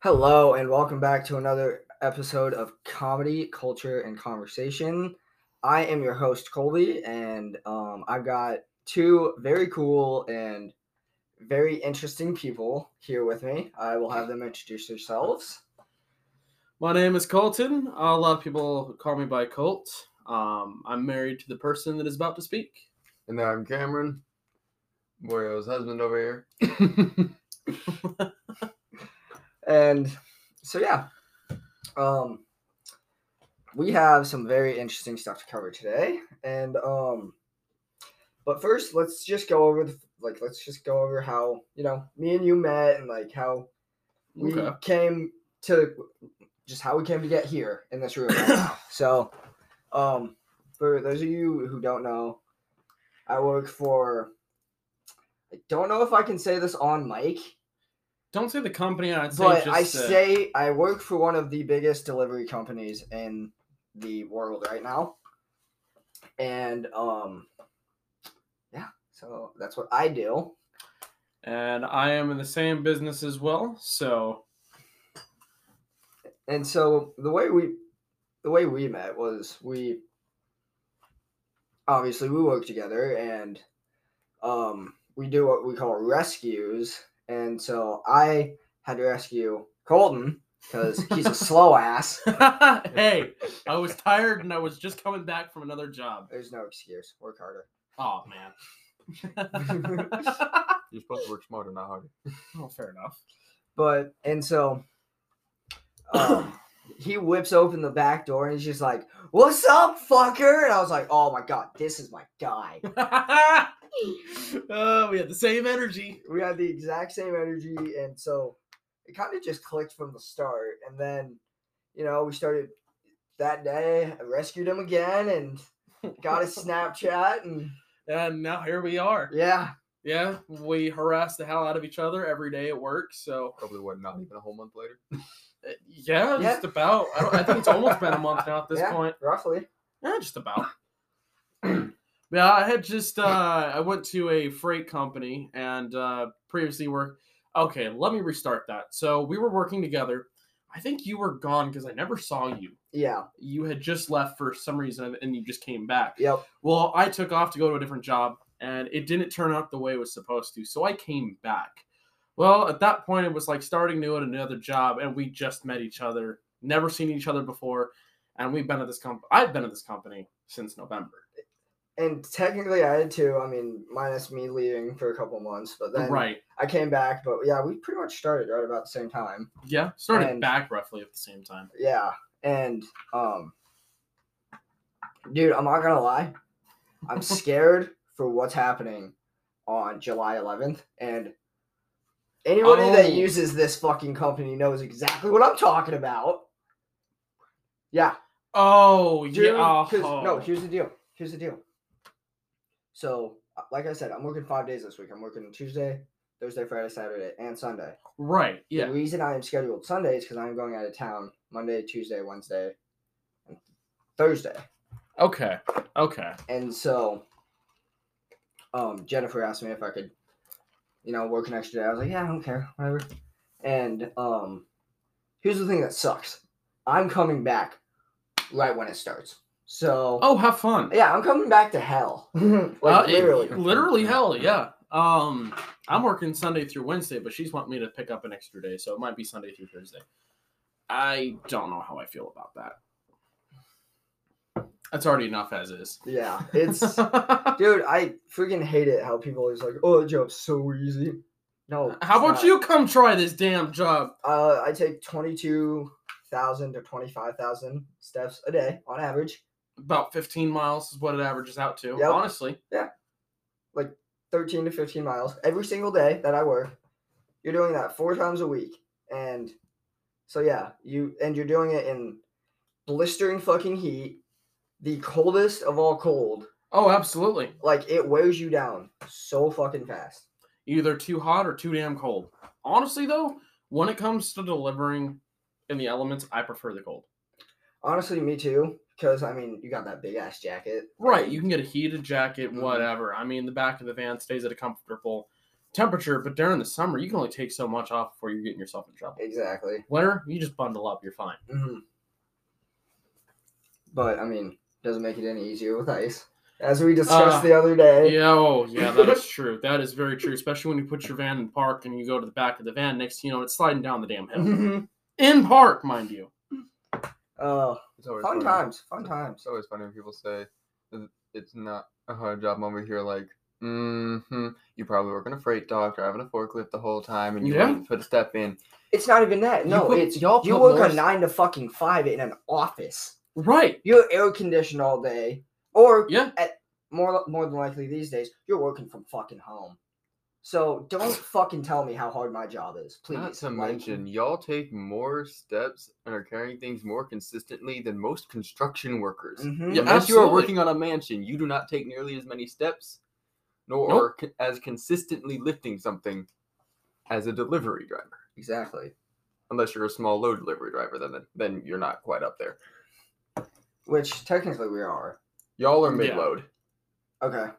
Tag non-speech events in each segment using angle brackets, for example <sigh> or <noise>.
Hello, and welcome back to another episode of Comedy, Culture, and Conversation. I am your host, Colby, and um, I've got two very cool and very interesting people here with me. I will have them introduce themselves. My name is Colton. A lot of people call me by Colt. Um, I'm married to the person that is about <laughs> to speak. And now I'm Cameron, Wario's husband over here. And so, yeah, um, we have some very interesting stuff to cover today. And, um, but first, let's just go over the like, let's just go over how you know me and you met and like how we Okay. came to just how we came to get here in this room right now. so um for those of you who don't know i work for i don't know if i can say this on mic Don't say the company. I'd say but just i uh, say i work for one of the biggest delivery companies in the world right now and um yeah so that's what i do and I am in the same business as well. <laughs> So and so the way we the way we met was we obviously we work together and um we do what we call rescues and so i had to rescue colton because he's a slow ass hey, I was tired and I was just coming back from another job. there's no excuse work harder Oh man. <laughs> <laughs> You're supposed to work smarter, not harder. oh, fair enough. <laughs> but and so um, he whips open the back door and he's just like what's up fucker and i was like oh my god this is my guy oh, we had the same energy. we had the exact same energy and so it kind of just clicked from the start and then you know we started that day i rescued him again and got his snapchat and And now here we are. yeah Yeah, we harass the hell out of each other every day at work. So Probably what, not even a whole month later. uh, yeah, Yeah. just about. I, don't, I think it's almost been a month now at this Yeah. point. roughly Yeah, just about. <clears throat> yeah, I had just uh, I went to a freight company and uh, previously worked. Okay, let me restart that. So we were working together. I think you were gone because I never saw you. yeah You had just left for some reason and you just came back. yep Well, I took off to go to a different job and it didn't turn out the way it was supposed to. So I came back. Well, at that point, it was like starting new at another job and we just met each other, never seen each other before. And we've been at this company, I've been at this company since November. and technically i had two i mean minus me leaving for a couple months but then right. i came back but yeah we pretty much started right about the same time Yeah. Started and- back roughly at the same time. Yeah, and um, dude, I'm not gonna lie, <laughs> I'm scared for what's happening on July 11th, and anybody Oh. that uses this fucking company knows exactly what I'm talking about. Yeah, Oh, dude. yeah. 'cause- No, oh. here's the deal. Here's the deal. So, uh, like I said, I'm working five days this week. I'm working Tuesday, Thursday, Friday, Saturday, and Sunday. Right. Yeah. The reason I am scheduled Sunday is because I'm going out of town Monday, Tuesday, Wednesday, and Thursday. Okay. Okay. And so um Jennifer asked me if I could, you know, work an extra day. I was like, yeah, I don't care, whatever. And um here's the thing that sucks. I'm coming back right when it starts. So Oh, have fun. yeah, I'm coming back to hell. <laughs> like Uh, it- literally. literally hell yeah um i'm working sunday through wednesday but she's wanting me to pick up an extra day so it might be sunday through thursday i don't know how i feel about that that's already enough as is <laughs> yeah. It's dude, I freaking hate it how people are just like, oh that job's so easy. No. it's how about not. you come try this damn job Uh, I take 22,000 to 25,000 steps a day on average. about 15 miles is what it averages out to Yep. honestly 13 to 15 miles every single day that I work. You're doing that four times a week. And so, yeah, you and you're doing it in blistering fucking heat, the coldest of all cold. oh absolutely Like, it wears you down so fucking fast. either too hot or too damn cold honestly though when it comes to delivering in the elements i prefer the cold Honestly, me too. Because, I mean, you got that big ass jacket. Right, you can get a heated jacket, Mhm. whatever. I mean, the back of the van stays at a comfortable temperature, but during the summer, you can only take so much off before you're getting yourself in trouble. Exactly. Winter, you just bundle up, you're fine. Mm-hmm. hmm But I mean, doesn't make it any easier with ice, as we discussed Uh, the other day. Yeah, oh, yeah, that is true. That is very true, especially when you put your van in park and you go to the back of the van. Next, thing you know, it's sliding down the damn hill Mhm. in park, mind you. Oh, It's always fun funny. times, fun times. It's always funny when people say that it's not a hard job. I'm over here like, mm-hmm. You probably work on a freight dock, driving a forklift the whole time, and you Yeah. wouldn't put a step in. It's not even that. You No, put- it's y'all you put work more a s- nine to fucking five in an office. Right. You're air conditioned all day, or Yeah. more more than likely these days, you're working from fucking home. So don't fucking tell me how hard my job is, please. Not to Like, mention, y'all take more steps and are carrying things more consistently than most construction workers. Mhm. Yeah, Unless you are absolutely. working on a mansion, you do not take nearly as many steps, nor Nope. are co- as consistently lifting something as a delivery driver. Exactly. Unless you're a small load delivery driver, then then you're not quite up there. Which technically we are. Y'all are Yeah. mid load. Okay.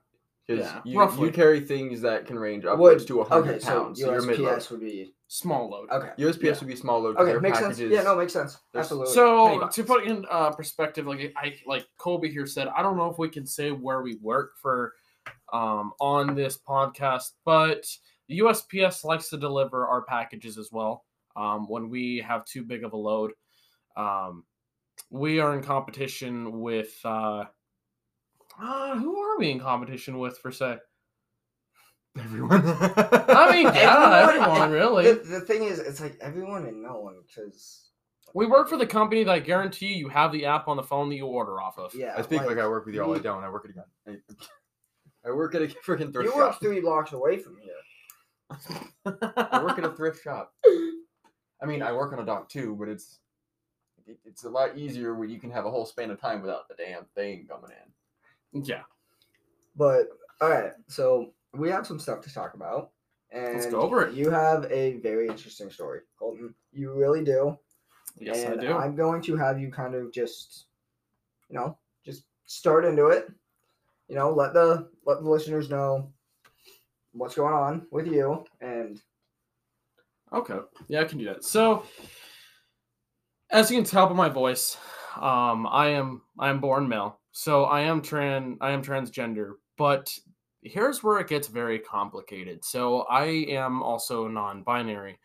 Because Yeah, you, roughly. you carry things that can range Would- upwards to to 100 Okay, so pounds. So you're mid load. USPS would be Small load. okay. USPS yeah. would be small load. Okay, carrier makes sense. packages. Yeah, no, makes sense. There's- Absolutely. So Twenty to put in uh, perspective, like I like Colby here said, I don't know if we can say where we work for um, on this podcast, but the USPS likes to deliver our packages as well. Um, when we have too big of a load, um, we are in competition with uh, uh, who are we in competition with <laughs> for say? Everyone. <laughs> I mean, yeah, Everyone. everyone really. the, <laughs> the thing is, it's like everyone and no one, because We work for the company that I guarantee you have the app on the phone that you order off of. yeah, I speak like, I work with y'all. I don't. I work at a gun. I, <laughs> I work at a freaking thrift you work shop. three blocks away from here. <laughs> I work at a thrift shop. I mean, I work on a dock too, but it's it- it's a lot easier when you can have a whole span of time without the damn thing coming in. <laughs> yeah. But all right, so we have some stuff to talk about, and go over it. You have a very interesting story, Colton. You really do. Yes, and I do. I'm going to have you kind of just, you know, just start into it. You know, let the let the listeners know what's going on with you, and Okay. Yeah, I can do that. So, as you can tell by my voice, um, I am I am born male, so I am trans I am transgender. But here's where it gets very complicated. So I am also non-binary.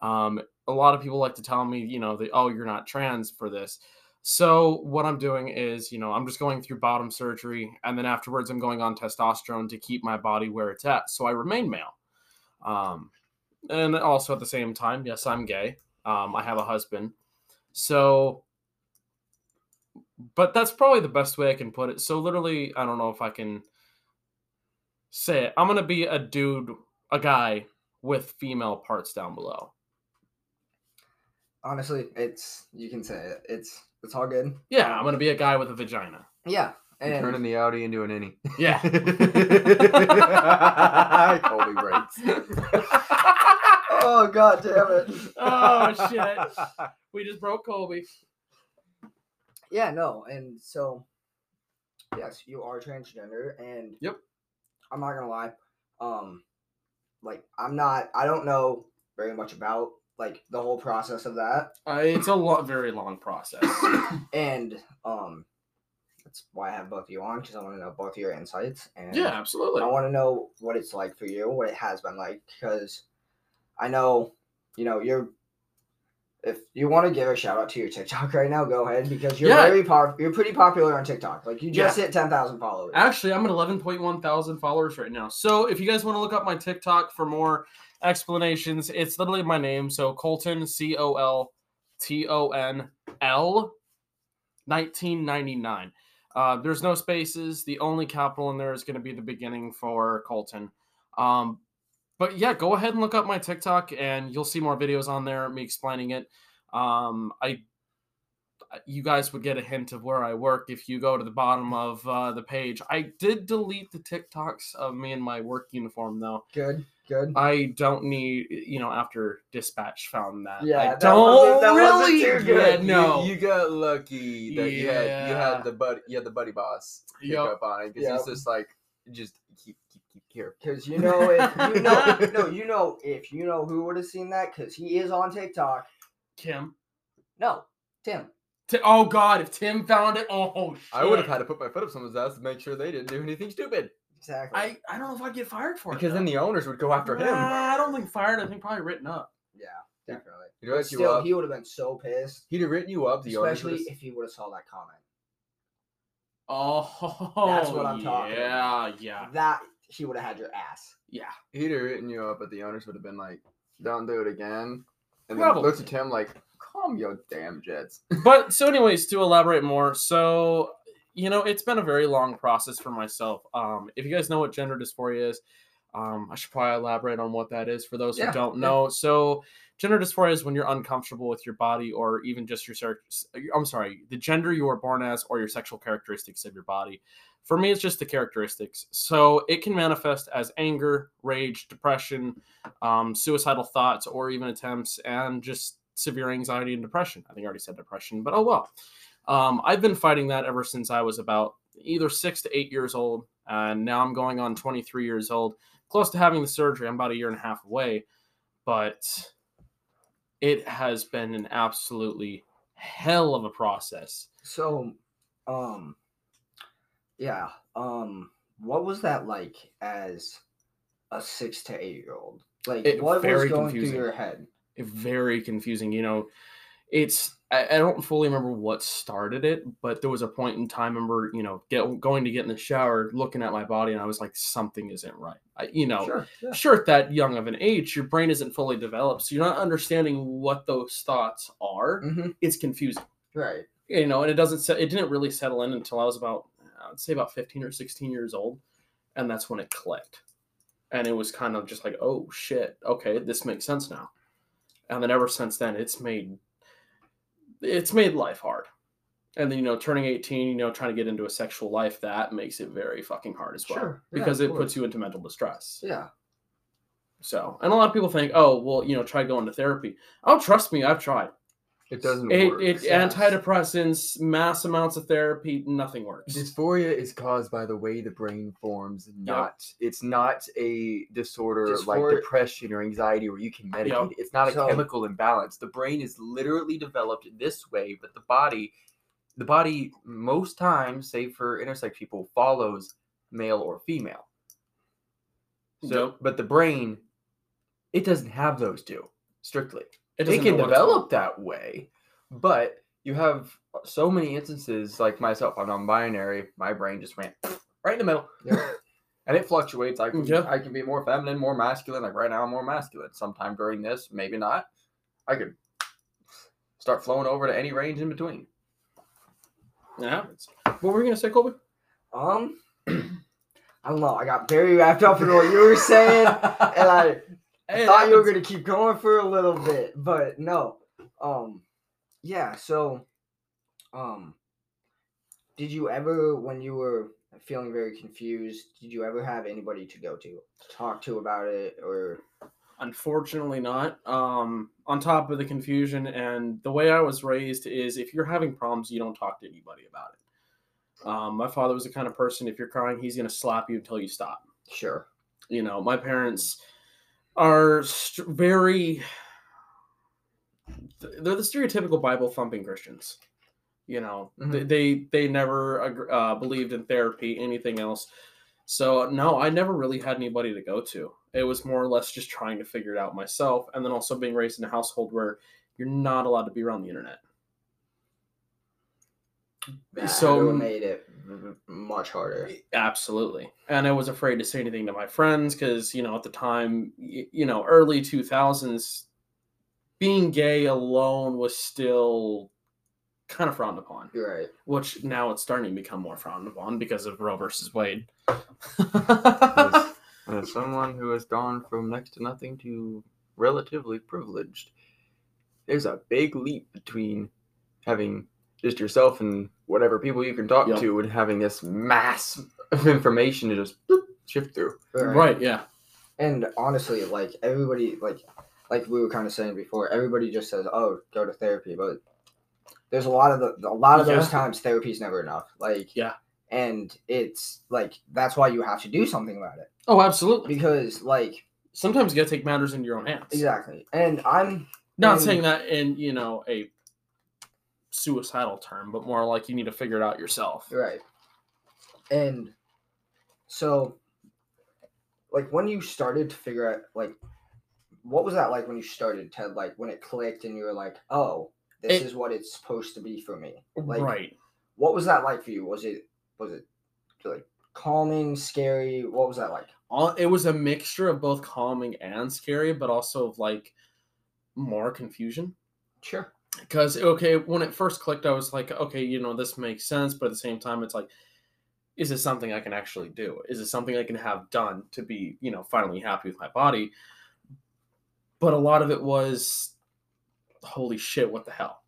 Um, a lot of people like to tell me, you know, that oh, you're not trans for this. So what I'm doing is, you know, I'm just going through bottom surgery, and then afterwards, I'm going on testosterone to keep my body where it's at, so I remain male. Um, and also at the same time, yes, I'm gay. Um, I have a husband. So, but that's probably the best way I can put it. So, literally, I don't know if I can say it. I'm going to be a dude, a guy with female parts down below. honestly, it's you can say it. It's it's all good. Yeah, I'm going to be a guy with a vagina. Yeah, You're turning and the Audi into an <laughs> innie. <laughs> Yeah. Holy <laughs> breaks. <laughs> oh god damn it. Oh, shit. we just broke Colby. Yeah, no, and so yes, you are transgender, and Yep. I'm not gonna lie, um, like I'm not, I don't know very much about like the whole process of that, Uh, it's a lo- very long process. and um, that's why I have both of you on because I want to know both of your insights, and yeah, absolutely. I want to know what it's like for you, what it has been like, because I know, you know, you're. If you want to give a shout out to your TikTok right now, go ahead because you're Yeah. very pop. You're pretty popular on TikTok. Like you just hit ten thousand followers. Actually, I'm at 11.1 thousand followers right now. So if you guys want to look up my TikTok for more explanations, it's literally my name. So Colton, C O L T O N L, 1999. Uh, there's no spaces. The only capital in there is going to be the beginning for Colton. Um, but yeah, go ahead and look up my TikTok, and you'll see more videos on there. Me explaining it. Um, I you guys would get a hint of where I work if you go to the bottom of uh, the page. I did delete the TikToks of me in my work uniform though. Good, good. Uh, I don't need, you know, after dispatch found that. Yeah, I that don't wasn't- that wasn't really. too good. Yeah, You- no. You, got lucky that you had you Yeah. had the buddy you had the buddy boss pick Yup. up on it because Yup. he's just like just keep keep keep here. Because you know, if you know, <laughs> <laughs> no, you know, if you know who would have seen that, because he is on TikTok. Kim. No, Tim. Ti- oh God! If Tim found it, oh shit. I would have had to put my foot up someone's ass to make sure they didn't do anything stupid. Exactly. I, I don't know if I'd get fired for it. Because though. then the owners would go after Nah, him. I don't think fired. I think probably written up. yeah, definitely. He'd have you Still, up. he would have been so pissed, He'd have written you up. The especially owners would've- if he would have saw that comment. Oh, what I'm talking Yeah, yeah, That he would have had your ass. yeah. he'd have written you up, but the owners would have been like, "Don't do it again." And then Probably. looked at Tim like, "Calm your damn jets." <laughs> but so anyways to elaborate more so you know it's been a very long process for myself um if you guys know what gender dysphoria is um i should probably elaborate on what that is for those Yeah, who don't yeah. know so gender dysphoria is when you're uncomfortable with your body or even just your sex i'm sorry the gender you were born as or your sexual characteristics of your body for me it's just the characteristics so it can manifest as anger rage depression um, suicidal thoughts or even attempts, and just severe anxiety and depression. I think I already said depression, but oh well. Um, I've been fighting that ever since I was about either six to eight years old, and now I'm going on 23 years old, close to having the surgery. I'm about a year and a half away, but it has been an absolutely hell of a process. So, um, yeah, um, what was that like as a six to eight year old? Like, It- what was very going confusing. through your head? very confusing. You know, it's I, I don't fully remember what started it, but there was a point in time. I remember, you know, get, going to get in the shower, looking at my body, and I was like, something isn't right. I, you know, Sure. yeah. sure at that young of an age your brain isn't fully developed so you're not understanding what those thoughts are Mhm, it's confusing Right. you know and it doesn't se- it didn't really settle in until i was about i'd say about 15 or 16 years old and that's when it clicked and it was kind of just like oh shit okay this makes sense now and then ever since then it's made it's made life hard and then you know turning 18 you know trying to get into a sexual life that makes it very fucking hard as well Sure. Yeah, because of it course. puts you into mental distress Yeah. so, and a lot of people think, oh, well, you know, try going to therapy. Oh, trust me, I've tried. It doesn't It, work. it Yes. antidepressants, mass amounts of therapy, nothing works. Dysphoria is caused by the way the brain forms. Not it's not a disorder like Dysphor- depression or anxiety where you can medicate. Yep. it. It's not a So- chemical imbalance. The brain is literally developed this way, but the body, the body most times, save for intersex people, follows male or female. So, Yep. but the brain, it doesn't have those two strictly it doesn't can know what it's called. develop that way, but you have so many instances like myself. I'm non-binary. My brain just went <sniffs> right in the middle, Yeah. and it fluctuates. I can Yeah. I can be more feminine, more masculine. Like right now, I'm more masculine. Sometime during this, maybe not. I could start flowing over to any range in between. It happens. What were you going to say, Colby? Um, <clears throat> I don't know. I got very wrapped up in what you were <laughs> saying, and I Hey, it thought you were happens. gonna keep going for a little bit, but no. Um, yeah. So, um, did you ever, when you were feeling very confused, did you ever have anybody to go to, to talk to about it, or Unfortunately, not. Um, on top of the confusion and the way I was raised is if you're having problems, you don't talk to anybody about it. Um, my father was the kind of person, if you're crying, he's going to slap you until you stop. sure? you know my parents are st- very th- they're the stereotypical bible thumping christians you know they, Mhm. they they never agr- uh, believed in therapy anything else so no i never really had anybody to go to it was more or less just trying to figure it out myself and then also being raised in a household where you're not allowed to be around the internet That So- would've made it m- much harder. Absolutely. And I was afraid to say anything to my friends because, you know, at the time, y- you know, early 2000s, being gay alone was still kind of frowned upon, You're right. which now it's starting to become more frowned upon because of Roe versus Wade. <laughs> As Uh, someone who has gone from next to nothing to relatively privileged, there's a big leap between having just yourself and whatever people you can talk Yep. to and having this mass of information to just bloop, shift through. You're right. Yeah. And honestly, like everybody, like like we were kind of saying before, everybody just says, "Oh, go to therapy," but there's a lot of the a lot of those Yeah. times therapy's never enough. Like Yeah. and it's like that's why you have to do something about it. Oh, absolutely. because like Sometimes you gotta take matters into your own hands. exactly. And I'm Not And- saying that in you know a suicidal term, but more like you need to figure it out yourself. right. And so like when you started to figure out like what was that like when you started Ted like when it clicked and you were like, "Oh, this It- is what it's supposed to be for me." Like right. what was that like for you? Was it was it like calming, scary? What was that like? All, it was a mixture of both calming and scary, but also of like more confusion. Sure. because okay when it first clicked i was like okay you know this makes sense but at the same time it's like is this something i can actually do is it something i can have done to be you know finally happy with my body but a lot of it was holy shit what the hell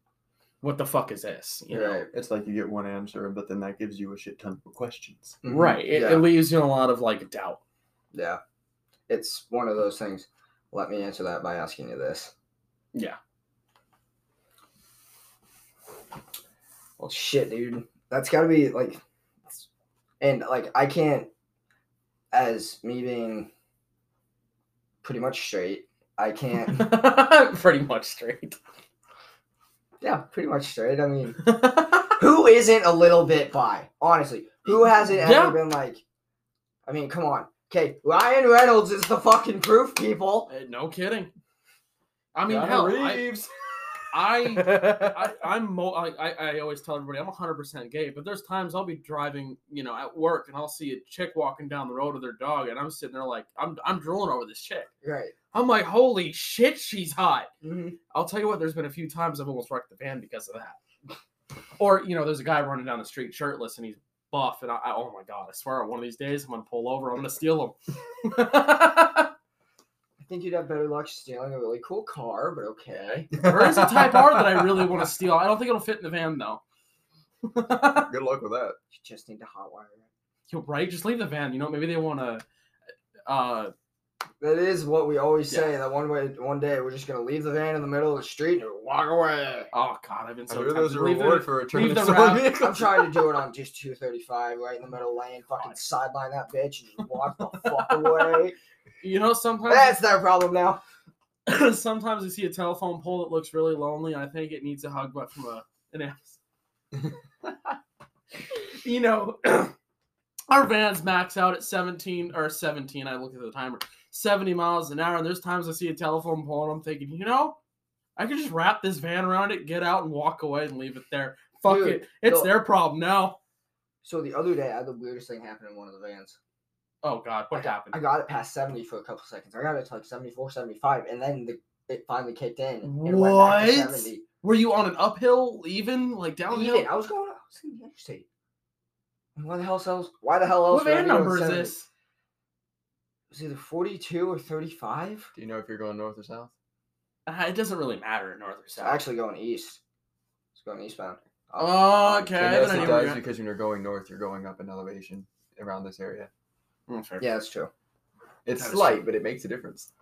what the fuck is this you know It's like you get one answer, but then that gives you a shit ton of questions. Mhm. right it, Yeah. it leaves you in a lot of like doubt <laughs> yeah. It's one of those things. Let me answer that by asking you this. yeah Well, shit, dude. That's got to be like, and like, I can't, as me being pretty much straight, I <laughs> can't, pretty much straight <laughs> yeah, pretty much straight. I mean, who isn't a little bit bi? Honestly, who hasn't Yeah. ever been like, I mean, come on. Okay, Ryan Reynolds is the fucking proof, people. Uh, no kidding i mean hell I, <laughs> <laughs> I I, I'm mo- I, I I always tell everybody I'm 100% gay, but there's times I'll be driving, you know, at work and I'll see a chick walking down the road with her dog, and I'm sitting there like, I'm, I'm drooling over this chick. Right. I'm like, holy shit, she's hot. Mm-hmm. I'll tell you what, there's been a few times I've almost wrecked the van because of that. Or, you know, there's a guy running down the street shirtless and he's buff, and I, I oh my God, I swear one of these days I'm going to pull over, I'm going to steal him. <laughs> I think you'd have better luck stealing a really cool car, but okay. <laughs> there is a type R that I really want to steal. I don't think it'll fit in the van though. Good luck with that. You just need to hotwire it. Yo, right? Just leave the van. You know, maybe they want to. Uh, That is what we always Yeah. say. That one way, one day, we're just gonna leave the van in the middle of the street and walk away. oh God, I've been I so. hear there's a tempted. Leave the- reward for returning leave to the someone rabbit- I'm <laughs> vehicle. trying to do it on just 235, right in the middle lane, fucking sideline that bitch and just walk the fuck <laughs> away. You know, sometimes That's their problem now. <clears throat> sometimes you see a telephone pole that looks really lonely, and I think it needs a hug, but from a an ass. <laughs> you know, <clears throat> our vans max out at 17 or 17. I looked at the timer, 70 miles an hour. And there's times I see a telephone pole, and I'm thinking, you know, I could just wrap this van around it, get out, and walk away, and leave it there. Fuck Dude, it, it's the- their problem now. So the other day, I had the weirdest thing happen in one of the vans. Oh God, what happened? I got it past 70 for a couple seconds. I got it to like 74, 75, and then the, it finally kicked in. And it Went back What? to 70. Were you on an uphill, even like downhill? Even, Oh, I was going. I was in the interstate. And Why the hell else? Why the hell else? What would I van be going number is 70? this? It was either 42 or 35. Do you know if you're going north or south? Uh, it doesn't really matter in north or So south. actually going east. It's going eastbound. Oh, okay. Yeah, I that's didn't yes, what it even does realize- because when you're going north, you're going up in elevation around this area. Mm, fair. Yeah, that's true. It's That is slight, true. but it makes a difference.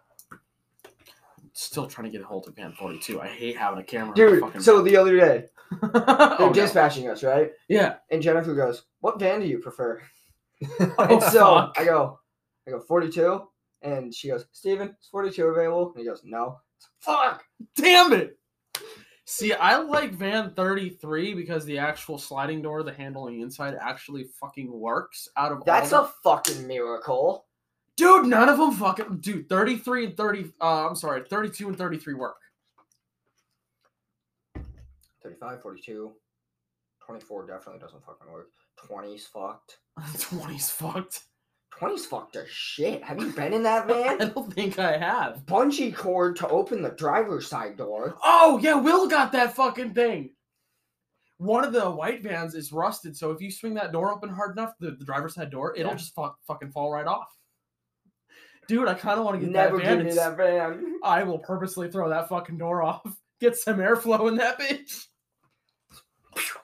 Still trying to get a hold of Van 42. I hate having a camera. in my fucking Dude, so <laughs> van. the other day, Oh, they're no. dispatching us, right? Yeah. And Jennifer goes, What van do you prefer? <laughs> Oh, and so fuck. I go, I go, 42. And she goes, Steven, is 42 available? And he goes, No. Fuck. Damn it. See, I like van 33 because the actual sliding door, the handle on the inside, actually fucking works out of all That's the- a fucking miracle. Dude, none of them fucking. Dude, 33 and 30. Uh, I'm sorry, 32 and 33 work. <laughs> 35, 42, 24 definitely doesn't fucking work. 20's fucked. 20's fucked. 20's fucked to shit. Have you been in that I <laughs> van? don't think I have. Bungee cord to open the driver's side door. Oh yeah, Will got that fucking thing. One of the white vans is rusted, so if you swing that door open hard enough, the, the driver's side door, it'll Yeah. just fuck, fucking fall right off. Dude, I kind of want to get Never that van. give me and s- that van. I will purposely throw that fucking door off. <laughs> Get some airflow in that bitch.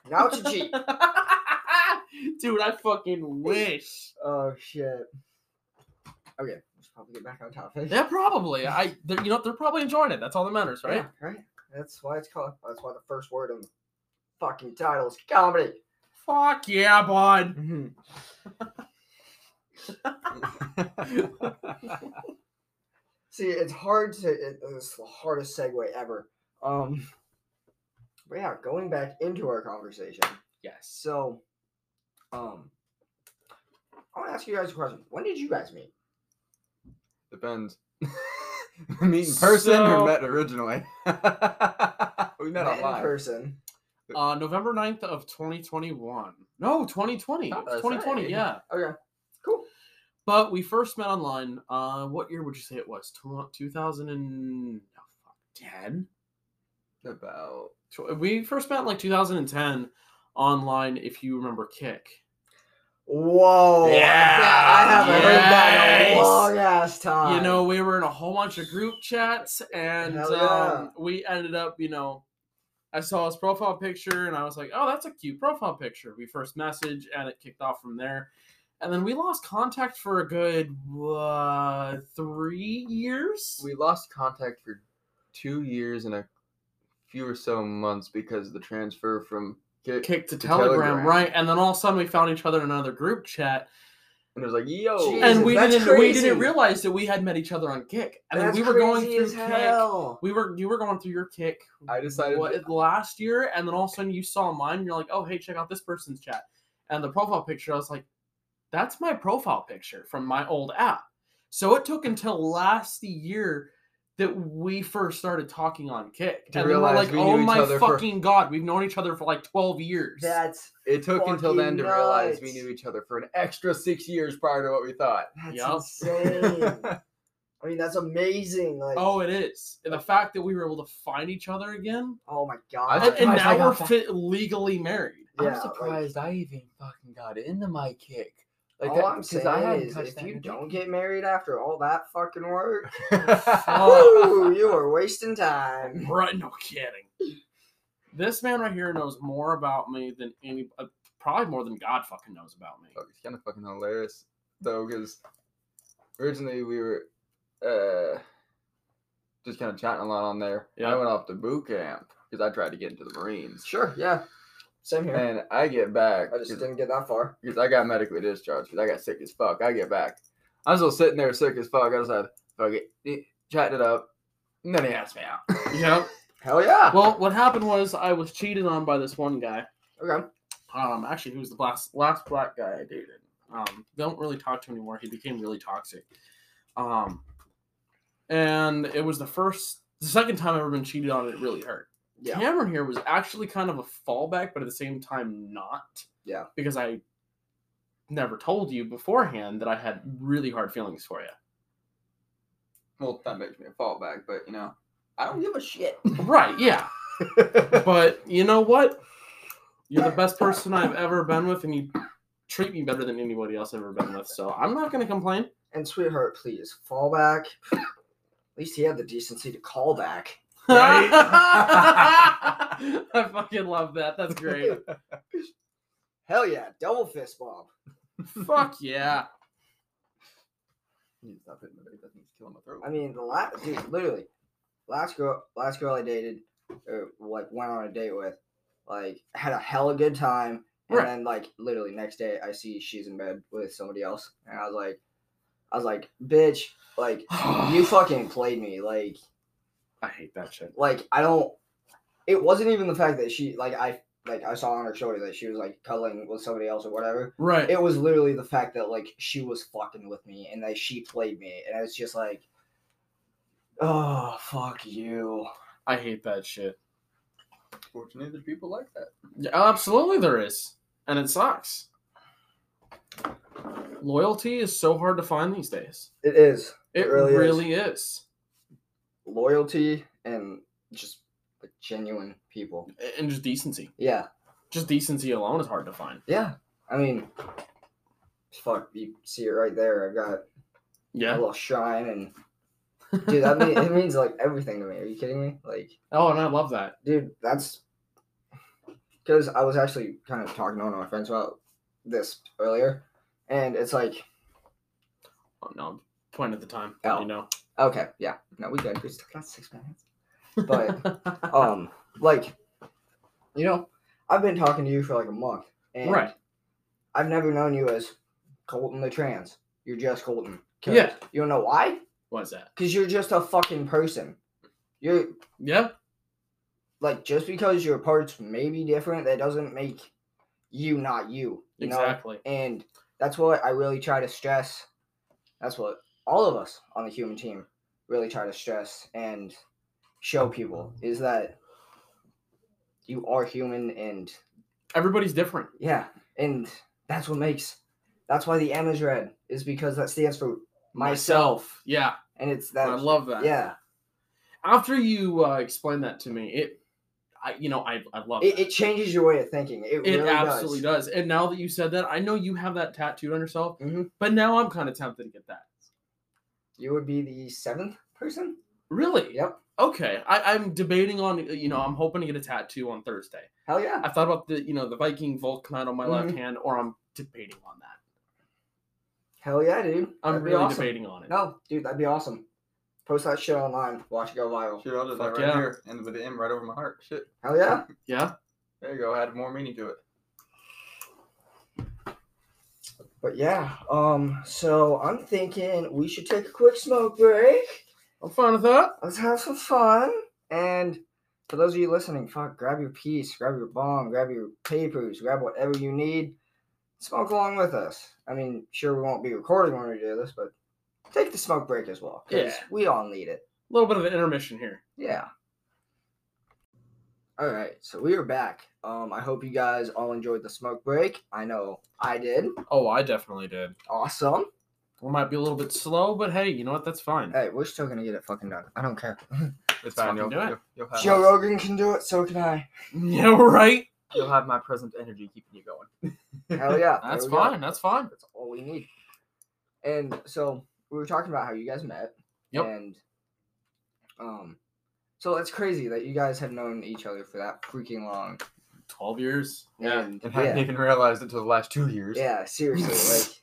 Now it's a Jeep. <laughs> Dude, I fucking wish. Oh shit. Okay, let's probably get back on topic. Yeah, probably. I, they're- you know, they're probably enjoying it. That's all that matters, right? Yeah, right. That's why it's called. That's why the first word in the fucking title is comedy. Mm-hmm. Fuck yeah, bud. See, it's hard to. It, it's the hardest segue ever. Um, but yeah, going back into our conversation. yes. So, um, I want to ask you guys a question. When did you guys meet? Depends. <laughs> meet in person So- or met originally? <laughs> we met Met in online. person. Uh, November 9th of 2021. No, 2020. Oh, that's 2020, right. yeah. Okay, cool. But we first met online. Uh, what year would you say it was? oh, 2010? About We first met in like 2010 online, if you remember Kick. Whoa! I haven't heard that in a Yes. long ass time. you know, we were in a whole bunch of group chats, and Hell yeah. um, we ended up, you know, I saw his profile picture, and I was like, "Oh, that's a cute profile picture." We first messaged, and it kicked off from there, and then we lost contact for a good uh, three years. we lost contact for two years and a few or so months because of the transfer from Kick, kicked to to telegram, Telegram. right? And then all of a sudden, we found each other in another group chat, and it was like, yo, Jesus, and we that's didn't we crazy. didn't realize that we had met each other on Kick, and then That's we were going crazy through as Kick. hell. We were you were going through your Kick I decided what, to- last year, and then all of a sudden you saw mine. And you're like, oh hey, check out this person's chat, and the profile picture. I was like, that's my profile picture from my old app. So it took until last year that we first started talking on Kick, To and then we're realize like, we oh knew each my other for- fucking god, we've known each other for like twelve years. That's it took until then to fucking realize we nuts. knew each other for an extra six years prior to what we thought. that's Yup. <laughs> insane. <laughs> I mean, that's amazing. Like, Oh, it is. And the fact that we were able to find each other again, oh my I- god. and, and surprised I now got we're that. fit, legally married. Yeah, I'm like- surprised I even fucking got into my kick. Like all that, I'm 'cause saying I hadn't is, touched if that in you a don't decade. get married after all that fucking <laughs> work, Woo, woo, you are wasting time. Right? No kidding. This man right here knows more about me than any, uh, probably more than God fucking knows about me. Fuck, it's kind of fucking hilarious though, because originally we were uh just kind of chatting a lot on there. and I Yeah. went off to boot camp because I tried to get into the <laughs> Marines, Sure, yeah. Same here. and I get back I just didn't get that far. because I got medically discharged because I got sick as fuck. I get back, I'm still sitting there sick as fuck. I was like, fuck it, eh, chatting it up, and then he asked me out. Yeah. Hell yeah. Well, what happened was I was cheated on by this one guy. okay. Um, actually, he was the last last black guy I dated. Um, don't really talk to him anymore. He became really toxic. Um, and it was the first, the second time I've ever been cheated on. and It really hurt. Yeah. Cameron here was actually kind of a fallback, but at the same time, not. Yeah. Because I never told you beforehand that I had really hard feelings for you. Well, that makes me a fallback, but you know, I don't give a shit. Right, yeah. but you know what? You're the best person I've ever been with, and you treat me better than anybody else I've ever been with. So I'm not going to complain. And sweetheart, please fall back. At least he had the decency to call back. Right? <laughs> I fucking love that. That's great. Hell yeah, double fist bump. Fuck yeah. I need to stop hitting the vape. That thing's killing my throat. I mean, the last dude, literally, last girl, last girl I dated, or like went on a date with, like had a hella good time, and Right. then like literally next day I see she's in bed with somebody else, and I was like, I was like, bitch, like you fucking played me, like I hate that shit. like I don't. It wasn't even the fact that she like I like I saw on her shoulder that she was like cuddling with somebody else or whatever. Right. It was literally the fact that like she was fucking with me and that she played me, and I was just like, oh fuck you. I hate that shit. Fortunately, there's people like that. Yeah, absolutely there is. And it sucks. Loyalty is so hard to find these days. It is It, It really, really is. loyalty and just like genuine people. And just decency. Yeah, Just decency alone is hard to find. yeah. I mean, fuck. You see it right there. I've got a Yeah. little shrine, and dude, that mean, it means like everything to me. Are you kidding me? Like. Oh, and I love that. dude that's because i was actually kind of talking to one of my friends about this earlier and it's like Oh, no. Point at the time. Oh. You know. okay yeah no we good we still got six <laughs> minutes But- um like you know i've been talking to you for like a month and Right. i've never known you as colton the trans you're Jess Colton. 'Cause- Yeah. You don't know why? What's that? Because you're just a fucking person. You're Yeah. like just because your parts may be different, that doesn't make you not you. you know? Exactly. And that's what I really try to stress. That's what all of us on the human team really try to stress and show people is that you are human and Everybody's different. yeah, and that's what makes that's why the M is red is because that stands for myself, Yeah. and it's that I love that. yeah After you uh, explained that to me, it, I, you know, I, I love it, that. it changes your way of thinking it, It really absolutely does. does. And now that you said that, I know you have that tattooed on yourself, Mhm. but now I'm kind of tempted to get that. you would be the seventh person Really? yep Okay. I, I'm debating on, you know, I'm hoping to get a tattoo on Thursday. hell yeah I thought about the, you know, the Viking Vulcanite on my left Mhm. hand, or I'm debating on that. hell yeah dude I'm That'd be really awesome. debating on it. no dude that'd be awesome post that shit online watch it go viral Shoot, I'll do that Fuck right yeah. here, and with the M right over my heart. Shit, hell yeah Yeah. there you go. Add more meaning to it. but yeah um so i'm thinking we should take a quick smoke break I'm fine with that. let's have some fun. And for those of you listening, fuck, grab your piece, grab your bong, grab your papers, grab whatever you need. Smoke along with us. I mean, sure, we won't be recording when we do this, but take the smoke break as well. 'cause Yeah. we all need it. A little bit of an intermission here. Yeah. All right, so we are back. Um, I hope you guys all enjoyed the smoke break. I know I did. Oh, I definitely did. Awesome. We might be a little bit slow, but hey, you know what? That's fine. Hey, we're still gonna get it fucking done. I don't <laughs> care. fucking It's fine. You'll, do it. you'll, you'll have Joe my- Rogan can do it, so can I. <laughs> Yeah, right. you'll have my present energy keeping you going. Hell <laughs> yeah. there That's we go. fine. That's fine. That's all we need. And so we were talking about how you guys met. Yep. And um so it's crazy that you guys have known each other for that freaking long. Twelve years. And And hadn't yeah, even realized it until the last two years. yeah, <laughs> seriously. like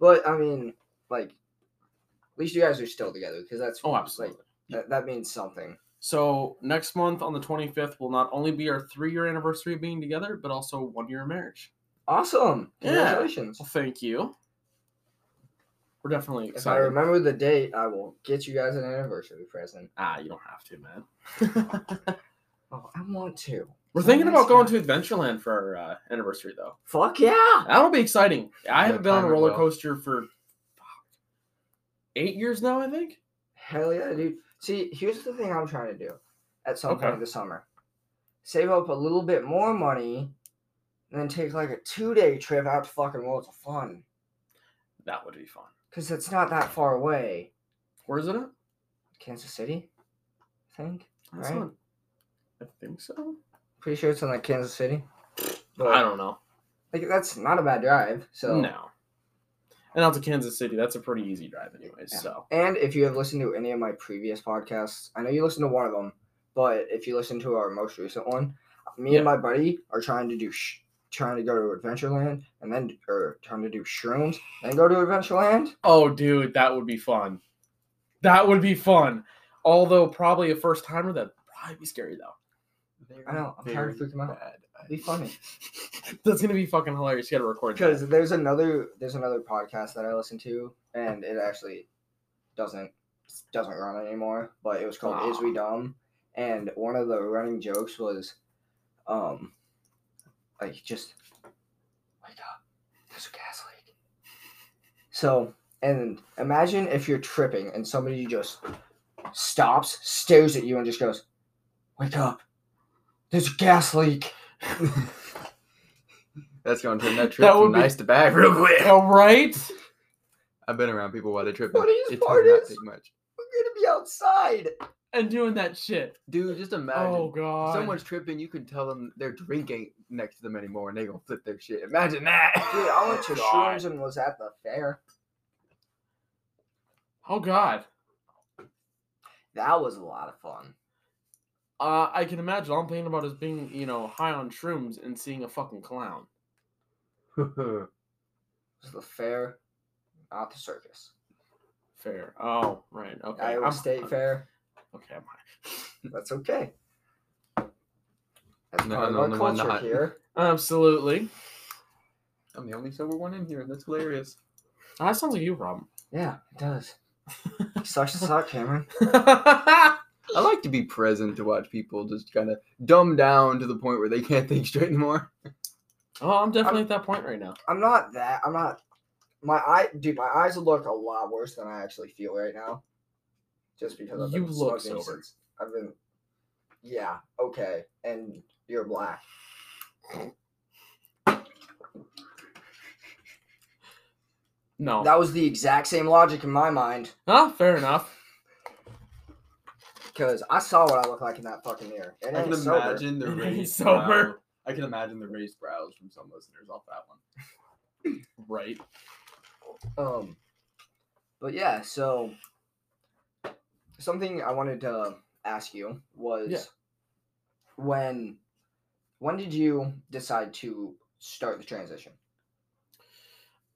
but I mean, like at least you guys are still together because that's Oh, absolutely. like that, that means something. So next month on the 25th will not only be our three-year anniversary of being together, but also one year of marriage. Awesome. Yeah. Congratulations. Well, thank you. We're definitely If I excited. remember the date, I will get you guys an anniversary present. ah, you don't have to, man. Oh, I want to. We're So thinking nice about going now. to Adventureland for our uh, anniversary, though. Fuck yeah! That'll be exciting. I Yeah, haven't been on a time it roller will. coaster for fuck, eight years now, I think. Hell yeah, dude. See, here's the thing I'm trying to do at some Okay. point this summer. Save up a little bit more money and then take like a two day trip out to fucking Worlds of Fun. That would be fun. Because it's not that far away. Where is it at? Kansas City? I think. That's Right. not- I think so. Pretty sure it's in like Kansas City. I don't know. Like, that's not a bad drive. So. No. And out to Kansas City, that's a pretty easy drive, anyways. Yeah. So And if you have listened to any of my previous podcasts, I know you listened to one of them, but if you listen to our most recent one, me Yeah. and my buddy are trying to do sh- trying to go to Adventureland and then or trying to do shrooms, then go to Adventureland. Oh, dude, that would be fun. That would be fun. Although probably a first timer, that'd probably be scary though. <laughs> Very, I know, I'm tired of very freaking out. bad It'd be funny That's gonna be fucking hilarious. You gotta record that. because there's another there's another podcast that I listen to, and it actually doesn't doesn't run anymore. But it was called "Is We Aw. Dumb," and one of the running jokes was, um, like just wake up, there's a gas leak. So, and imagine if you're tripping and somebody just stops, stares at you, and just goes, "Wake up, there's a gas leak." That's going to turn <laughs> that That trip would from be- nice to bad real <laughs> quick. All Oh, right. I've been around people while they trip. Funniest it does part not is- take much. We're gonna be outside. And doing that shit. Dude, just imagine. Oh god. Someone's tripping, you can tell them their drink ain't next to them anymore, and they gonna flip their shit. Imagine that. Dude, I went to Oh, God. shrooms and was at the fair. Oh god. That was a lot of fun. Uh, I can imagine. All I'm thinking about is being, you know, high on shrooms and seeing a fucking clown. <laughs> It was the fair, not the circus. Fair. Oh, right. Okay. Iowa I'm- State Fair. Okay. I'm high. That's okay. That's No, part I'm of the our one culture not. here. Absolutely. I'm the only sober one in here, and that's hilarious. That sounds like <laughs> you, Rob. Yeah, it does. Sucks to suck, Cameron. I like to be present to watch people just kind of dumb down to the point where they can't think straight anymore. Oh, I'm definitely at that point right now. I'm not that. I'm not. My eye, dude. My eyes look a lot worse than I actually feel right now, just because I've You been look smoking sober. since- I've been. Yeah. Okay. And you're black. No. That was the exact same logic in my mind, Huh? Fair enough. because I saw what I look like in that fucking mirror. And I can imagine the <laughs> And then he's raised sober. brow. I can imagine the raised brows from some listeners off that one. Right. Um, but yeah, so something I wanted to ask you was Yeah. when when did you decide to start the transition?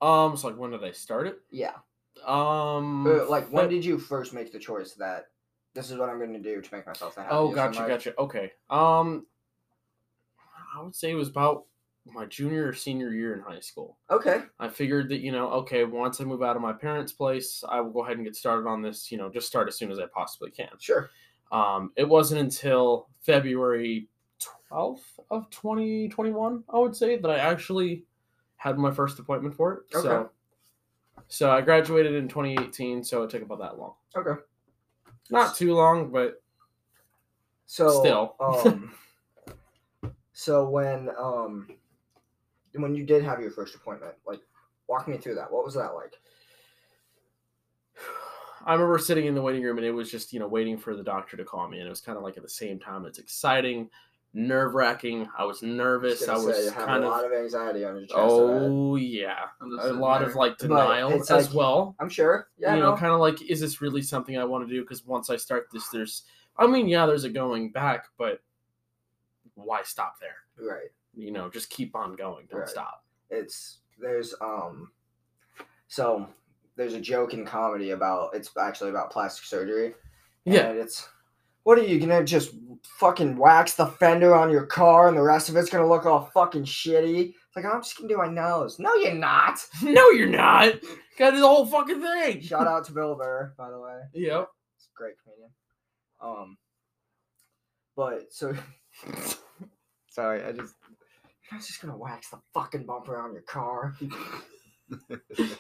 Um, so like when did I start it? Yeah, Um or, Uh, like when Fe- did you first make the choice that this is what I'm going to do to make myself the Oh happiest? in gotcha, life? gotcha. Okay. Um I would say it was about my junior or senior year in high school. Okay, I figured that, you know, okay, once I move out of my parents' place, I will go ahead and get started on this, you know, just start as soon as I possibly can. sure. Um, it wasn't until February 12th of 2021, I would say, that I actually had my first appointment for it. Okay. So, so I graduated in 2018, so it took about that long. Okay. Not too long, but So Still. <laughs> um, so when um, when you did have your first appointment, like walk me through that. What was that like? I remember sitting in the waiting room and it was just, you know, waiting for the doctor to call me. And it was kind of like at the same time, it's exciting, nerve wracking. I was nervous. I gonna say, was you have kind a of, lot of anxiety on your chest. about it. oh, yeah. I'm A just sitting lot there. of like But denial it's as like- well. I'm sure. Yeah, you no. know, kind of like, is this really something I want to do? Because once I start this, there's, I mean, yeah, there's a going back, but why stop there? right. You know, just keep on going. Don't Right. stop. <laughs> It's there's um, so there's a joke in comedy about it's actually about plastic surgery. Yeah. and it's what are you gonna just fucking wax the fender on your car and the rest of it's gonna look all fucking shitty? It's like I'm just gonna do my nose. No, you're not. no, you're not. Got the whole fucking thing. Shout out to Bill Burr, by the way. Yep. He's a great comedian. Um, but so <laughs> sorry, I just. I was just gonna wax the fucking bumper on your car.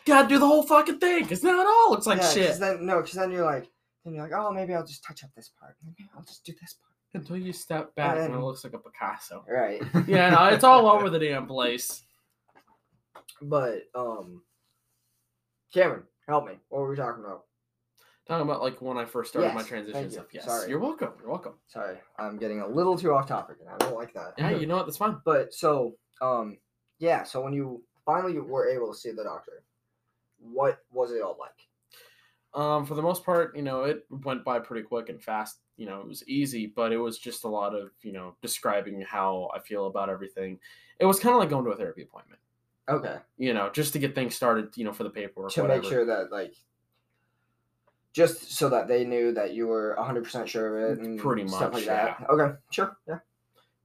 Gotta do the whole fucking thing. Cause now it all looks <laughs> like Yeah, 'cause shit. Then, no, because then you're like, then you're like, oh, maybe I'll just touch up this part. Maybe I'll just do this part. Until you step back and it Um, looks like a Picasso. Right. <laughs> Yeah, no, it's all over the damn place. But um, Cameron, help me. What were we talking about? Talking about like when I first started my Yes, transition thank and you. stuff. Yes. Sorry. You're welcome. You're welcome. <laughs> Sorry, I'm getting a little too off topic, and I don't like that. Yeah, you know what? That's fine. <laughs> But so um, yeah. So when you finally were able to see the doctor, what was it all like? Um, for the most part, you know, it went by pretty quick and fast. You know, it was easy, but it was just a lot of, you know, describing how I feel about everything. It was kind of like going to a therapy appointment, Okay. you know, just to get things started, you know, for the paperwork. to whatever. make sure that like just so that they knew that you were 100% sure of it and Pretty stuff like much, that okay sure yeah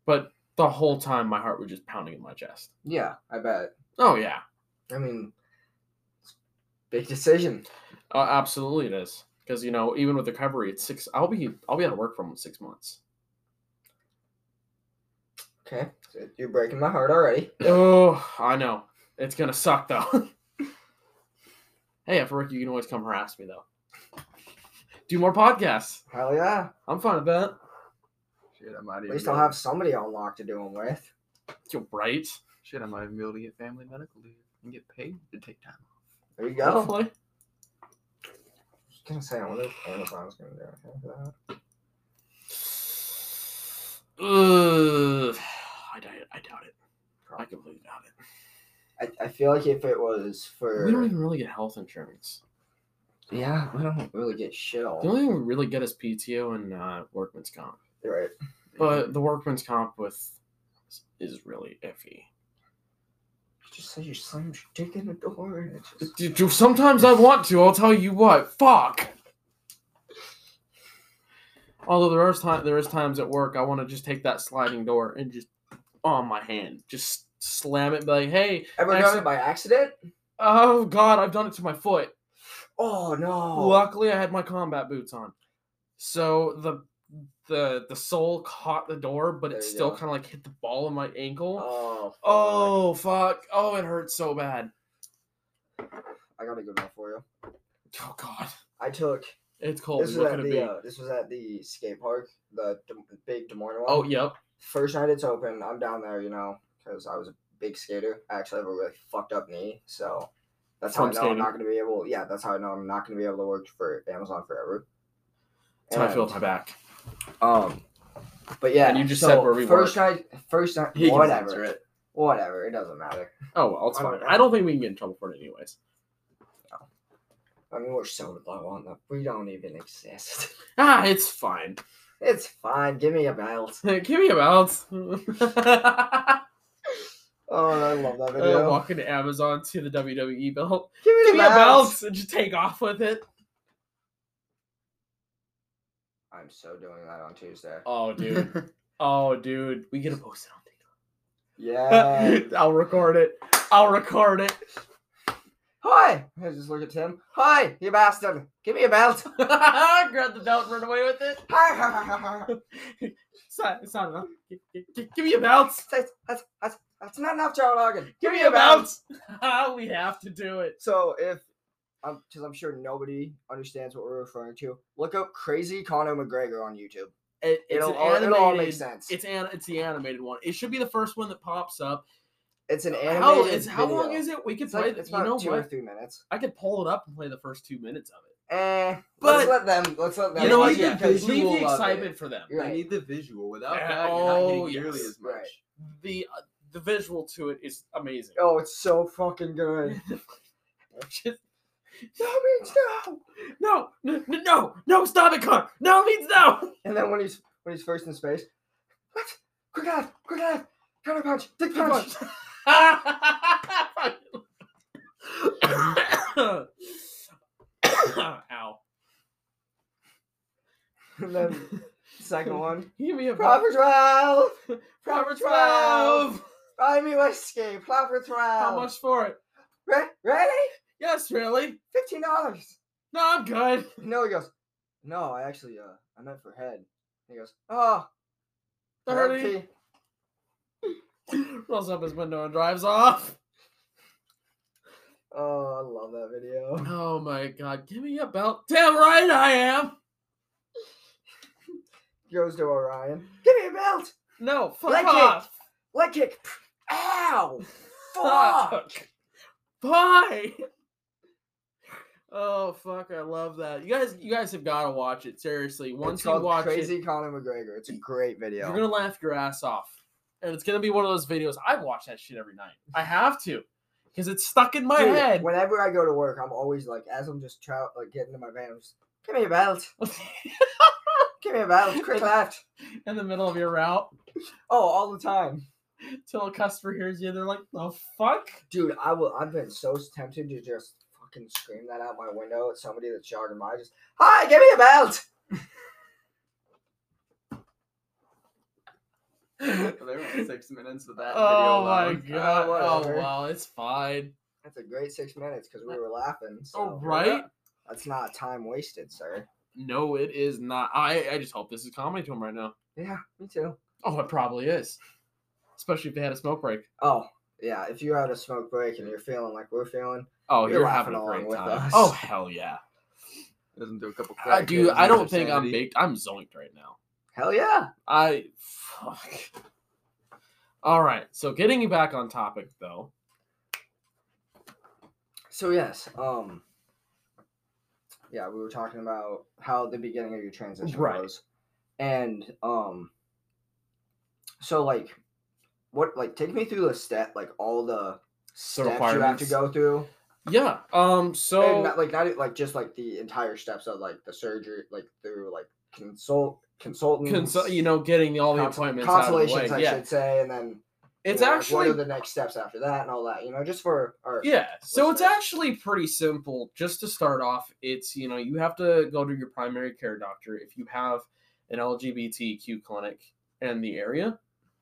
But the whole time, my heart was just pounding in my chest. yeah i bet Oh, yeah. i mean it's a big decision Uh, absolutely, it is. Because, you know, even with recovery, it's six. I'll be, I'll be out of work for almost six months. okay so you're breaking my heart already Oh, I know. It's going to suck, though. <laughs> hey, after work, you can always come harass me, though. Do more podcasts. hell yeah I'm fine with that. Shit, I might even. at least be i'll able- have somebody on lock to do them with You're right. Shit, I might even be able to get family medical leave and get paid to take time. off. there you go i Hopefully. was gonna say i wonder if amazon's gonna do anything for that Ugh. I doubt it. I doubt it. I Probably. completely doubt it. I, I feel like if it was for We don't even really get health insurance. yeah we don't really get shit The all only thing we really get is PTO and uh, workman's comp. right But the workman's comp with is really iffy. just say you slammed your dick in the door and it just Dude, dude, Sometimes I want to. I'll tell you what. Fuck. Although there is time, there is times at work I want to just take that sliding door and just on my hand, just slam it. and Be like, hey, ever done Actually- it by accident Uh, Oh god, I've done it to my foot. Oh no. Luckily, I had my combat boots on, so the the the sole caught the door, but There it you still go. kind of like hit the ball of my ankle. Oh. fuck. oh fuck! Oh, it hurts so bad. I got a good one for you. Oh god, I took it's cold. this and was Oh, What at could it the be? uh, this was at the skate park, the Des- big Des Moines one. oh yep. First night it's open, I'm down there, you know, because I was a big skater. I actually have a really fucked up knee, so that's how I From know I'm skating. not gonna be able. Yeah, that's how I know I'm not gonna be able to work for Amazon forever. That's how I feel And, with my back. Um, but yeah, And you just so said where we first night, first night, He can whatever, censor it. whatever, it doesn't matter. Oh well, it's I fine. don't know. I don't think we can get in trouble for it anyways. I mean, we're so low on the, we don't even exist. Ah, it's fine. <laughs> it's fine. Give me a belt. Give me a bounce. <laughs> Oh, I love <laughs> that Uh, video. walking to Amazon to the WWE belt. Give me Give the me a belt. bounce and just take off with it. I'm so doing that on Tuesday. Oh, <laughs> dude. oh, dude. We get a post it on Yeah. TikTok. <laughs> I'll record it. I'll record it. <laughs> Hi! I just look at Tim. Hi, you bastard! Give me a belt! Grab the belt and run away with it. Hi, hi, hi, hi, hi, hi. <laughs> It's not, it's not enough. G- g- g- give me a bounce. <laughs> that's, that's, that's, that's not enough, Joe Logan. Give me a bounce. <laughs> we have to do it. So if, because I'm sure nobody understands what we're referring to, look up Crazy Conor McGregor on YouTube. it it's It'll an all, it'll all make animated- sense. It's, It's an, it's the animated one. It should be the first one that pops up. an animated How, it's, how video. long is it? We could It's play. like the- it's you about know two or what? three minutes. I could pull it up and play the first two minutes of it. Eh, But- let's let them. Let's let them. you know what? watch it, Yeah, yeah, because visual leave you the of it. love excitement for them. You're I right. need the visual. Without Yeah, that, you're not oh, getting nearly yes. as much. Right. The uh, the visual to it is amazing. Oh, it's so fucking <laughs> good. Just- no means no. no, no, no, no, no, stop it, Connor. No means no. And then when he's when he's first in space, what? Quick out! Quick out! Counter punch! Dick Come punch! <laughs> on. <coughs> Ow. And then second <laughs> one. Give me a Proper twelve. Proper Proper 12. I mean, my escape. Proper twelve. How much for it? Re- ready? Yes, really? Fifteen dollars. No, I'm good. No, he goes. No, I actually, uh, I meant for head. He goes, oh, Thirty. empty." Rolls up his window and drives off. Oh, I love that video. <laughs> Oh my god, give me a belt. Damn right I am. Goes to Orion. Give me a belt. No, fuck Leg kick. off. Leg kick. Ow. <laughs> Fuck. Bye. Oh fuck, I love that. You guys you guys have gotta watch it. Seriously. Once it's you called watch Crazy it, Conor McGregor. It's a great video. you're gonna laugh your ass off. And it's gonna be one of those videos. I watch that shit every night. I have to. Because it's stuck in my Dude, head. Whenever I go to work, I'm always like, as I'm just trout, like getting to my van, I'm just, give me a belt, give me a belt, quick left. <laughs> in the middle of your route Oh, all the time, till a customer hears you, they're like, the fuck? dude. I will. I've been so tempted to just fucking scream that out my window at somebody that's jogging by. Just, hi, give me a belt. There <laughs> went six minutes with that Oh my video. alone. god. oh whatever. wow, it's fine. That's a great six minutes because we were laughing. So All Oh, right. that's not time wasted, sir. No, it is not. I, I just hope this is comedy to him right now. Yeah, me too. Oh, it probably is. Especially if they had a smoke break. Oh yeah, if you had a smoke break and you're feeling like we're feeling, Oh, You're you're, having a laughing along great with time. us. Oh hell yeah. Doesn't do a couple. I crack do jokes Uh, I and don't think I'm insanity. baked. I'm zoinked right now. hell yeah. I fuck. All right. So getting you back on topic though. So yes, um, yeah, we were talking about how the beginning of your transition Right. was, and um, so like, what like take me through the step like all the steps you have to requirements. go through, Yeah. Um so and not, like not e, like just like the entire steps of like the surgery, like through like consult consultants, consul- you know, getting all the cons- appointments out of the way. consolations, I yeah. should say, and then you It's know, like, actually what are the next steps after that and all that, you know, just for our Yeah. So it's listeners. actually pretty simple. Just to start off, it's, you know, you have to go to your primary care doctor if you have an LGBTQ clinic in the area.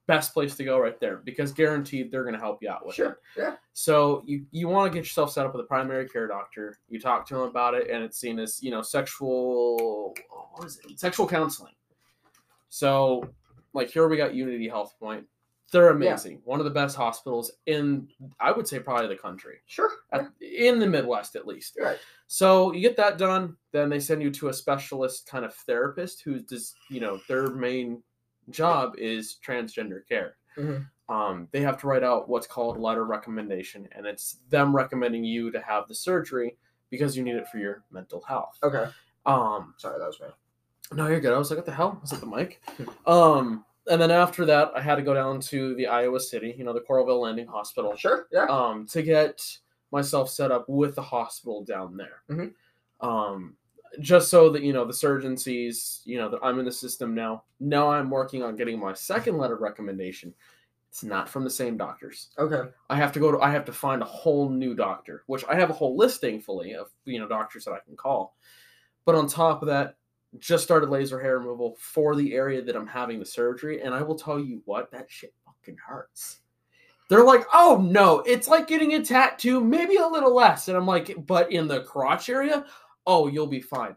best place to go right there because guaranteed they're going to help you out with it. Sure. Yeah. So you you want to get yourself set up with a primary care doctor. You talk to them about it, and it's seen as you know sexual what is it? Sexual counseling. So like here we got Unity Health Point. They're amazing. One of the best hospitals in I would say probably the country, Sure. at, in the Midwest at least. You're right. So you get that done, then they send you to a specialist kind of therapist who does, you know, their main job is transgender care. Mhm. Um, they have to write out what's called letter recommendation, and it's them recommending you to have the surgery because you need it for your mental health. Okay. Um, Sorry, that was me. no, you're good. I was like, what the hell? Was it the mic? Hmm. um, and then after that, I had to go down to the Iowa City, you know, the Coralville Landing Hospital Sure. Yeah. um, to get myself set up with the hospital down there. Mhm. Um, just so that you know the surgeon sees, you know that I'm in the system now. Now I'm working on getting my second letter of recommendation. It's not from the same doctors. Okay. I have to go to. I have to find a whole new doctor, which I have a whole list thankfully of you know doctors that I can call. But on top of that, just started laser hair removal for the area that I'm having the surgery, and I will tell you what that shit fucking hurts. They're like, oh no, it's like getting a tattoo, maybe a little less, and I'm like, but in the crotch area, oh you'll be fine.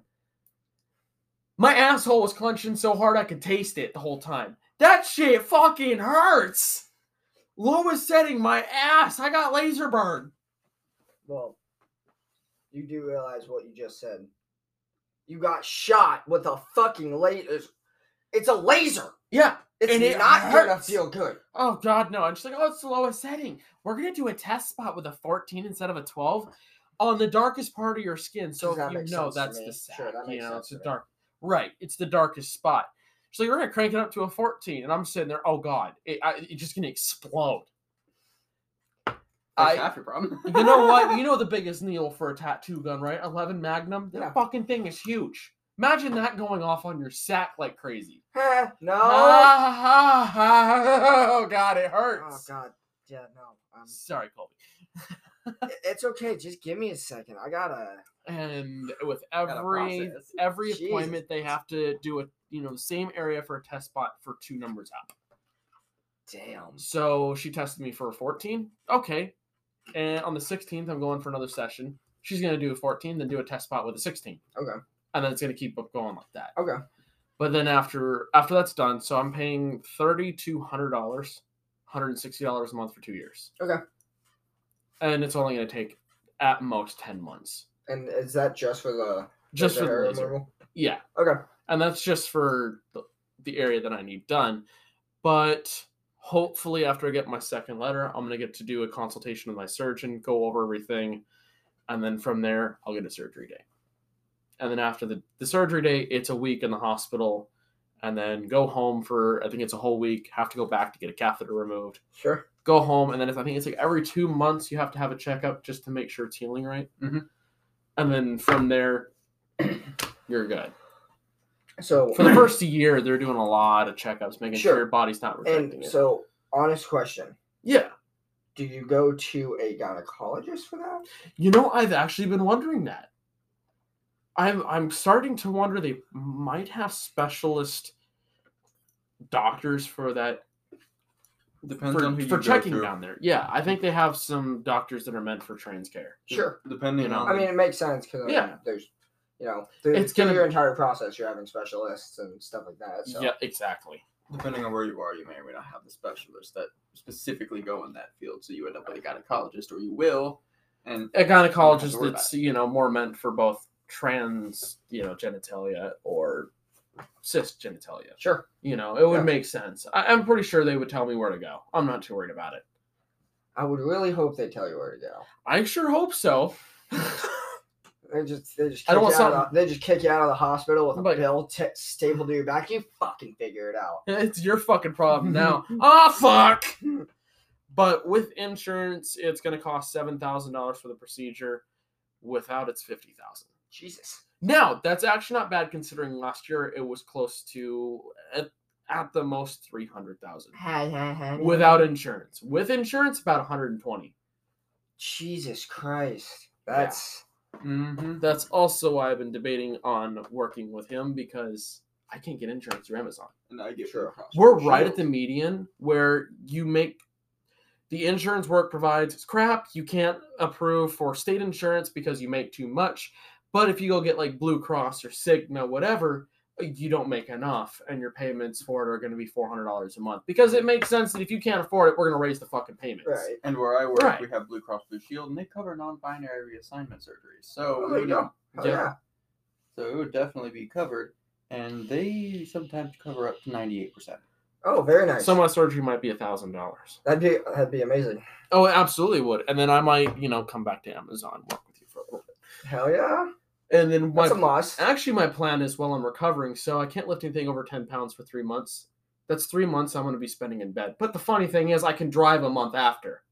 My asshole was clenching so hard I could taste it the whole time. That shit fucking hurts. Lowest setting my ass. I got laser burn. Well, you do realize what you just said. You got shot with a fucking laser. It's a laser. Yeah. It's And it not gonna hurts. feel good. Oh God, no. I'm just like, oh, it's the lowest setting. We're gonna do a test spot with a 14 instead of a 12 on the darkest part of your skin. So Does that if you make know sense to that's me? the sac, Sure, that you makes know, sense it's the to me. dark. Right. It's the darkest spot. So you're gonna crank it up to a 14, and I'm sitting there. Oh God, it, I, it's just gonna explode. That's I- half your problem. You know what? You know the biggest needle for a tattoo gun, right? 11 Magnum. That Yeah. fucking thing is huge. Imagine that going off on your sack like crazy. Huh, no. Ah, Oh god, it Oh hurts. God. Yeah. No. Um, Sorry, Colby. i- it's okay. Just give me a second. I gotta. And with <laughs> Gotta every process. every Jesus. appointment, they have to do a you know the same area for a test spot for two numbers up. Damn. So she tested me for a 14. Okay, and on the 16th, I'm going for another session. She's gonna do a 14, then do a test spot with a 16. Okay. and then it's gonna keep up going like that. Okay. But then after after that's done, so I'm paying thirty two hundred dollars, hundred and sixty dollars a month for two years. Okay. And it's only going to take at most ten months, And is that just for the just for the hair laser. removal? Yeah, Okay. and that's just for the, the area that I need done. But hopefully, after I get my second letter, I'm going to get to do a consultation with my surgeon, go over everything, and then from there, I'll get a surgery day. And then after the, the surgery day, it's a week in the hospital, and then go home for I think it's a whole week. Have to go back to get a catheter removed. Sure. Go home, and then it's, I think it's like every two months you have to have a checkup just to make sure it's healing right. Mhm. And then from there, <clears throat> you're good So for the first year, they're doing a lot of checkups, making sure, Sure. your body's not rejecting and it. so honest question. yeah, Do you go to a gynecologist for that? you know, I've actually been wondering that. I'm I'm starting to wonder they might have specialist doctors for that Depends for, on who for you checking go through. down there. Yeah, I think they have some doctors that are meant for trans care. Sure. Depending You know. on. I mean, it makes sense because Yeah. there's, you know, through, It's through gonna- your entire process, you're having specialists and stuff like that. So. Yeah, exactly. depending on where you are, you may or may not have the specialists that specifically go in that field. So you end up with a gynecologist, or you will. And A You don't have to gynecologist worry that's you know more meant for both trans you know genitalia or cis genitalia. Sure. You know, it would Yeah. make sense. I, I'm pretty sure they would tell me where to go. I'm not too worried about it. I would really hope they tell you where to go. I sure hope so. <laughs> They just they just I kick don't you want out of the, they just kick you out of the hospital with a But- bill t- stapled to your back. You fucking figure it out. it's your fucking problem now. Ah, fuck. But with insurance, it's going to cost seven thousand dollars for the procedure. Without, it's fifty thousand. Jesus. Now, that's actually not bad considering last year it was close to at, at the most three hundred thousand without insurance. With insurance, about one hundred and twenty. Jesus Christ. That's Mhm. That's also why I've been debating on working with him because I can't get insurance through Amazon. And I get Sure. cross- We're right at Sure. the median where you make the insurance work provides is crap. You can't approve for state insurance because you make too much. But if you go get like Blue Cross or Cigna, whatever, you don't make enough, and your payments for it are going to be four hundred dollars a month because it makes sense that if you can't afford it, we're going to raise the fucking payments. Right. And where I work, Right. we have Blue Cross Blue Shield, and they cover non-binary reassignment surgeries. Oh, So there you you know, go. Hell Yeah. yeah. so it would definitely be covered, and they sometimes cover up to ninety-eight percent. Oh, very nice. Some of my surgery might be a thousand dollars. that'd be that'd be amazing. Oh, it absolutely would. And then I might, you know, come back to Amazon work with you for a little Hell yeah. bit. And then my That's a must. actually my plan is while I'm recovering, so I can't lift anything over ten pounds for three months. That's three months I'm going to be spending in bed. But the funny thing is, I can drive a month after.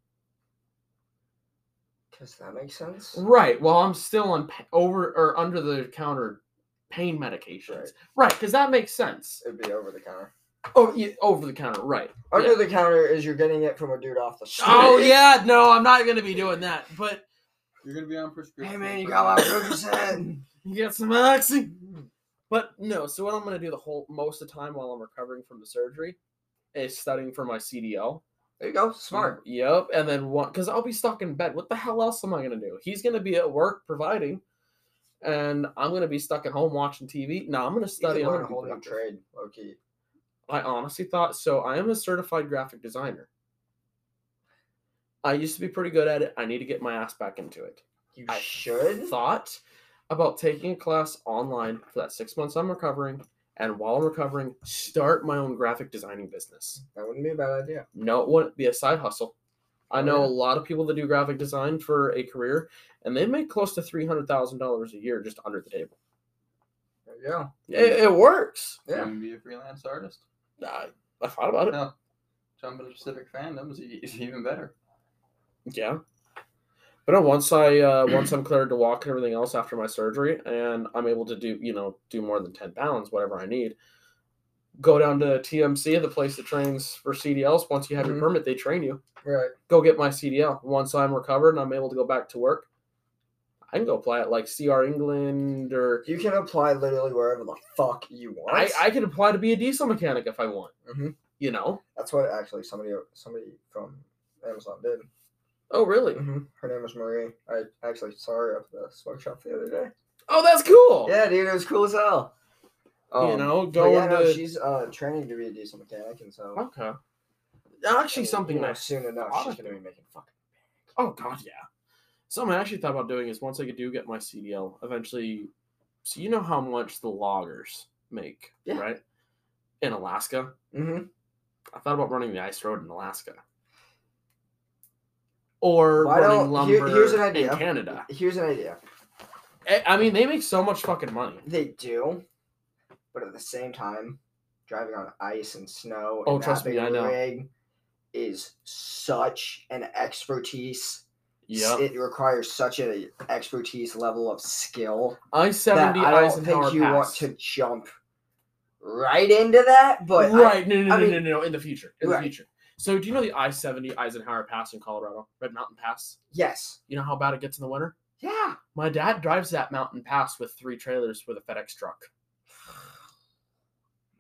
Does that make sense? Right. While I'm still on pa- over or under the counter pain medications. Right. Because that makes sense. It'd be over the counter. Oh, yeah, over the counter. Right. Under Yeah. the counter is you're getting it from a dude off the street. <laughs> Oh yeah. No, I'm not going to be doing that. But You're gonna be on prescription. Hey man, you for got my life. cookie set. You got some oxy. But no, so what I'm gonna do the whole most of the time while I'm recovering from the surgery is studying for my CDL. There you go. Smart. Yep. And then one because I'll be stuck in bed. What the hell else am I gonna do? He's gonna be at work providing, and I'm gonna be stuck at home watching TV. No, I'm gonna You study. could I'm learn gonna a be whole new productive. trade, low key. I honestly thought so. I am a certified graphic designer. I used to be pretty good at it. I need to get my ass back into it. You I should. thought about taking a class online for that six months I'm recovering, and while I'm recovering, start my own graphic designing business. That wouldn't be a bad idea. No, it wouldn't be a side hustle. I Oh, know yeah. a lot of people that do graphic design for a career, and they make close to three hundred thousand dollars a year just under the table. There you go. It, it works. You're Yeah. gonna be a freelance artist. I, I thought about it. No, jump into Pacific fandoms e- is even better. Yeah. But no, once I uh, <clears throat> once I'm cleared to walk and everything else after my surgery, and I'm able to do you know do more than ten pounds, whatever I need, go down to TMC, the place that trains for CDLs. Once you have Mhm. your permit, they train you. Right. Go get my CDL. Once I'm recovered and I'm able to go back to work, I can go apply at like CR England or You can apply literally wherever the fuck you want. I, I could apply to be a diesel mechanic if I want. Mhm. You know? That's what actually somebody somebody from Amazon did. Oh really? Mhm. Her name was Marie. I actually saw her at the smoke shop the other day. Oh, that's cool. Yeah, dude, it was cool as hell. you Um, know, but going yeah, no, to she's uh, training to be a diesel mechanic, and so okay. Actually, and, something you know, nice. soon enough she's Honestly. gonna be making fucking. Oh god, yeah. Something I actually thought about doing is once I could do get my CDL, eventually. So you know how much the loggers make, Yeah. right? In Alaska, Mm-hmm. I thought about running the ice road in Alaska, or Why running don't- lumber here- here's an idea. in Canada. Eh, Here's an idea. I- I mean, they make so much fucking money. They do, but at the same time, driving on ice and snow. Oh, and that trust me, big I know. Rig is such an expertise. S- Yeah, It requires such a expertise level of skill I that seventy I don't Eisenhower think you want Pass. to jump right into that. But I- right? no, no, no, I no, mean- no, no, in the future, in Right. the future. So, do you know the I seventy Eisenhower Pass in Colorado, Red Mountain Pass? yes, You know how bad it gets in the winter. yeah. My dad drives that mountain pass with three trailers with a FedEx truck.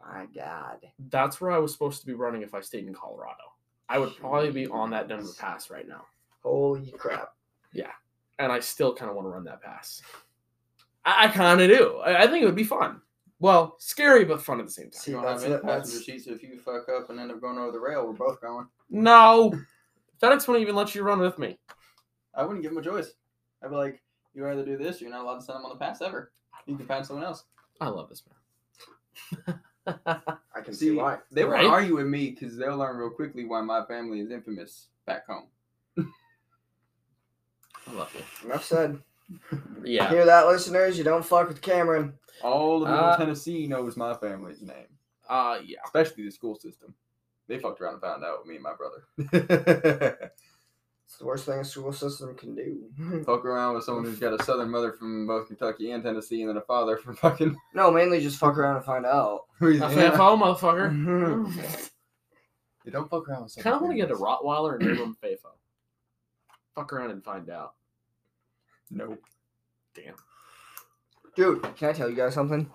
My God. That's where I was supposed to be running if I stayed in Colorado. I would probably be on that Denver pass right now. Holy crap. And I still kind of want to run that pass. I, I kind of do. I, I think it would be fun. Well, scary, but fun at the same time. See, you know what I that's mean? it, that's- Passenger seats. If you fuck up and end up going over the rail, we're both going. No! FedEx wouldn't even let you run with me. I wouldn't give him a choice. I'd be like, you either do this or you're not allowed to send him on the pass ever. You can find someone else. I love this man. I can see, See, why. they Right? won't argue with me because they'll learn real quickly why my family is infamous back home. I love you. Enough said. Yeah. Hear that, listeners? You don't fuck with Cameron. All of Middle Uh, Tennessee knows my family's name, Uh, yeah. especially the school system. They fucked around and found out with me and my brother. It's the worst thing a school system can do. <laughs> fuck around with someone who's got a southern mother from both Kentucky and Tennessee, and then a father from fucking. <laughs> no, mainly just fuck around and find out. Louisiana. FFO, motherfucker. <laughs> Mm-hmm. You don't fuck around with someone. kind of want to get a Rottweiler and name him FAFO. Fuck around and find out. Nope. Dude, can I tell you guys something?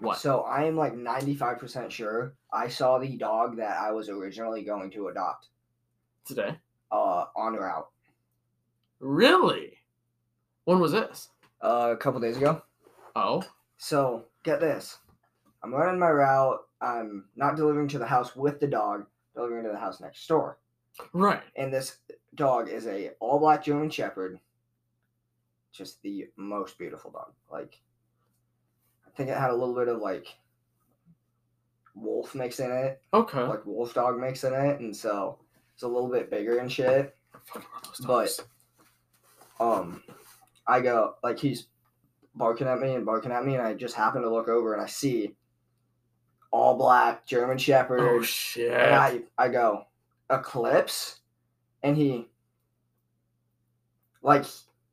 What? So I am like 95% sure I saw the dog that I was originally going to adopt Today? uh, on route Really? When was this? uh, a couple days ago. Oh, So get this. I'm running my route. I'm not delivering to the house with the dog, delivering to the house next door. right. And this dog is a all black German Shepherd. Just the most beautiful dog. Like I think it had a little bit of like wolf mix in it. Okay. Like wolf dog mix in it. And so it's a little bit bigger and shit. but- um I go like he's barking at me and barking at me and I just happen to look over and I see all black German Shepherd oh shit! and I I go Eclipse and he like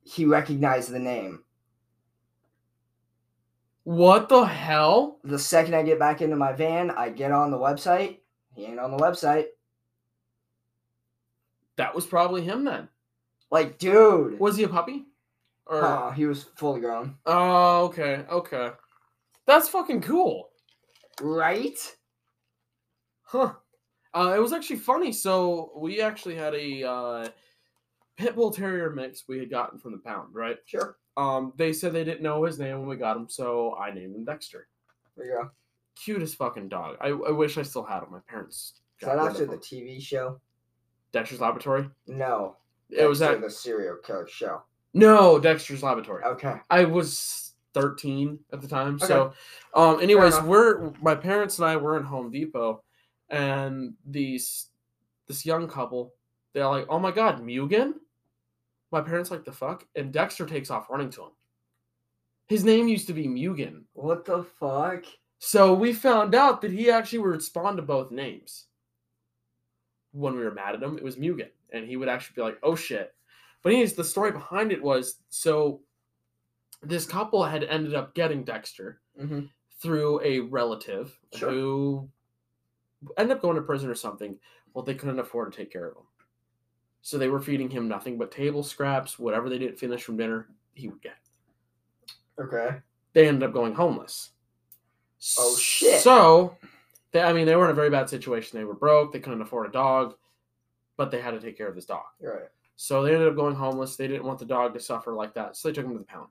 he recognized the name. what the hell? The second I get back into my van, I get on the website. He ain't on the website. That was probably him then. Like, dude. Was he a puppy? Or Uh, he was fully grown. oh, okay, okay. That's fucking cool. Right? Huh. Uh, it was actually funny. So we actually had a uh, pit bull terrier mix we had gotten from the pound, right? Sure. Um, they said they didn't know his name when we got him, so I named him Dexter. There you go. Cutest fucking dog. I, I wish I still had him. My parents. Is got that rid after of the him. TV show? Dexter's Laboratory? No. It was after that. the serial killer show. No, Dexter's Laboratory. Okay. I was 13 at the time. Okay. So, um, anyways, enough. we're my parents and I were in Home Depot, and these this young couple, they're like, "Oh my God, Mugen!" My parents like the fuck, and Dexter takes off running to him. His name used to be Mugen, What the fuck? so we found out that he actually would respond to both names. When we were mad at him, it was Mugen, and he would actually be like, "Oh shit!" But anyways, the story behind it was so this couple had ended up getting Dexter Mm-hmm. through a relative Sure. who ended up going to prison or something. Well, they couldn't afford to take care of him, so they were feeding him nothing but table scraps, whatever they didn't finish from dinner, he would get Okay. they ended up going homeless. Oh, shit. So, they, I mean, they were in a very bad situation. They were broke. They couldn't afford a dog, but they had to take care of this dog. You're right. So they ended up going homeless. They didn't want the dog to suffer like that, so they took him to the pound.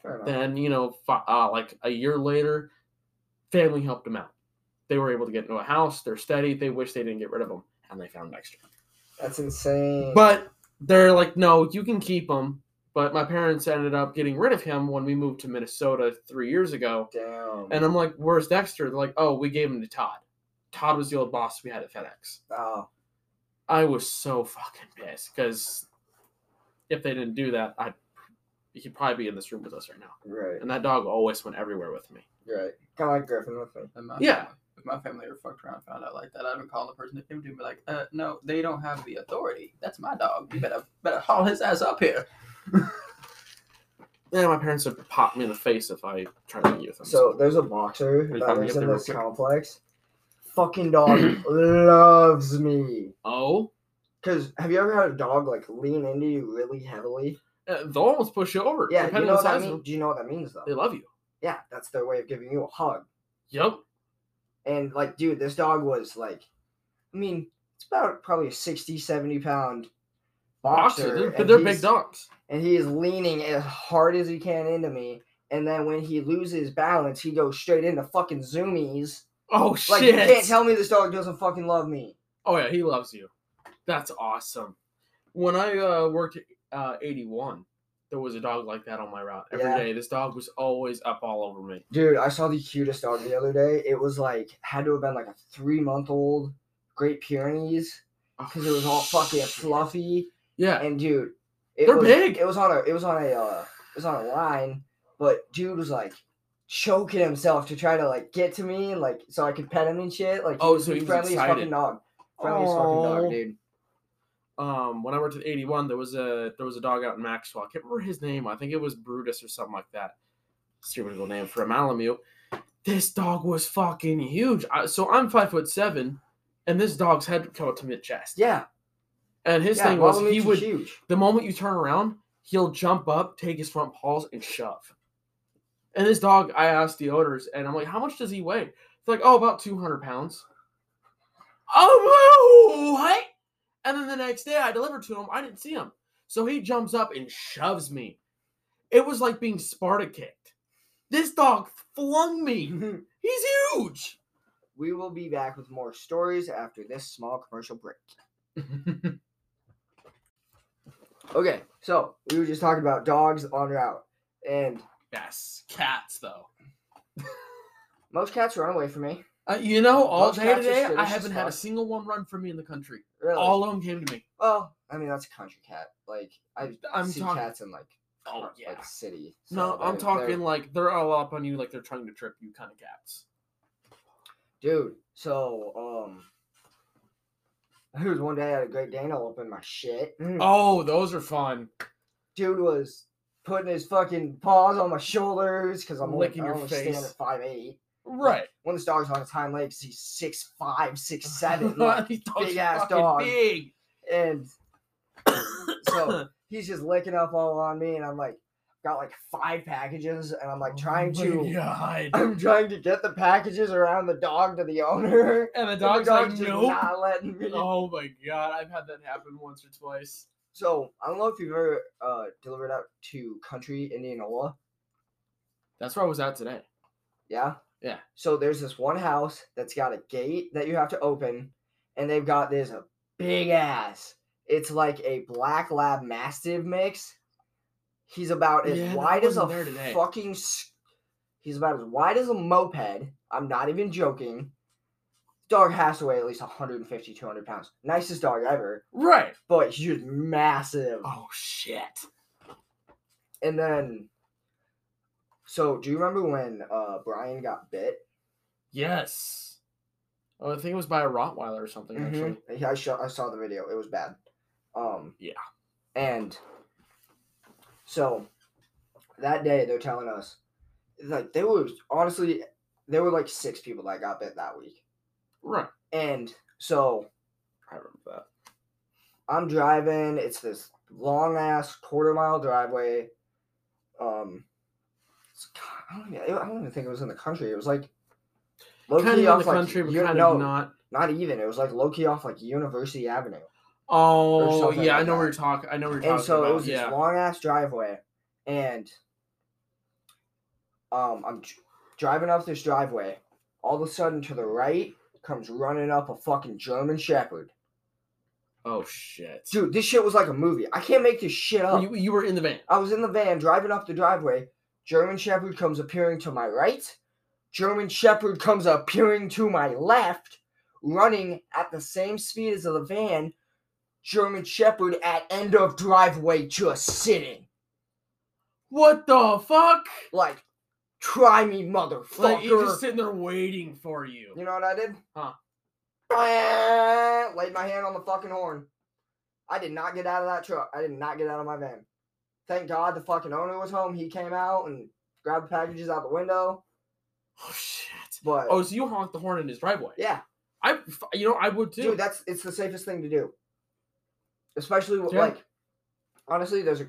Fair enough. Then, you know, fi- uh, like a year later, family helped him out. They were able to get into a house. They're steady. They wish they didn't get rid of him, and they found Dexter. That's insane. But they're like, no, you can keep him. But my parents ended up getting rid of him when we moved to Minnesota three years ago. damn. And I'm like, where's Dexter? They're like, oh, we gave him to Todd. Todd was the old boss we had at FedEx. oh, I was so fucking pissed because if they didn't do that, I'd he'd probably be in this room with us right now. right. And that dog always went everywhere with me. You're right. Kind of like Griffin with me. And my Yeah. family- if my family ever fucked around and found out like that, I'd have called the person that came to me like, uh, no, they don't have the authority. That's my dog. You better better haul his ass up here. Yeah, my parents would pop me in the face if I tried to be with them. So there's a boxer Wait, that Tommy, lives you have in to this real complex. Fucking <clears throat> dog loves me. oh, Cause have you ever had a dog like lean into you really heavily? uh, they'll almost push you over. Yeah, you depending know what on the that size of means. them. Do you know what that means though? They love you. Yeah, that's their way of giving you a hug. Yep. And like, dude, this dog was like, I mean, it's about probably a 60, 70 pound boxer. Boxer. They're, and they're he's- big dogs. and he is leaning as hard as he can into me. And then when he loses balance, he goes straight into fucking zoomies. Oh, Like you shit. can't tell me this dog doesn't fucking love me. Oh yeah, he loves you. That's awesome. When I uh, worked at uh, 81, there was a dog like that on my route every day. Yeah. This dog was always up all over me. Dude, I saw the cutest dog the other day. It was like had to have been like a three month old Great Pyrenees because it was all fucking shit. fluffy. Yeah, And dude, it They're was, big. It was on a it was on a uh, it was on a line, but dude was like choking himself to try to like get to me and like so I could pet him and shit. Like Oh, so he was friendly as fucking excited. dog. Friendly as fucking Aw. dog, dude. um, when I worked at 81, there was a there was a dog out in Maxwell. I can't remember his name. I think it was Brutus or something like that. Stereotypical name for a Malamute. This dog was fucking huge. I, so I'm five foot seven, and this dog's head would come up to mid chest. Yeah, and his yeah, thing was Malamutes he are would huge. the moment you turn around, he'll jump up, take his front paws, and shove. And this dog, I asked the owners, and I'm like, how much does he weigh? It's like, oh, about 200 pounds. Oh, what? And then the next day I delivered to him. I didn't see him. So he jumps up and shoves me. It was like being Sparta kicked. This dog flung me. He's huge. <laughs> We will be back with more stories after this small commercial break. Okay, so we were just talking about dogs on route, and yes. Cats, though. most cats run away from me. Uh, you know, all Most day cats are today, skittish I as haven't had a fuck. single one run from me in the country. Really? All of them came to me. well, I mean that's a country cat. Like I I'm see talking. cats in like Oh, yeah. like city. no, so I'm they're- talking they're- like they're all up on you, like they're trying to trip you, kind of cats. dude. So um, there was one day I had a Great Dane all up in my shit. Mm. Oh, those are fun. Dude was putting his fucking paws on my shoulders because I'm only- Licking I your only stand face. at five eight. <laughs> Right. When this dog's on its hind legs, he's six five, <laughs> six seven. like, These dogs are big-ass fucking dog. Big. <coughs> and so he's just licking up all on me and i'm like got like five packages and i'm like trying Oh my to God. <laughs> i'm trying to get the packages around the dog to the owner And <laughs> the and dog's, the dog's like, just nope. not <laughs> letting me <laughs> Oh my god, I've had that happen once or twice. so i don't know if you've ever uh delivered out to country indianola That's where I was at today. yeah Yeah. so there's this one house that's got a gate that you have to open and they've got this a big ass it's like a black lab mastiff mix he's about as Yeah, no, I wide as a wasn't there today. fucking s- he's about as wide as a moped i'm not even joking dog has to weigh at least 150 200 pounds nicest dog ever Right. but he's just massive Oh shit. and then so do you remember when uh brian got bit Yes. Oh, I think it was by a Rottweiler or something. Actually, Mhm. Yeah, I, saw, I saw the video. It was bad. Um, Yeah. And so that day, they're telling us, like, they were honestly, there were like six people that got bit that week. right. And so I remember that. I'm driving. It's this long ass quarter mile driveway. Um, it's, I, don't even, I don't even think it was in the country. It was like low-key Kind of in off, the like, country, but you- kind no, of not. Not even. It was like low key off like University Avenue. Oh something yeah, I like know that. where you're talking. I know where you're and talking so about. it was yeah. this long ass driveway, and um, I'm dr- driving up this driveway. All of a sudden, to the right comes running up a fucking German Shepherd, oh shit. dude. This shit was like a movie. I can't make this shit up. you, you were in the van. I was in the van driving up the driveway. German Shepherd comes appearing to my right. German Shepherd comes appearing to my left, running at the same speed as the van. German Shepherd at end of driveway, just sitting. What the fuck? like, try me, motherfucker. Like you're just sitting there waiting for you. you know what I did? Huh. <laughs> Laid my hand on the fucking horn. I did not get out of that truck. I did not get out of my van. Thank God the fucking owner was home. He came out and grabbed the packages out the window. Oh shit. But Oh, so you honked the horn in his driveway. yeah, I, you know, I would too. dude, that's it's the safest thing to do. Especially with, Yeah. like, honestly, there's a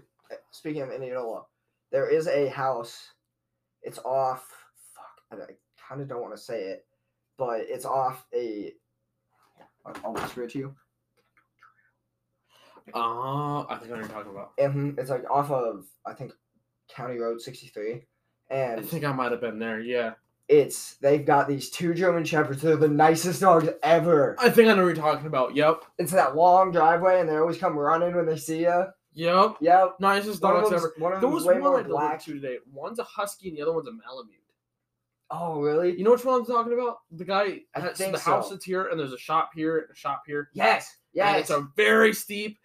speaking of Indianola, there is a house. It's off. Fuck, I, kind of don't want to say it, but it's off a. I'll I'll whisper it to you. Oh, I think I know what you're talking about. hmm It's like off of I think County Road 63, I and think I might have been there. Yeah. it's they've got these two German shepherds. They're the nicest dogs ever. I think I know what you're talking about. Yep. It's that long driveway, and they always come running when they see you. Yep. Yep. Nicest One of dogs them's, ever. one of There them's was way one I more delivered black. to today. One's a husky and the other one's a Malamute. Oh, really? You know which one I'm talking about? The guy I has think the house so. that's here, and there's a shop here, and a shop here. Yes. And Yes. it's a very steep.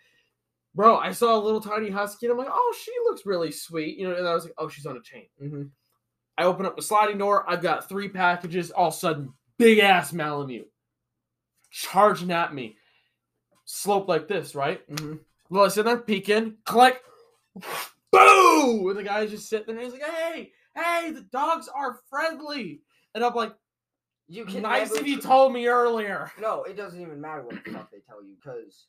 Bro, I saw a little tiny husky, and I'm like, oh, she looks really sweet. You know, and I was like, oh, she's on a chain. Mhm. I open up the sliding door. I've got three packages. All of a sudden, big ass Malamute charging at me. Slope like this, right? Mhm. Well, I sit there peeking, click, boo! And the guy's just sitting there and he's like, hey, hey, the dogs are friendly. And I'm like, You can nice never if you tr- told me earlier. No, it doesn't even matter what the fuck they tell you because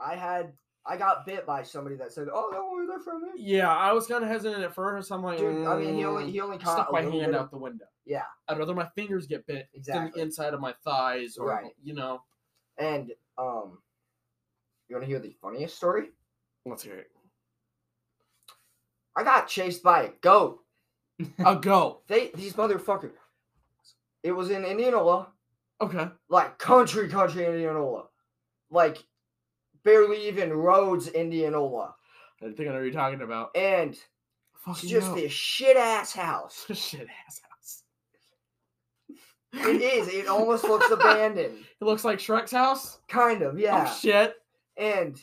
I had I got bit by somebody that said, "Oh, don't worry, they're from me." Yeah, I was kind of hesitant at first. I'm like, Dude, I mean, he "Mm, only he only caught stuck a my little hand bit of- out the window. Yeah, I'd rather my fingers get bit than Exactly. the inside of my thighs, or Right. you know. and um, you want to hear the funniest story? Let's hear it. I got chased by a goat. A go. They these motherfuckers. It was in Indianola, Okay. like country, country Indianola, like barely even roads Indianola, I think I know what you're talking about. and it's Fucking just Oh, no. this shit ass house. <laughs> shit ass <laughs> house. It is. It almost looks abandoned. It looks like Shrek's house. Kind of, yeah. Oh shit. <coughs> and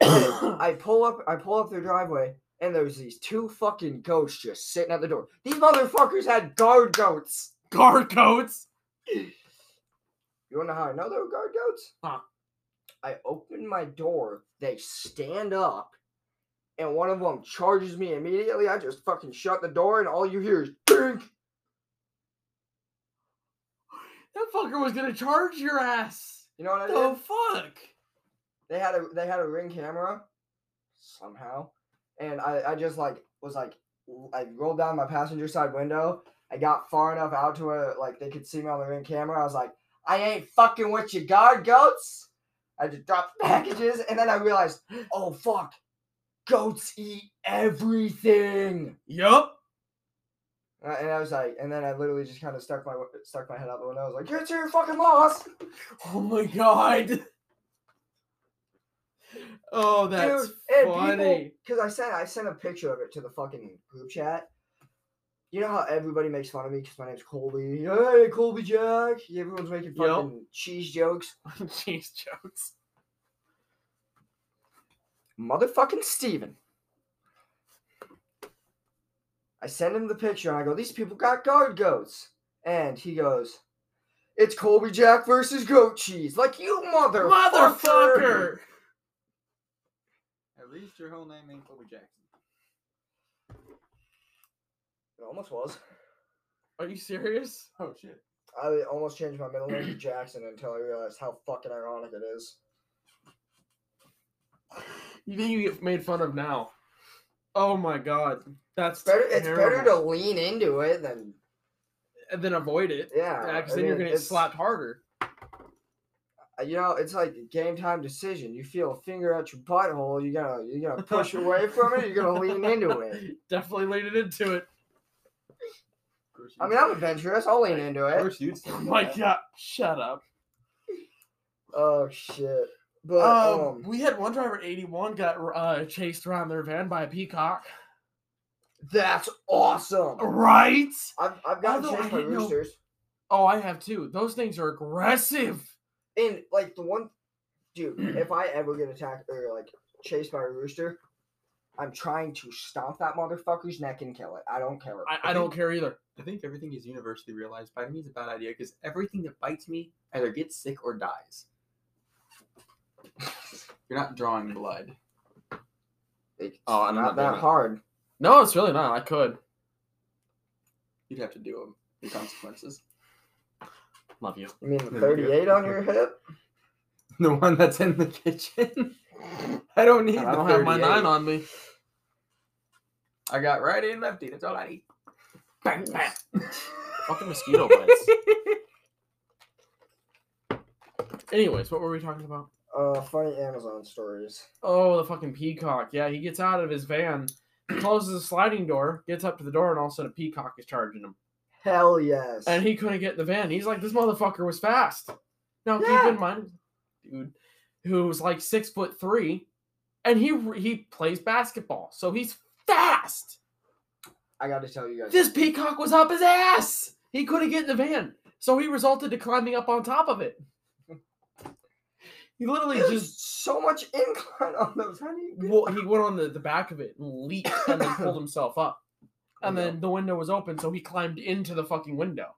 I pull up I pull up their driveway and there's these two fucking goats just sitting at the door. These motherfuckers had guard goats. Guard coats. You wanna know how I know they were guard goats? Huh. I open my door, they stand up, and one of them charges me immediately. I just fucking shut the door and all you hear is dink. That fucker was gonna charge your ass. You know what I The did? fuck. They had a they had a ring camera somehow. And I, I just like was like w- I rolled down my passenger side window. I got far enough out to where like they could see me on the ring camera. I was like, I ain't fucking with you guard goats. I just dropped the <laughs> packages and then I realized, oh fuck, goats eat everything. Yup. Uh, And I was like, and then I literally just kind of stuck my wi- stuck my head out the window. I was like, "You're to your fucking loss, Oh my god. Oh, that's dude." And funny. <laughs> because I sent I sent a picture of it to the fucking group chat. You know how everybody makes fun of me because my name's Colby. Hey, Colby Jack. Everyone's making Yep. fucking cheese jokes. Cheese jokes. motherfucking Steven. I send him the picture and I go, these people got guard goats. And he goes, it's Colby Jack versus goat cheese. Like, you motherfucker. Motherfucker. At least your whole name ain't Kobe Jackson. It almost was. Are you serious? Oh shit. I almost changed my middle name to Jackson until I realized how fucking ironic it is. You think you get made fun of now? Oh my god, that's It's better, it's better terrible. to lean into it than. and then avoid it. Yeah, Yeah, because I then you're mean, gonna get it's- uh, slapped harder. You know, it's like a game time decision. You feel a finger at your butthole, you're gonna you're <laughs> gonna push away from it, you're gonna lean into it. Definitely leaning into it. Of course I you- mean, I'm adventurous. I'll lean into Of it. course you'd say <laughs> Oh my that. god, shut up. Oh shit! But Um, um, we had one driver, 81, got uh, chased around their van by a peacock. that's awesome. Right? I've I've got Although I chased by didn't know- roosters, Oh, I have too. Those things are aggressive. and like the one dude. if I ever get attacked or like chased by a rooster, I'm trying to stomp that motherfucker's neck and kill it. I don't care. I, I don't care either. I think everything is universally realized. Biting me is a bad idea because everything that bites me either gets sick or dies. You're not drawing blood. It's Oh, I'm not not that doing it. hard. No, it's really not. I could. You'd have to do them. The consequences. <laughs> Love you. I mean, the Then 38 on your hip. The one that's in the kitchen. <laughs> I don't need. I the don't have my 38. nine on me. I got righty and lefty. That's all I need. Bang, bang. <laughs> Fucking mosquito bites. Anyways, what were we talking about? Uh, funny Amazon stories. Oh, the fucking peacock. Yeah, he gets out of his van, closes the sliding door, gets up to the door, and all of a sudden a peacock is charging him. Hell yes. And he couldn't get in the van. He's like, this motherfucker was fast. Now Yeah. keep in mind, dude, who's like six foot three, and he he plays basketball, so he's fast. I got to tell you guys. This peacock was up his ass. He couldn't get in the van, so he resulted to climbing up on top of it. <laughs> <laughs> He literally There's just Mm. so much incline on those. How do you? get- well, he went on the, the back of it and leaped and then <coughs> pulled himself up. And Oh, then the window was open, so he climbed into the fucking window,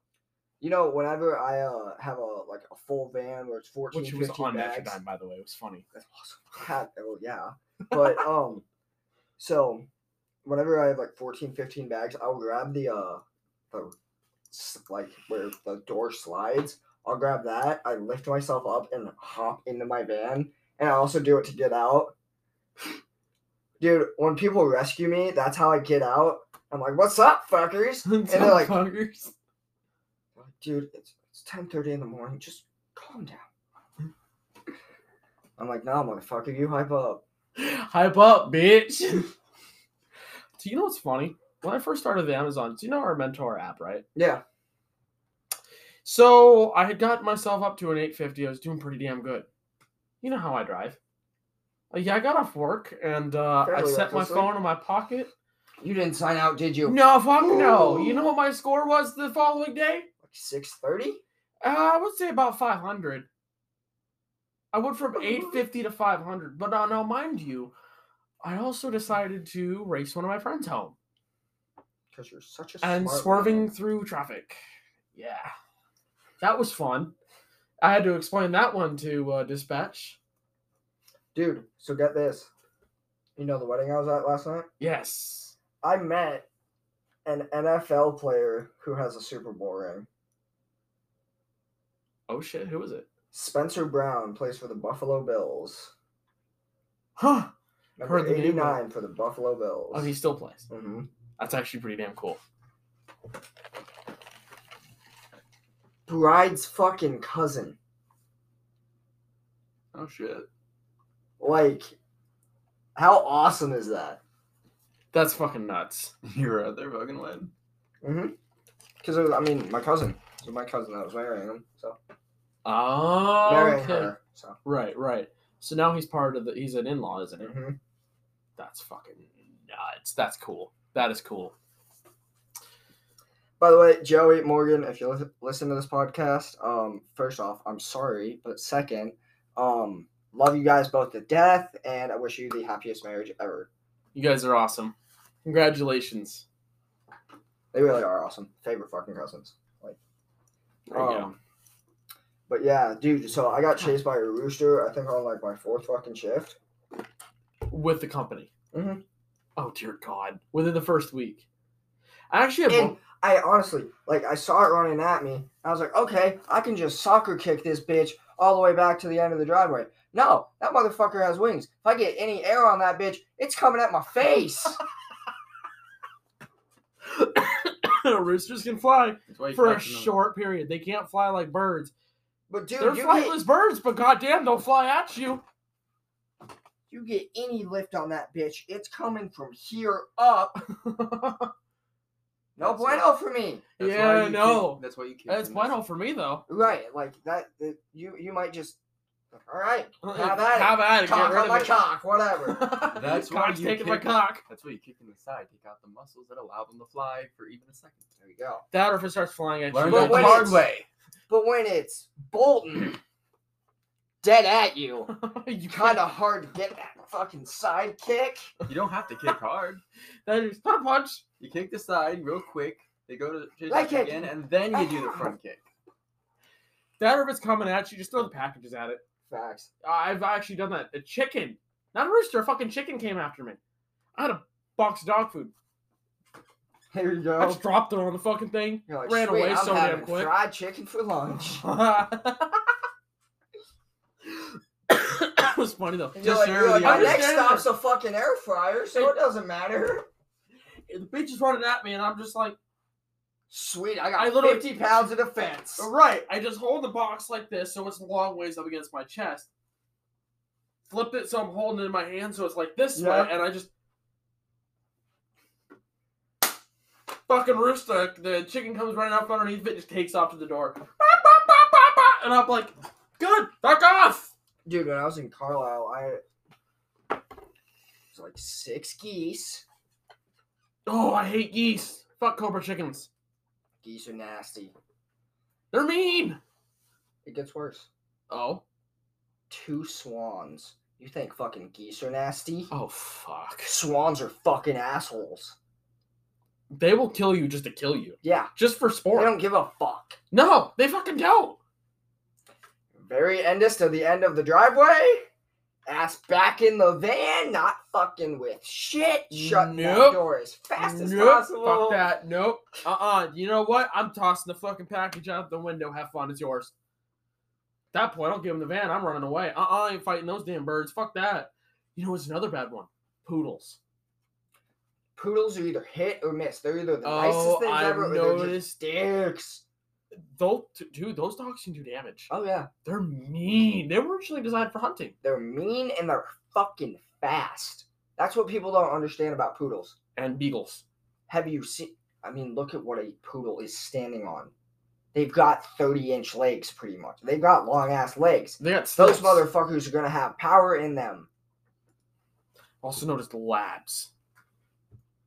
You know, whenever I uh, have a like a full van where it's 14, which was 15 on Metro bags. Dime, by the way. It was <laughs> funny. That's awesome. Hat- oh yeah, but um, so whenever I have like 14, 15 bags, I'll grab the uh, the s- like where the door slides. I'll grab that. I lift myself up and hop into my van, and I also do it to get out. Dude, when people rescue me, that's how I get out. I'm like, "What's up, <laughs> fuckers?" And they're like, Fuckers. dude, it's it's ten thirty in the morning. Just calm down. I'm like, nah, motherfucker, you hype up. Hype up, bitch. <laughs> do you know what's funny? When I first started the Amazon, do you know our mentor app, right? Yeah. So I had gotten myself up to an 850. I was doing pretty damn good. You know how I drive. Uh, yeah, I got off work and uh, I Fairly set my recklessly. phone in my pocket. You didn't sign out, did you? No, fuck no. <gasps> You know what my score was the following day? Like six thirty? Uh, I would say about 500. I went from 850 to 500. But now, now, mind you, I also decided to race one of my friends home Because you're such a and smart swerving man. through traffic. Yeah. That was fun. I had to explain that one to uh, dispatch. Dude, so get this. You know the wedding I was at last night? Yes. I met an NFL player who has a Super Bowl ring. Oh shit, who was it? Spencer Brown plays for the Buffalo Bills. Huh. Number Heard the name, though. 89 for the Buffalo Bills. Oh, he still plays. hmm That's actually pretty damn cool. Bride's fucking cousin. Oh shit. Like, how awesome is that? That's fucking nuts. <laughs> You're out there fucking win. Because, I mean, my cousin. So my cousin that was marrying him. So, Oh, marrying okay. her. So, Right, right. So now he's part of the. He's an in-law, isn't he? Mm-hmm. hmm That's fucking nuts. That's cool. That is cool. By the way, Joey Morgan, if you lis- listen to this podcast, um, first off, I'm sorry, but second, um, love you guys both to death, and I wish you the happiest marriage ever. You guys are awesome. Congratulations. They really are awesome. Favorite fucking cousins. There you go. Um, But yeah, dude. So I got chased by a rooster. I think on like my fourth fucking shift. With the company. Mm-hmm. Mhm. Oh dear God! Within the first week, I actually have. <laughs> And I honestly, like, I saw it running at me. I was like, okay, I can just soccer kick this bitch all the way back to the end of the driveway. No, that motherfucker has wings. If I get any air on that bitch, it's coming at my face. roosters can fly That's why you for a catch them. short period. They can't fly like birds. But dude, They're you flightless get, birds, but goddamn, they'll fly at you. you get any lift on that bitch, it's coming from here up. <laughs> No That's right. bueno for me. That's why Yeah, I you know. kick- That's why you kick. That's them. bueno for me though. Right, like that. that- you you might just. All right, How have at it. about cock on my cock, <laughs> whatever. That's why Cock's you taking my kick- cock. That's why you kick them in the side. Take out the muscles that allow them to fly for even a second. There you go. That or if it starts flying at Learn you. But that when the hard it's- way. But when it's bolting dead at you, <laughs> <laughs> you kind kind of of hard to get that fucking sidekick. You don't have to kick hard. that is not a punch. You kick the side real quick. They go to chase Leg up kick. Ah. again, and then you do the front kick. That or if it's coming at you, just throw the packages at it. Facts. I've actually done that. A chicken, not a rooster. A fucking chicken came after me. I had a box of dog food. Here you I just dropped it on the <laughs> fucking thing. <coughs> You're like, ran "Sweet, away I'm so having damn quick. fried chicken for <laughs> lunch. that was funny though. And Just you're like, you're early like, my on. next Understand stop's a fucking air fryer, so it doesn't matter. The bitch is running at me, and I'm just like, Sweet, I got I literally- Oh. 50 pounds of defense. right. I just hold the box like this, so it's a long ways up against my chest. Flip it, so I'm holding it in my hand, so it's like this Yeah. way, and I just fucking rooster. The chicken comes running out from underneath it, just takes off to the door, Bah, bah, bah, bah, bah, and I'm like, "Good, fuck off." Dude, when I was in Carlisle, I it was like six geese. Oh, I hate geese. Fuck cobra chickens. Geese are nasty. They're mean. It gets worse. Oh. Two swans. You think fucking geese are nasty? Oh fuck. Swans are fucking assholes. They will kill you just to kill you, Yeah, just for they sport. don't give a fuck. No, they fucking don't. Very endist to the end of the driveway. Ass back in the van, not fucking with shit. Shut that Nope. door as fast as Nope, possible. Fuck that. Nope. Uh-uh. Uh uh You know what? I'm tossing the fucking package out the window. Have fun. It's yours. that point, I don't give him the van. I'm running away. Uh, I ain't fighting those damn birds. Fuck that. You know, it's another bad one. Poodles. Poodles are either hit or miss. They're either the Oh, nicest things I've ever, or they're just noticed. dicks. Those, dude, those dogs can do damage. Oh yeah, They're mean. They were originally designed for hunting. they're mean and they're fucking fast. That's what people don't understand about poodles. And beagles. Have you seen? I mean, look at what a poodle is standing on. They've got thirty-inch legs, pretty much. They've got long-ass legs. They got Those stilts, motherfuckers are gonna have power in them. also known as labs.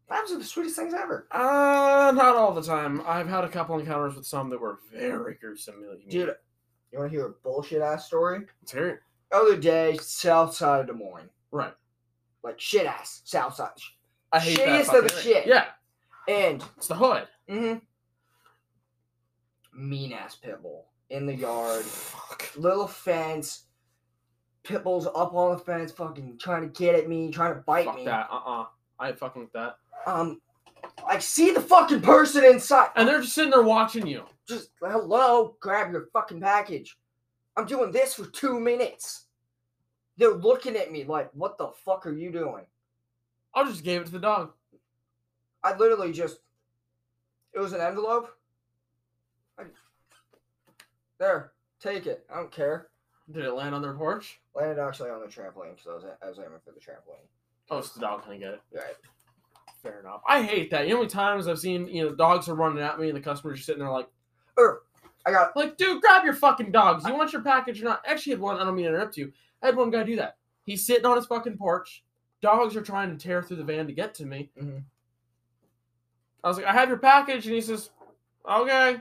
Labs are the sweetest things ever. Uh, not all the time. I've had a couple encounters with some that were very gruesomely. mean. Dude, you want to hear a bullshit ass story? Let's hear it. Other day, south side of Des Moines. Right. Like shit ass, south side. I hate Shittiest that of fucking the thing. shit. Yeah, And it's the hood. hmm Mm-hmm. mean ass pit bull in the yard, Fuck. little fence. Pit bull's up on the fence, fucking trying to get at me, trying to bite Fuck me. that. Uh uh I ain't fucking with that. Um, I see the fucking person inside. And they're just sitting there watching you. Just hello, grab your fucking package. I'm doing this for two minutes. They're looking at me like, what the fuck are you doing? I just gave it to the dog. I literally just. It was an envelope. I, there, take it. I don't care. Did it land on their porch? Landed actually on the trampoline because I was, I was aiming for the trampoline. Oh, it's the dog. Can I get it? Right. Fair enough. I hate that. You know how many times I've seen you know dogs are running at me and the customers are sitting there like, Er, I got like, dude, grab your fucking dogs. You want your package or not? Actually, I had one. I don't mean to interrupt you. I had one guy do that. He's sitting on his fucking porch. Dogs are trying to tear through the van to get to me. Mhm. I was like, I have your package, and he says, okay.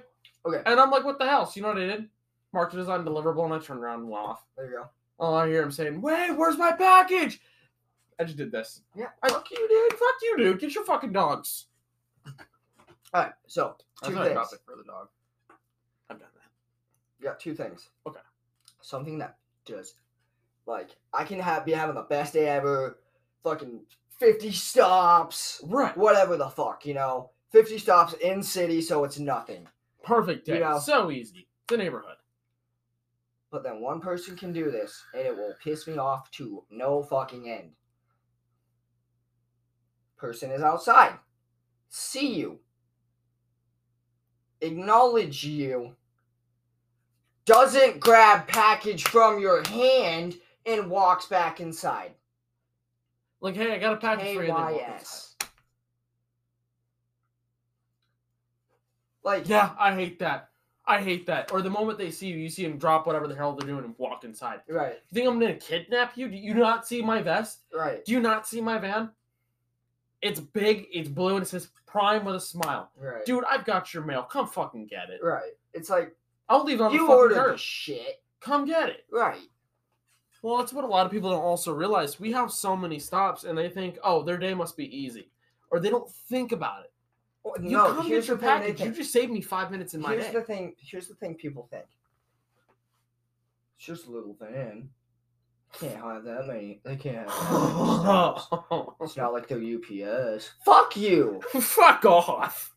Okay. And I'm like, what the hell? So you know what I did? Marked it as undeliverable, and I turned around and went off. there you go. All I hear him saying, "Wait, where's my package?" I just did this. Yeah. I, fuck you, dude. Fuck you, dude. Get your fucking dogs. All right. So That's two not a things. topic for the dog. I've done that. You got two things. Okay. Something that just like I can have be having the best day ever. Fucking fifty stops. Right. Whatever the fuck, you know. Fifty stops in city, so it's nothing. Perfect day. You know. So easy. The neighborhood. But then one person can do this, and it will piss me off to no fucking end. Person is outside. See you. Acknowledge you. Doesn't grab package from your hand and walks back inside. Like, hey, I got a package for you. and they walk KYS. Like, inside. Yeah, I hate that. I hate that. Or the moment they see you, you see them drop whatever the hell they're doing and walk inside. right, You think I'm gonna kidnap you? Do you not see my vest? right, Do you not see my van? It's big, it's blue, and it says Prime with a smile. right, Dude, I've got your mail. Come fucking get it. right. It's like I'll leave it on the you fucking ordered curb. the shit, Come get it. right? Well, that's what a lot of people don't also realize. We have so many stops, and they think, oh, their day must be easy, or they don't think about it. Well, You no, come here's get your the thing they package. You think. just saved me five minutes in my here's day. the thing. Here's the thing. People think it's just a little van. Can't have that many. They <laughs> can't. Have that many stops. it's not like they're UPS. Fuck you. <coughs> Fuck off.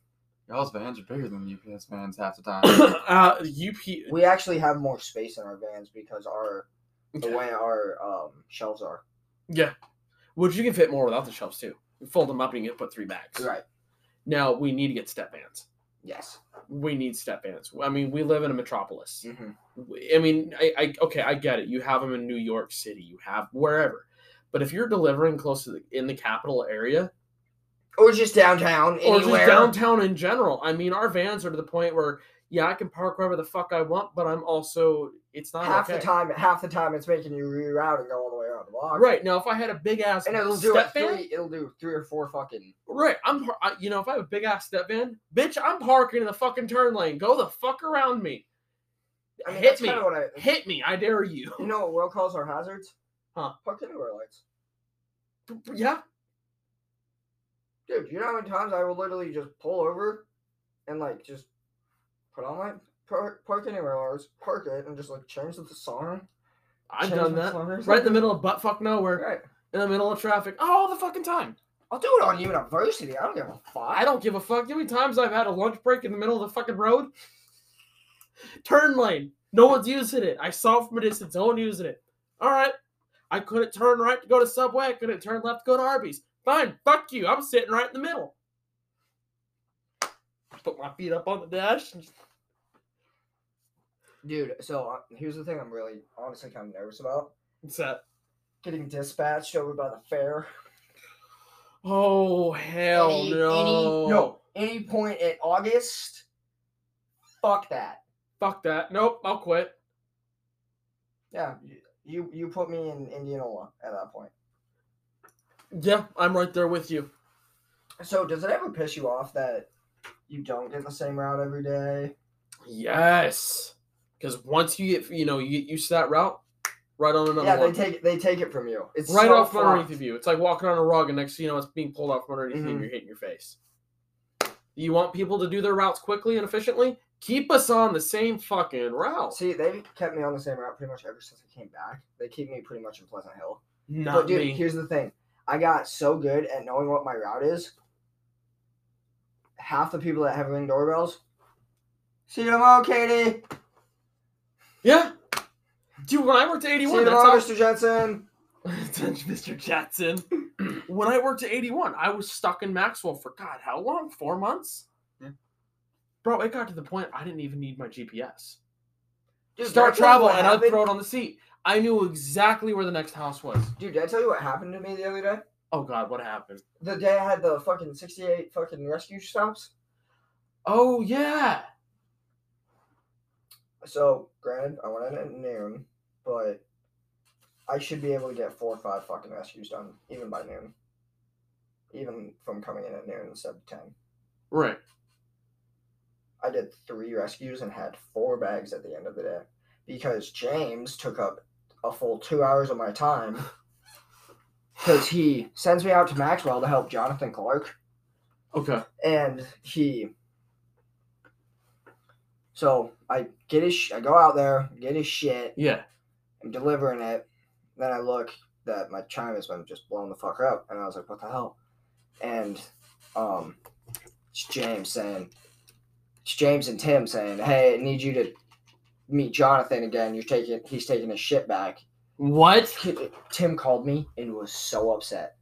Y'all's vans are bigger than UPS vans half the time. uh, UP. We actually have more space in our vans because our the way our um, shelves are. Yeah. Which you can fit more without the shelves too. You fold them up and you can put three bags. Right. Now we need to get step vans. Yes. We need step vans. I mean, we live in a metropolis. Mm-hmm. I mean, I, I okay, I get it. You have them in New York City, you have wherever, but if you're delivering close to the, in the capital area Or just downtown. or anywhere. just downtown in general, I mean, our vans are to the point where yeah, I can park wherever the fuck I want, but I'm also it's not Half okay. the time, half the time, it's making you reroute and go all the way around the block. Right now, if I had a big ass And it'll do step like van, three. It'll do three or four fucking. right? I'm par- I, you know if I have a big ass step van, bitch, I'm parking in the fucking turn lane. Go the fuck around me, I mean, Hit that's me. kind of what I. hit me, I dare you. <laughs> You know what Will calls our hazards? Huh. Park anywhere lights. yeah, Dude, you know how many times I will literally just pull over and like just put on my park, park anywhere lights, park it, and just like change the song. I've change done the that. song or Right in the something. middle of butt fuck nowhere. Right. in the middle of traffic all the fucking time. I'll do it on university. I don't give a fuck. I don't give a fuck. You know How many times I've had a lunch break in the middle of the fucking road? Turn lane. No one's using it. I saw from a distance. No one using it. All right. I couldn't turn right to go to Subway. I couldn't turn left to go to Arby's. Fine. Fuck you. I'm sitting right in the middle. Put my feet up on the dash. and just- Dude, so uh, here's the thing I'm really honestly kind of nervous about What's that? getting dispatched over by the fair. Oh hell Any- any- no. no, any point in August, fuck that. Fuck that. Nope. I'll quit. Yeah, y- you you put me in Indianola at that point. Yeah, I'm right there with you. So does it ever piss you off that you don't get the same route every day? Yes. Because once you get, you know, you get used to that route, right on another yeah, one. they take they take it from you. It's right so off from fucked. underneath of you. It's like walking on a rug, and next thing you know, it's being pulled off from underneath you, Mhm. and you're hitting your face. You want people to do their routes quickly and efficiently? Keep us on the same fucking route. See, they've kept me on the same route pretty much ever since I came back. They keep me pretty much in Pleasant Hill. Not but dude, me. here's the thing. I got so good at knowing what my route is. Half the people that have ring doorbells. See you tomorrow, Katie. yeah. Dude, when I worked at See you 81, that's tomorrow, <laughs> how, Mr. Jensen. Mr. Jackson. <clears throat> when I worked at 81, I was stuck in Maxwell for God, how long? Four months? Yeah. Bro, it got to the point I didn't even need my GPS. Dude, did I Start tell you travel, what and I'd happened? throw it on the seat. I knew exactly where the next house was. Dude, did I tell you what happened to me the other day? Oh God, what happened? The day I had the fucking 68 fucking rescue stops. Oh yeah. So, granted, I went in at noon, but I should be able to get four or five fucking rescues done, even by noon. Even from coming in at noon instead of 10. Right. I did three rescues and had four bags at the end of the day because James took up a full two hours of my time because he sends me out to Maxwell to help Jonathan Clark. Okay. and he so i get his sh- i go out there get his shit Yeah. i'm delivering it then i look that my chime has been just blown the fuck up and i was like what the hell and um it's james saying it's james and tim saying hey i need you to meet jonathan again you're taking he's taking his shit back What? Ki- tim called me and was so upset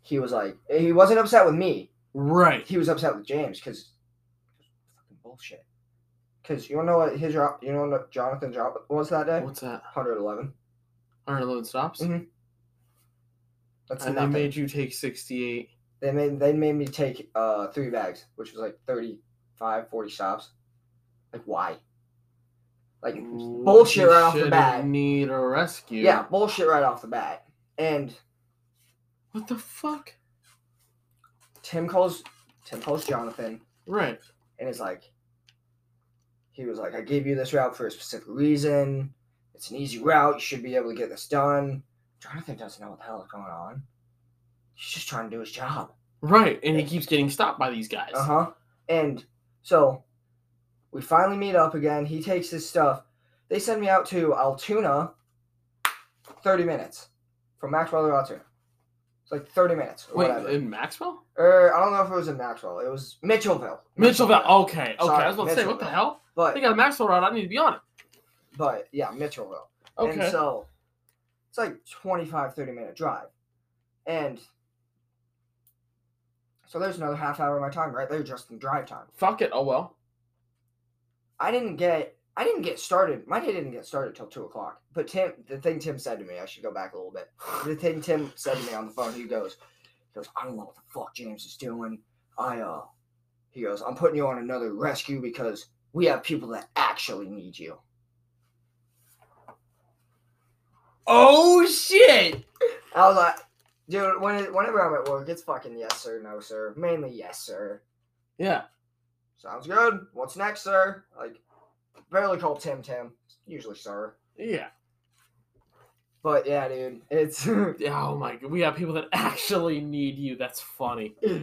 he was like he wasn't upset with me Right. he was upset with James because fucking bullshit. Because you wanna know what his drop, you know what Jonathan's drop was that day? What's that? 111. Iron Eleven stops. Mhm. That's And they nothing. made you take sixty-eight. they made they made me take uh three bags, which was like 35, 40 stops. Like why? Like Mm, bullshit You right off the shouldn't bat. Need a rescue. yeah, bullshit right off the bat. And What the fuck? Tim calls Tim calls Jonathan Right. and it's like he was like, I gave you this route for a specific reason. It's an easy route. You should be able to get this done. Jonathan doesn't know what the hell is going on. He's just trying to do his job. Right. And he keeps getting stopped by these guys. Uh huh. And so we finally meet up again. He takes his stuff. They send me out to Altoona. Thirty minutes from Maxwell to Altoona. It's like thirty minutes or Wait, uh, whatever. in Maxwell? or I don't know if it was in Maxwell. It was Mitchellville. Mitchellville. Okay. Okay. Sorry, I was about to say, what the Mitchellville. hell? They But got a Maxwell route. I need to be on it. but yeah, Mitchellville. Okay. And so it's like 25, 30 minute drive. And so there's another half hour of my time right there just in drive time. Fuck it. Oh well. I didn't get I didn't get started. My day didn't get started till two o'clock. But Tim the thing Tim said to me, I should go back a little bit. The thing Tim said to me on the phone, he goes, he goes, I don't know what the fuck James is doing. I uh he goes, I'm putting you on another rescue because we have people that actually need you. Oh shit. I was like, dude, when it, whenever I'm at work, it's fucking yes sir, no sir, mainly yes sir. Yeah. Sounds good. What's next, sir? Like, barely call Tim Tim. Usually sir. Yeah. But yeah, dude, it's. <laughs> I Oh my god, we have people that <laughs> actually need you. That's funny. was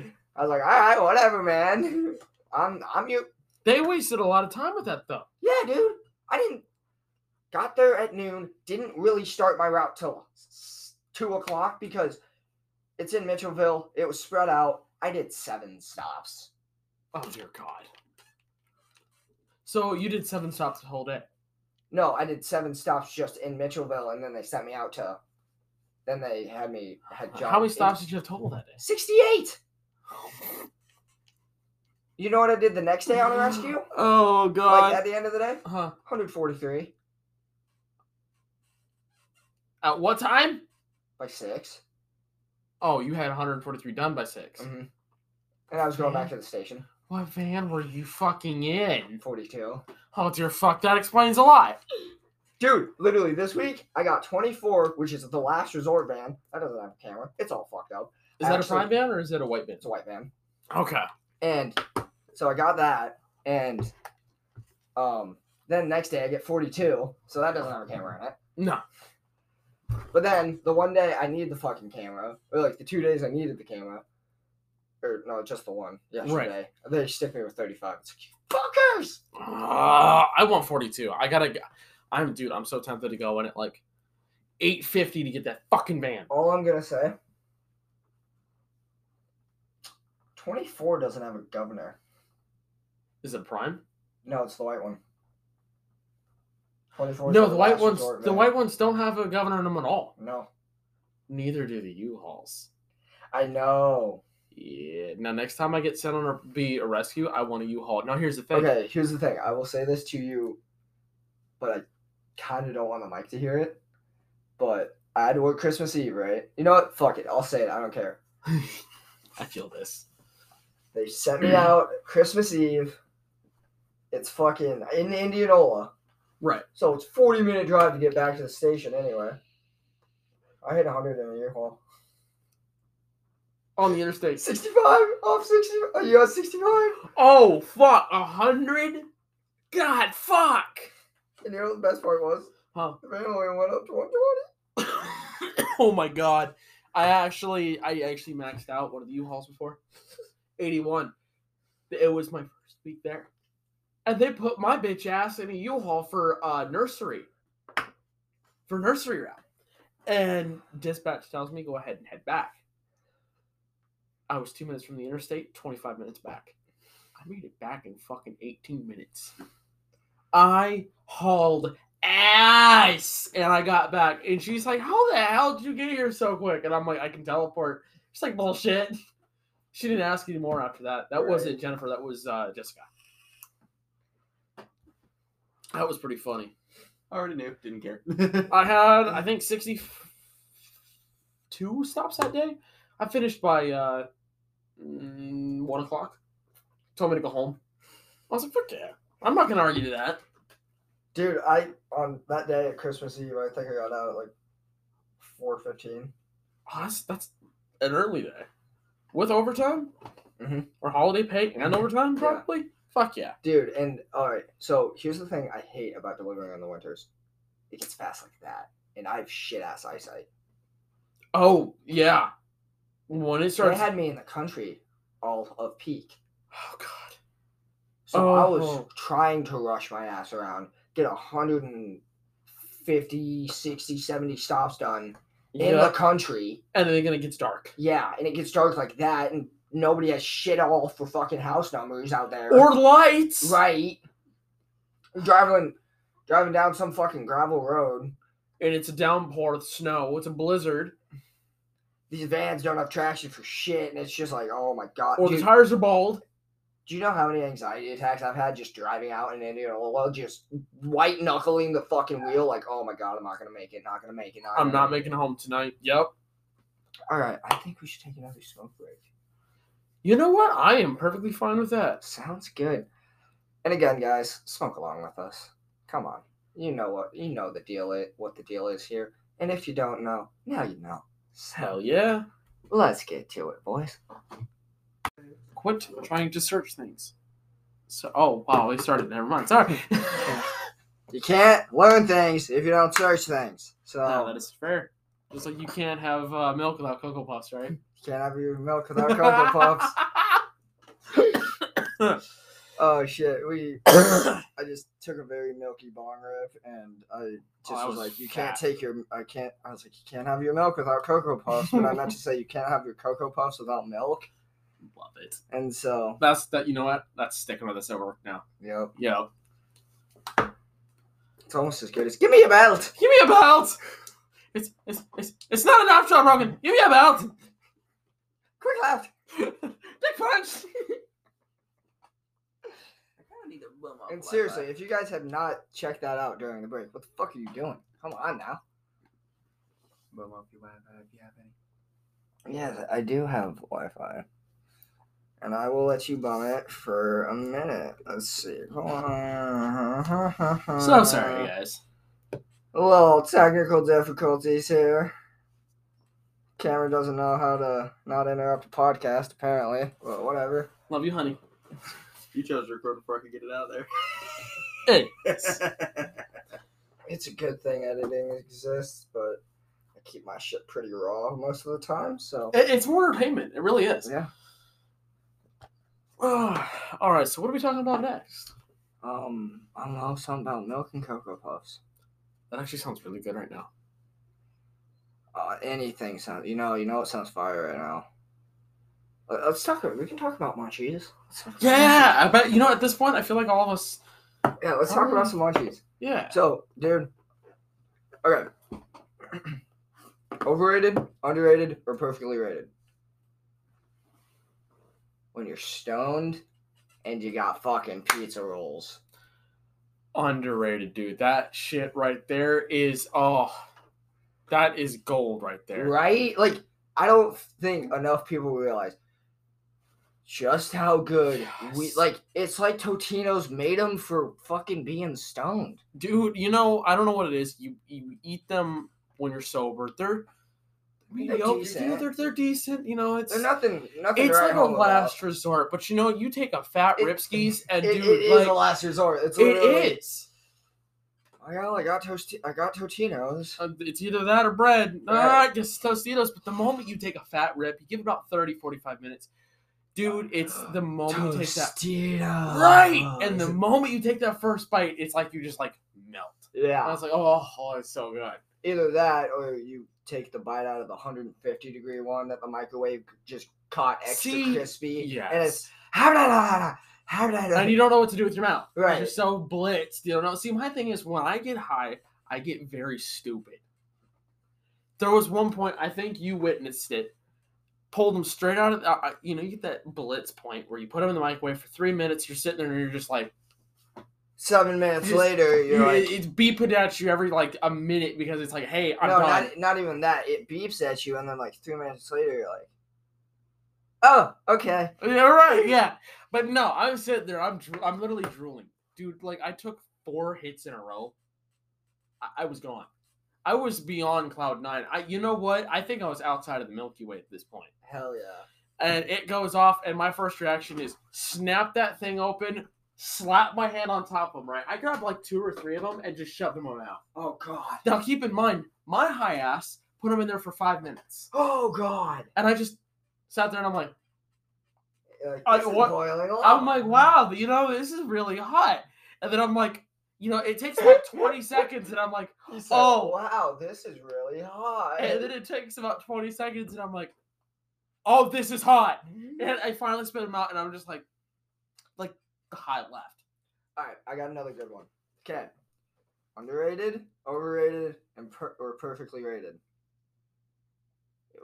like, all right, whatever, man. <laughs> I'm I'm you. They wasted a lot of time with that though. Yeah, dude. I didn't. Got there at noon. Didn't really start my route till s- two o'clock because it's in Mitchellville. It was spread out. I did seven stops. Oh dear god. So you did seven stops the whole day. No, I did seven stops just in Mitchellville, and then they sent me out to. Then they had me had job. How many stops did you have total that day? Sixty-eight. You know what I did the next day on a rescue? Oh Like god. at the end of the day, huh. 143 At what time? by six, Oh, you had 143 done by 6 Mhm. and I was going back to the station. What van were you fucking in? 42. Oh dear fuck, that explains a lot. Dude, literally this week I got 24, which is the last resort van. That doesn't have a camera. It's all fucked up. Is that a Actually- prime van or is it a white van? It's a white van. Okay. And so I got that, and um, then next day I get 42, so that doesn't have a camera in it. No. But then the one day I needed the fucking camera, or like the two days I needed the camera, or no, just the one yesterday. They stick me with 35. It's like, you fuckers. Ah, I want 42. I gotta. g- I'm dude. I'm so tempted to go in at like 8:50 to get that fucking van. All I'm gonna say. 24 doesn't have a governor. Is it prime? No, it's the white one. 24. is No, on the white last ones. resort The van. white ones don't have a governor in them at all. No, Neither do the U-Hauls. I know. Yeah. Now next time I get sent on a be a rescue, I want a U-Haul. Now here's the thing. Okay, here's the thing. I will say this to you, but I kind of don't want the mic to hear it. But I had to work Christmas Eve, right? You know what? Fuck it. I'll say it. I don't care. <laughs> I feel this. They sent Mm. me out Christmas Eve. It's fucking in Indianola. Right. So it's 40 minute drive to get back to the station anyway. I hit 100 in a year haul. On the interstate. 65 off 60. Are you at 65? Oh fuck! A hundred. God fuck. And you know what the best part was? Huh. The van only went up to 120. <coughs> oh my god. I actually I actually maxed out one of the U-Hauls before. <laughs> 81. It was my first week there. And they put my bitch ass in a U-Haul for uh nursery. For nursery route. And dispatch tells me go ahead and head back. I was two minutes from the interstate, 25 minutes back. I made it back in fucking 18 minutes. I hauled ass. And I got back, and she's like, "How the hell did you get here so quick?" And I'm like, "I can teleport." She's like, "Bullshit." <laughs> She didn't ask anymore after that. That Right. wasn't Jennifer. That was uh, Jessica. That was pretty funny. I already knew. Didn't care. <laughs> I had, I think, sixty-two stops that day. I finished by uh, mm, one o'clock. Told me to go home. I was like, "Fuck yeah!" I'm not gonna argue to that. Dude, I on that day at Christmas Eve, I think I got out at like 4:15. Oh, that's that's an early day with overtime Mhm. or holiday pay and overtime Yeah. probably. Fuck yeah. Dude, and all right, so here's the thing I hate about delivering on the winters. It gets fast like that, and I have shit ass eyesight. Oh yeah. When it They starts. had me in the country all of peak. oh god. So I Oh. was trying to rush my ass around, get 150, 60, 70 stops done in Yeah. the country. And then it gets dark. Yeah, and it gets dark like that, and nobody has shit all for fucking house numbers out there. Or lights. right. Driving driving down some fucking gravel road. And it's a downpour of snow. It's a blizzard. These vans don't have traction for shit, and it's just like, oh my god. Or Dude, the tires are bald. do you know how many anxiety attacks I've had just driving out in Indianapolis, just white knuckling the fucking wheel? Like, oh my god, I'm not gonna make it, not gonna make it. Not I'm gonna not make making it home tonight. Yep. it. All right, I think we should take another smoke break. You know what? I am perfectly fine with that. Sounds good. And again, guys, smoke along with us. Come on, you know what you know the deal. i- What the deal is here, and if you don't know, now you know. Hell So yeah. let's get to it, boys. Quit trying to search things. So oh wow, we started. Never <laughs> mind. Sorry. <laughs> You can't learn things if you don't search things. So No, that is fair. Just like you can't have uh, milk without Cocoa Puffs, right? you can't have your milk without <laughs> Cocoa Puffs. Oh shit, <coughs> we. I just took a very milky bong rip, and I just Oh, that was, was like, "You can't fat. take your, I can't." I was like, "You can't have your milk without Cocoa Puffs," but I meant <laughs> to say, "You can't have your Cocoa Puffs without milk." Love it. And so, That's that. You know what? That's sticking with us at work now. yep. Yep. It's almost as good as give me a belt. Give me a belt. It's it's it's, it's not enough, John Rogan. Give me a belt. <laughs> Quick left. Big punch. I kind of need to blow my And life seriously, up. if you guys have not checked that out during the break, what the fuck are you doing? Come on now. Blow my Wi-Fi if you have any. Yes, I do have Wi Fi. And I will let you bum it for a minute. Let's see. So So sorry, guys. A little technical difficulties here. Cameron doesn't know how to not interrupt a podcast, apparently. But whatever. Love you, honey. You chose to record before I could get it out there. <laughs> Hey. It's a good thing editing exists, but I keep my shit pretty raw most of the time, so. It- it's more entertainment. It really is. Yeah. Ah, <sighs> all right. So what are we talking about next? Um, I don't know, something about milk and Cocoa Puffs. That actually sounds really good right now. Uh, anything sounds, you know, you know what sounds fire right now. Let- Let's talk. We can talk about munchies. Let's talk about Yeah, I bet you know at this point I feel like all of us. munchies. yeah. Let's talk about some munchies. Yeah. So, dude. Okay. <clears throat> Overrated, underrated, or perfectly rated? When you're stoned and you got fucking pizza rolls. underrated, dude. That shit right there is oh, that is gold right there. Right? Like, I don't think enough people realize just how good we Yes. like. It's like Totino's made them for fucking being stoned. Dude, you know I don't know what it is. You you eat them when you're sober. They're They're mediocre. decent. Yeah, they're they're decent. You know it's They're nothing. Nothing. to it's write like a home about. last resort. But you know you take a fat It- Ripskis and It, dude it is like a last resort. It's literally, it is. Well, I got tosti- I got Totino's. Uh, It's either that or bread. Nah, Right. I guess Tostitos. But the moment you take a fat rip, you give it about 30, 45 minutes. Dude, it's the moment you take that Tostito. Ah, Right. And the moment you take that first bite, it's like you just like melt. And I yeah, was like, oh, oh, it's so good. either that or you take the bite out of the 150 degree one that the microwave just caught extra See? crispy. Yes. and it's how did I how did And you don't know what to do with your mouth. 'cause You're Right. so blitzed. You don't know. See, my thing is when I get high, I get very stupid. There was one point, I think you witnessed it. Pulled them straight out of, the, uh, you know, you get that blitz point where you put them in the microwave for three minutes. You're sitting there and you're just like, Seven minutes Just- later, you're you- like, it's beeping at you every like a minute because it's like, hey, I'm no, done. not, not even that. It beeps at you, and then like three minutes later, you're like, oh, okay. Yeah, right. Yeah, <laughs> but no, I'm sitting there. I'm dro- I'm literally drooling, dude. Like I took four hits in a row. I, I was gone. I was beyond cloud nine. I, you know what? I think I was outside of the Milky Way at this point. Hell yeah. And it goes off, and my first reaction is snap that thing open, slap my hand on top of them. Right, I grabbed like two or three of them and just shoved them in my mouth. Oh god. Now keep in mind, my high ass put them in there for five minutes, Oh god. and I just sat there and I'm like. Like, I- this is Uh, what- boiling over. I'm like, wow, you know, this is really hot. And then I'm like, you know, it takes about 20 seconds, and I'm like, He said, oh. wow, this is really hot. and then it takes about 20 seconds, and I'm like, oh, this is hot. Mm. And I finally spit them out, and I'm just like, like the high left. All right, I got another good one. Okay, underrated, overrated, and per- or perfectly rated.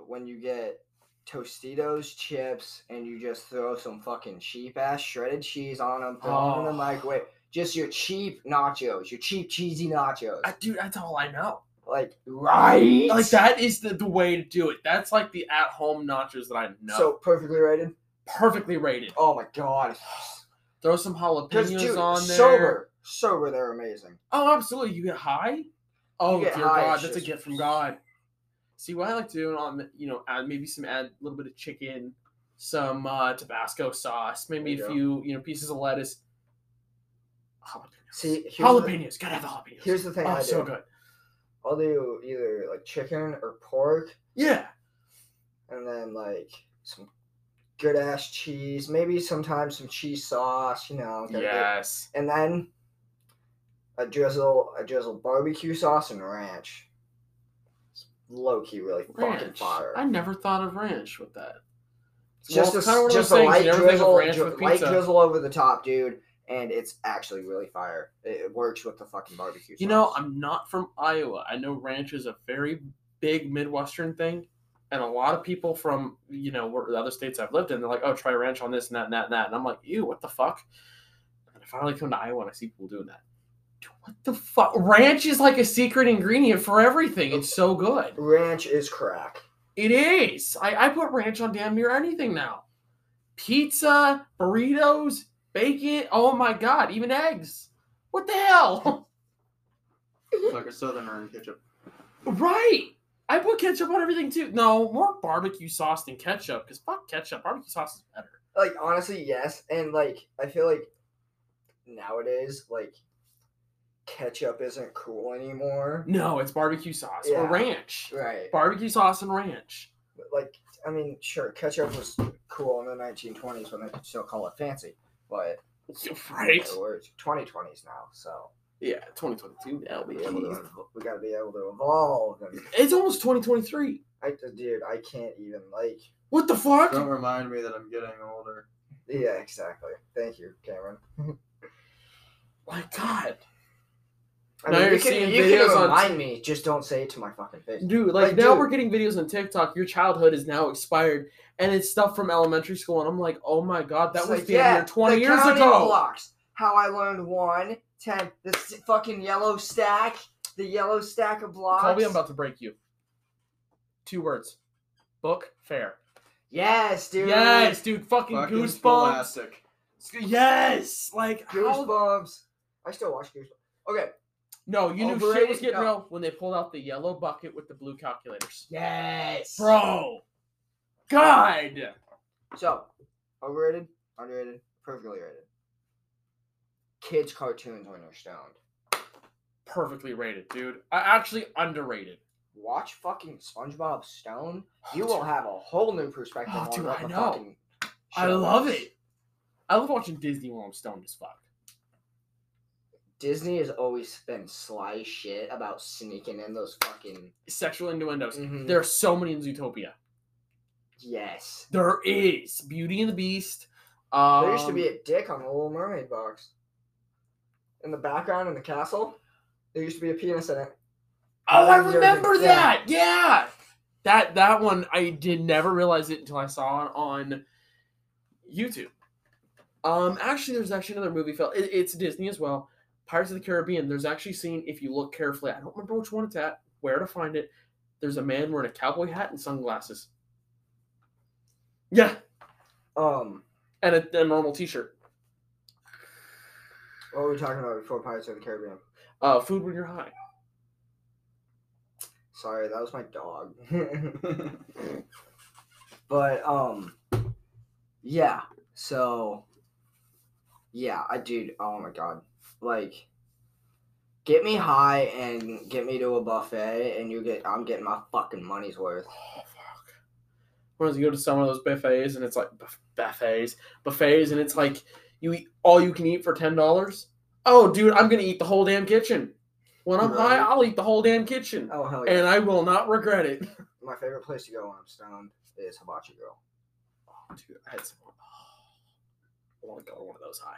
When you get Tostitos chips and you just throw some fucking cheap ass shredded cheese on them, throw 'em in Oh. the microwave. Just your cheap nachos, your cheap cheesy nachos, I, dude, that's all I know. like right, Like, that is the, the way to do it. That's like the at home nachos that I know. So perfectly rated. perfectly rated. Oh my god, Throw some 'Cause, jalapenos dude, on there. sober, sober, they're amazing. Oh, absolutely. You get high. Oh get dear high, God, it's that's a just- gift from God. See what I like to do on you know add maybe some add a little bit of chicken, some uh, Tabasco sauce, maybe There a you few you know pieces of lettuce. Jalapenos. See, here's the, jalapenos. Gotta have the jalapenos. here's the thing. oh, I do. so good. I'll do either like chicken or pork, Yeah. and then like some good ass cheese. Maybe sometimes some cheese sauce. You know. gotta get- Yes. and then a drizzle, a drizzle barbecue sauce and ranch. It's low key, really fucking Ranch. fire. I never thought of ranch with that. just Well, a, it's kinda one s- of just those a things you light never think of drizzle, ranch dri- with light pizza. drizzle over the top, dude. and it's actually really fire. It, it works with the fucking barbecue. You know, sauce. I'm not from Iowa. I know ranch is a very big Midwestern thing. And a lot of people from, you know, where the other states I've lived in, they're like, oh, try ranch on this and that and that and that. And I'm like, ew, what the fuck? And I finally come to Iowa and I see people doing that. Dude, What the fuck? Ranch is like a secret ingredient for everything. It's so good. ranch is crack. It is. I, I put ranch on damn near anything now. Pizza, burritos, bacon. Oh my god, even eggs. What the hell? <laughs> It's like a southerner in ketchup. right. I put ketchup on everything too. No, more barbecue sauce than ketchup because fuck ketchup. Barbecue sauce is better. Like honestly, yes, and like I feel like nowadays, like ketchup isn't cool anymore. No, it's barbecue sauce Yeah. or ranch. Right. Barbecue sauce <laughs> and ranch. But, like I mean, sure, ketchup was cool in the 1920s when they could still call it fancy, but Right. it works. 2020s now, so Yeah, 2022. That'll we be gotta be able it. to ev- we gotta be able to evolve. And It's almost 2023. I, dude, I can't even like. What the fuck? Don't remind me that I'm getting older. Yeah, exactly. Thank you, Cameron. My god. I Now mean, you're you can, seeing you videos can on remind me, just don't say it to my fucking face. Dude, like, Like, now dude. we're getting videos on TikTok. Your childhood is now expired, and it's stuff from elementary school. And I'm like, oh my god, that It's was like, damn near 20 the years counting ago. Blocks. How I learned one, ten, the s- fucking yellow stack, the yellow stack of blocks. Colby, I'm about to break you. Two words: book fair. yes, dude. Yes, dude, fucking, Fucking goosebumps. Scholastic. Yes, like how- Goosebumps. I still watch Goosebumps. Okay. No, you knew shit Overrated? was getting No. real when they pulled out the yellow bucket with the blue calculators. Yes. Bro, God, So, overrated, underrated, perfectly rated. Kids' cartoons when you're stoned. perfectly rated, dude. I actually underrated. Watch fucking SpongeBob Stone. Oh, You will dude. have a whole new perspective Oh, on dude, what I the know. fucking I show love is. it. I love watching Disney while I'm stoned as fuck. Disney has always been sly shit about sneaking in those fucking Sexual innuendos. Mhm. There are so many in Zootopia. yes. There is Beauty and the Beast. Um, there used to be a dick on the Little Mermaid box. In the background in the castle, there used to be a penis in it. Oh, I Yeah. remember that. Yeah, that that one I did never realize it until I saw it on YouTube. Um, actually, there's actually another movie. Fell. It, it's Disney as well. Pirates of the Caribbean. There's actually a scene if you look carefully. I don't remember which one it's at. Where to find it? There's a man wearing a cowboy hat and sunglasses. Yeah, Um, and a, a normal T-shirt. what were we talking about before Pirates of the Caribbean? Uh, food when you're high. Sorry, that was my dog. <laughs> but um yeah, so yeah, I dude, oh my god. Like get me high and get me to a buffet and you get I'm getting my fucking money's worth. Oh fuck! Whereas you go to some of those buffets and it's like buff- buffets, buffets, and it's like you eat all you can eat for ten dollars. Oh, dude, I'm gonna eat the whole damn kitchen. When I'm high, Right. I'll eat the whole damn kitchen, Oh hell yeah. and I will not regret it. my favorite place to go when I'm stoned is Hibachi Grill. Oh, dude, I had some. Oh, <sighs> I want to go to one of those high.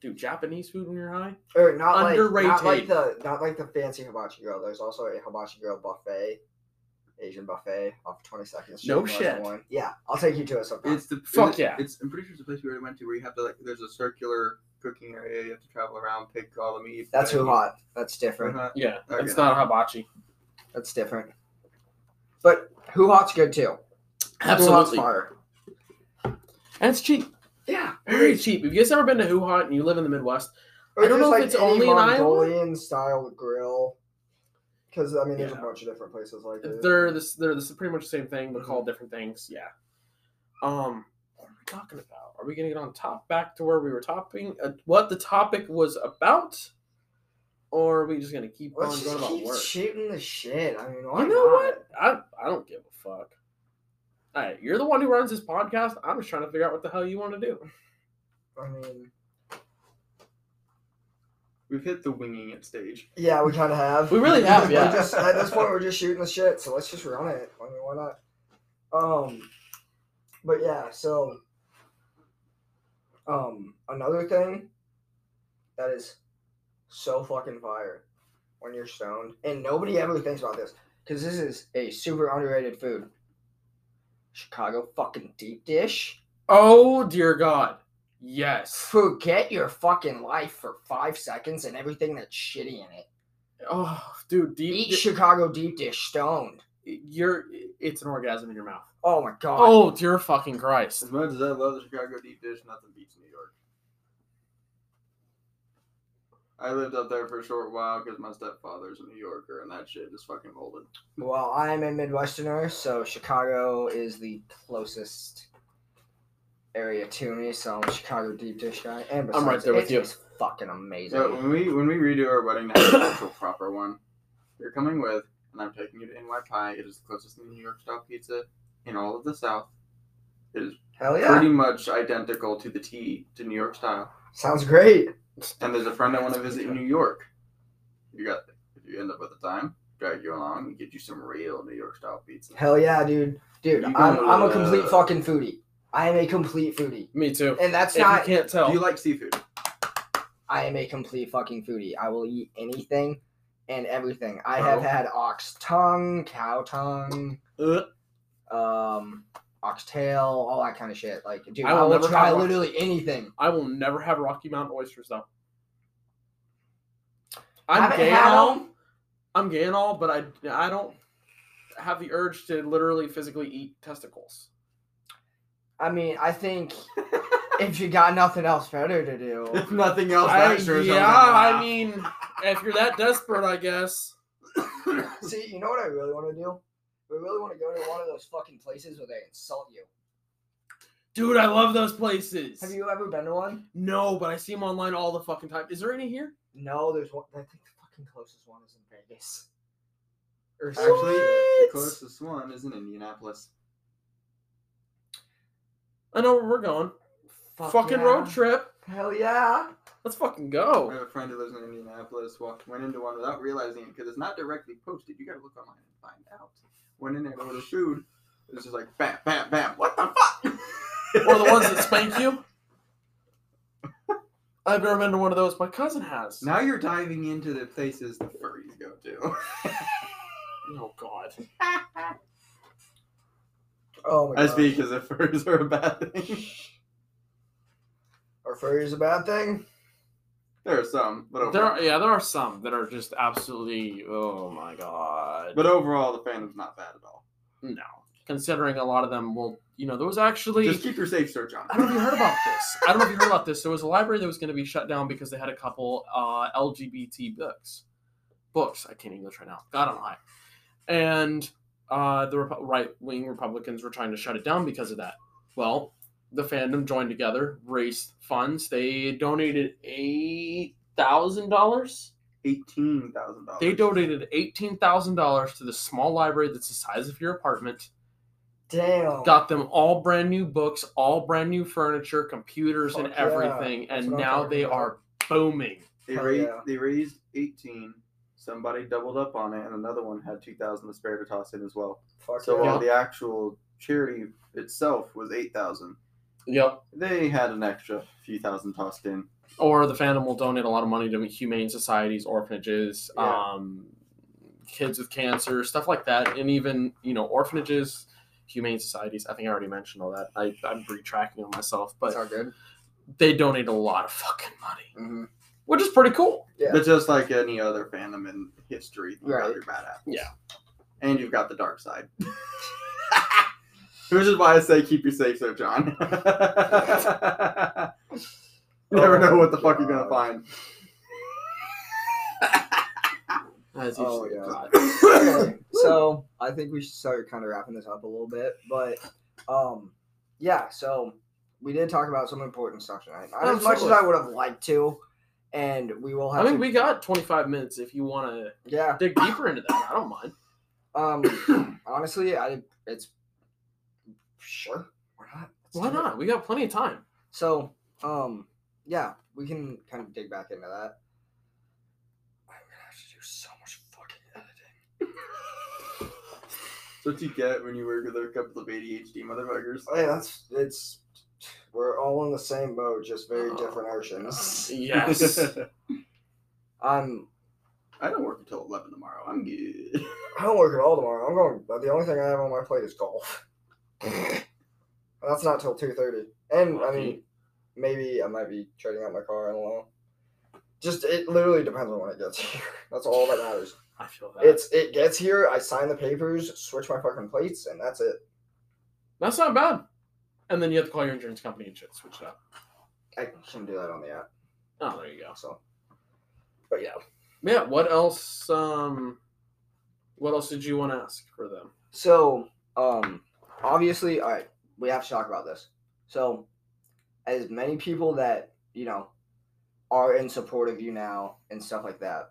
Dude, Japanese food when you're high. Or not like not like Underrated. the not like the fancy Hibachi Grill. There's also a Hibachi Grill buffet, Asian buffet off 22nd Street. No West shit. Warren. Yeah, I'll take you to it sometime. It's the Fuck it's, yeah. It's I'm pretty sure it's the place we already went to where you have to like there's a circular cooking area you have to travel around pick all the meat. That's then who hot. That's you- different. Uh-huh. Yeah, Okay. it's not hibachi. That's different. But who hot's good too. Who hot's Absolutely, fire. and it's cheap. Yeah. Very cheap. If you guys ever been to Hoo Hot and you live in the Midwest, Or I don't just, know if like, it's any only in Iowa. Mongolian style grill. Because I mean, there's Yeah. a bunch of different places like it. They're this. They're this, pretty much the same thing, but Mm-hmm. called different things. Yeah. Um, what are we talking about? Are we gonna get on top back to where we were topping? Uh, what the topic was about, or are we just gonna keep Let's on just going about keep work? shooting the shit. I mean, why you know not? what? I I don't give a fuck. All right, you're the one who runs this podcast. I'm just trying to figure out what the hell you want to do. I mean, We've hit the winging it stage. yeah, we kind of have. We really have, We're yeah. just- at this point, we're just shooting the shit, so let's just run it. I mean, why not? Um, but yeah, so um, another thing That is so fucking fire when you're stoned. And nobody ever thinks about this because this is a super underrated food. Chicago fucking deep dish. Oh dear God. Yes. Forget your fucking life for five seconds and everything that's shitty in it. Oh, dude, deep. Eat Chicago deep dish stoned. you're. It's an orgasm in your mouth. Oh my god. Oh dear fucking Christ. As much as I love the Chicago deep dish, nothing beats New York. I lived up there for a short while because my stepfather's a New Yorker, and that shit just fucking molded. Well, I'm a Midwesterner, so Chicago is the closest area to me. So I'm a Chicago deep dish guy. And I'm right besides, there it with you. tastes fucking amazing. So when we when we redo our wedding, to have an actual proper one, you're coming with, and I'm taking you to NY Pie. It is the closest New York style pizza in all of the South. It is Oh, Hell yeah. pretty much identical to the T to New York style. Sounds great. And there's a friend I want to visit in New York. You got if you end up with the time, drag you along and get you some real New York style pizza. Hell yeah, dude. Dude, You I'm, gotta, I'm a complete uh, fucking foodie. I am a complete foodie. Me too. And that's If you not. can't tell. Do you like seafood? I am a complete fucking foodie. I will eat anything and everything. I Oh. have had ox tongue, cow tongue, Ugh. um, oxtail, all that kind of shit. Like, dude, I I will will never try have ox- literally anything. I will never have Rocky Mountain oysters though. I I'm haven't gay and had all. 'em. I'm gay and all, but I I don't have the urge to literally physically eat testicles. I mean, I <laughs> think if you got nothing else better to <laughs> do, nothing else, I- that sure as hell yeah, don't I laugh. <laughs> mean, if you're that desperate, I guess. see, you know what I really want to do? We really want to go to one of those fucking places where they insult you. Dude, I love those places. Have you ever been to one? No, but I see them online all the fucking time. Is there any here? No, there's one. I think the fucking closest one is in Vegas. Or <laughs> Actually, the What? closest one is in Indianapolis. I know where we're going. Fuck fucking yeah. road trip. Hell yeah! Let's fucking I go. have a friend who lives in Indianapolis. Walked, went into one without realizing it because it's not directly posted. You got to look online and find out. Went in there to order food. It was just like bam, bam, bam. What the <laughs> fuck? or the ones that spank you. I've never been to one of those. My cousin has. <laughs> Now you're diving into the places the furries go to. Oh God. Oh my I god. speak as if furries are a bad thing. <laughs> Are furries a bad thing? There are some, but overall, There are, yeah, there are some that are just absolutely. Oh my God. but overall, the fandom's not bad at all. No. Considering a lot of them will, you know, there was actually. Just keep your safe search on. I don't know if you heard about this. I don't know if you heard about this. There was a library that was going to be shut down because they had a couple uh, LGBT books. Books. I can't English right now. God, I'm high. And uh, the Repu- right-wing Republicans were trying to shut it down because of that. Well, the fandom joined together, raised funds. They donated eight thousand dollars. Eighteen thousand dollars. They donated eighteen thousand dollars to the small library that's the size of your apartment Damn. got them all brand new books, all brand new furniture, computers, and Fuck Oh, yeah. everything, That's and what I'm now talking they about. are booming. They Hell raised yeah. they raised eighteen. Somebody doubled up on it, and another one had two thousand to spare to toss in as well. Fuck So yeah. while the actual charity itself was eight thousand, Yep. they had an extra few thousand tossed in. Or the fandom will donate a lot of money to humane societies, orphanages, Yeah. um, kids with cancer, stuff like that, and even you know orphanages, humane societies. I think I already mentioned all that. I, I'm retracking on myself, but It's all good. they donate a lot of fucking money, Mm-hmm. which is pretty cool. Yeah. But just like any other fandom in history, you've Right. got your bad apples. Yeah. And you've got the dark side. <laughs> Which is why I say keep your safe so John. <laughs> You Never know what the fuck you're gonna find. As Oh, usually, yeah. God. <laughs> okay, so I think we should start kind of wrapping this up a little bit, but um, yeah. So we did talk about some important stuff tonight, not as much as Absolutely. I would have liked to, and we will I have. mean, to, we got 25 minutes if you want to yeah. dig deeper into that. I <laughs> don't mind. <coughs> Um, honestly, I it's sure why not? Let's Why do it. not? We got plenty of time. So, um, yeah, we can kind of dig back into that. I'm gonna have to do so much fucking editing. That's what you get when you work with a couple of ADHD motherfuckers. Oh, yeah, that's it's We're all in the same boat, just very different oceans. <laughs> Yes. I'm. I don't work until eleven tomorrow. I'm good. I don't work at all tomorrow. I'm going. but The only thing I have on my plate is golf. <laughs> That's not till two thirty, and I mean, Lucky. maybe I might be trading out my car. I don't know. Just it literally depends on when it gets <laughs> here. That's all that matters. I feel that. It's it gets here. I sign the papers, switch my fucking plates, and that's it. That's not bad. And then you have to call your insurance company and shit, switch it up. I can do that on the app. Oh, there you go. So, but yeah, Yeah. What else? Um, what else did you want to ask for them? So, um, obviously, all right, we have to talk about this. So, as many people that you know are in support of you now and stuff like that,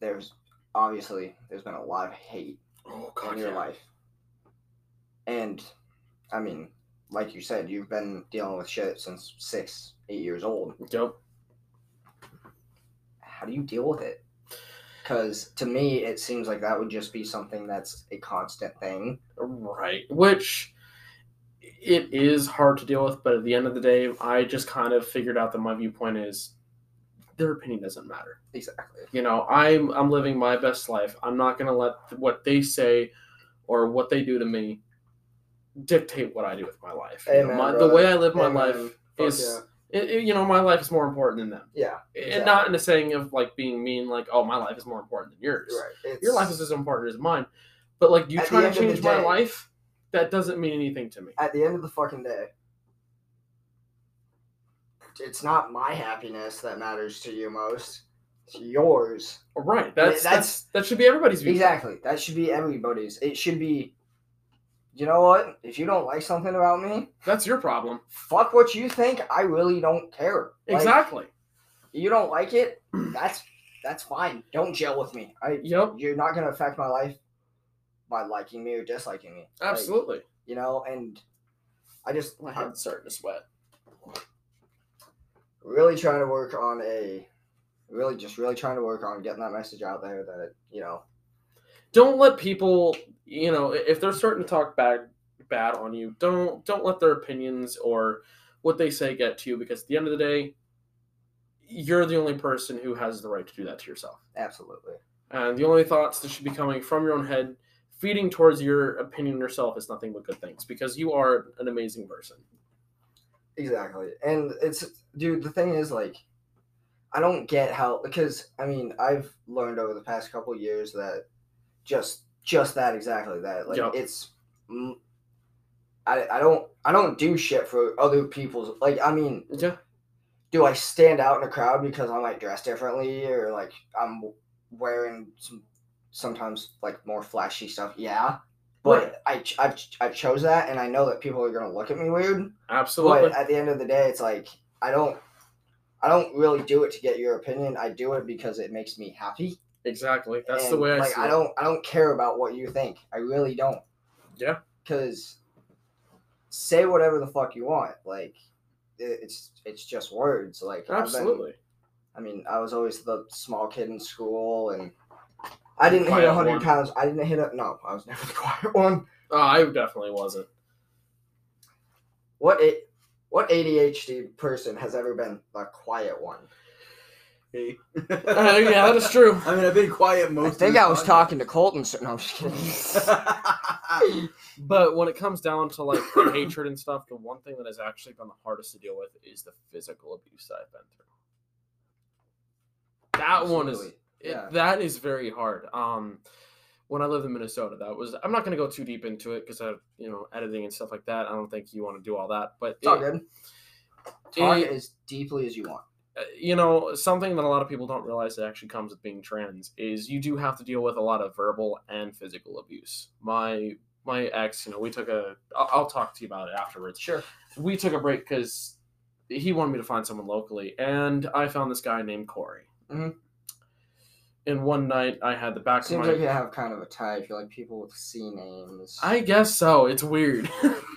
there's obviously there's been a lot of hate Oh in your life, and I mean, like you said, you've been dealing with shit since six, eight years old. Dope. How do you deal with it? Because to me, it seems like that would just be something that's a constant thing. Right. Which it is hard to deal with, but at the end of the day, I just kind of figured out that my viewpoint is their opinion doesn't matter. Exactly. you know i'm i'm living my best life i'm not going to let what they say or what they do to me dictate what i do with my life You know, Amen, my- the brother. way i live my Amen. life Fuck is it- it- you know my life is more important than them Yeah. and not in a saying of like being mean like oh my life is more important than yours You're right. It's, your life is as important as mine but like you At the trying end to of the change my day- life that doesn't mean anything to me at the end of the fucking day. It's not my happiness that matters to you most. It's yours. Oh, right that's that's- that's that should be everybody's view Exactly. That should be everybody's. It should be you know what? If you don't like something about me, that's your problem fuck what you think. I really don't care. Like, exactly You don't like it? That's that's fine. Don't gel with me. I yep you're not gonna affect my life by liking me or disliking me. Like, absolutely you know, and I just my head's starting to sweat really trying to work on a really just really trying to work on getting that message out there that you know don't let people you know i- if they're starting to talk bad bad on you don't don't let their opinions or what they say get to you because at the end of the day you're the only person who has the right to do that to yourself absolutely and the only thoughts that should be coming from your own head feeding towards your opinion yourself is nothing but good things because you are an amazing person exactly and it's dude the thing is like i don't get how because i mean i've learned over the past couple of years that just just that exactly that like Yep. it's mm, I, I don't i don't do shit for other people's like i mean yeah do I stand out in a crowd because I'm like dressed differently or like I'm wearing some sometimes like more flashy stuff? Yeah, but I ch- I ch- I chose that, and I know that people are gonna look at me weird. absolutely But at the end of the day, it's like I don't I don't really do it to get your opinion. I do it because it makes me happy. exactly that's the and, way i like see I it. don't I don't care about what you think. I really don't. Yeah. Because say whatever the fuck you want. Like it, it's it's just words. Like I've been- absolutely I mean, I was always the small kid in school, and I didn't hit Quiet hundred one. pounds. I didn't hit a no. I was <laughs> never the quiet one. oh, i definitely wasn't What a what ADHD person has ever been the quiet one? Hey. Uh, yeah that is true I mean, I've been quiet most. of this podcast. <laughs> to Colton. So, no, I'm <laughs> just But when it comes down to like the hatred and stuff, the one thing that has actually been the hardest to deal with is the physical abuse that I've been through. That one is Absolutely. it- Yeah. that is very hard. Um, when I lived in Minnesota, that was I'm not going to go too deep into it because I you know editing and stuff like that. I don't think you want to do all that, but It's all it- good. Talk it- as deeply as you want. uh, you know something that a lot of people don't realize that actually comes with being trans is you do have to deal with a lot of verbal and physical abuse my my ex you know we took a i'll, I'll talk to you about it afterwards Sure. we took a break because he wanted me to find someone locally, and I found this guy named Corey. Mm-hmm. Mhm. And one night, I had the back of Seems my. like you have kind of a type. You like people with C names. I guess so. It's weird,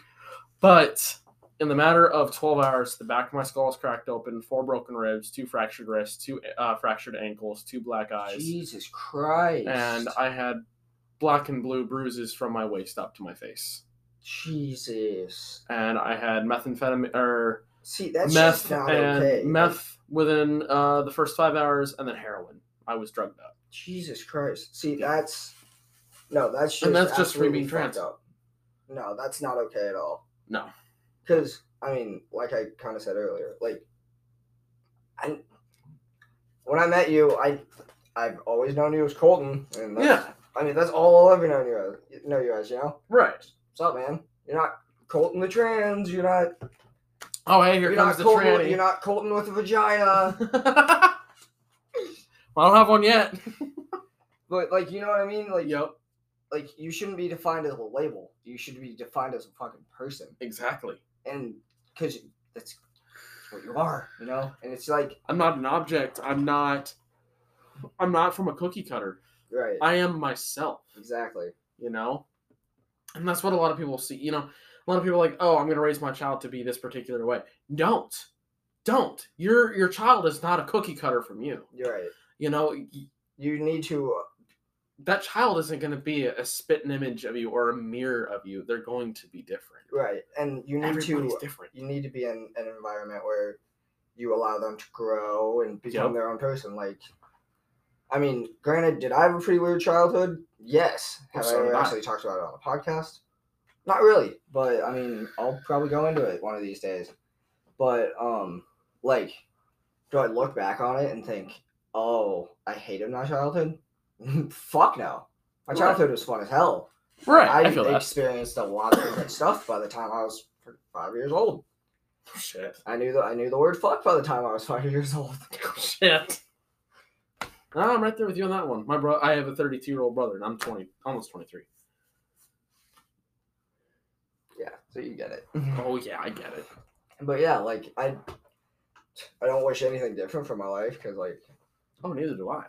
<laughs> but in the matter of twelve hours, the back of my skull is cracked open, four broken ribs, two fractured wrists, two uh, fractured ankles, two black eyes, Jesus Christ. and I had black and blue bruises from my waist up to my face. Jesus. and I had methamphetamine or See, that's meth just not and okay. meth within uh, the first five hours, and then heroin. I was drugged up. Jesus Christ. See, that's no, that's just And that's just free absolutely being trans. fucked Up. No, that's not okay at all. No, Because I mean, like I kind of said earlier, like I when I met you, I I've always known you as Colton, and that's, Yeah. I mean that's all I've ever known you as. Know you as, you know? right. What's up, man? You're not Colton the trans. You're not. Oh, hey, here you're not comes the Colton. tranny. You're uh, not Colton with a vagina. <laughs> well, I don't have one yet. but like, you know what I mean? <laughs> Like, yep, like you shouldn't be defined as a label. You should be defined as a fucking person, exactly. and because that's what you are, you know. And it's like I'm not an object. I'm not. I'm not from a cookie cutter. right, I am myself. exactly. you know and that's what a lot of people see you know a lot of people are like oh i'm going to raise my child to be this particular way don't don't your your child is not a cookie cutter from you You're right. you know y- You need to. uh, that child isn't going to be a, a spitting image of you or a mirror of you they're going to be different Right, and you need everybody's to. different You need to be in an environment where you allow them to grow and become Yep. their own person. Like, I mean, granted, did I have a pretty weird childhood? Yes. Well, Have so I did ever I. actually talked about it on a podcast? Not really, but I mean, I'll probably go into it one of these days. But um, like, do I look back on it and think, oh, I hated my childhood? <laughs> Fuck no. My Right. childhood was fun as hell. right I, i, feel that experienced a lot of different stuff by the time I was five years old. shit I knew the I knew the word fuck by the time I was five years old. <laughs> shit No, i'm right there with you on that one my bro i have a 32 year old brother and i'm 20 almost 23 yeah, so you get it. oh yeah i get it But yeah, like I, I don't wish anything different for my life because like oh neither do i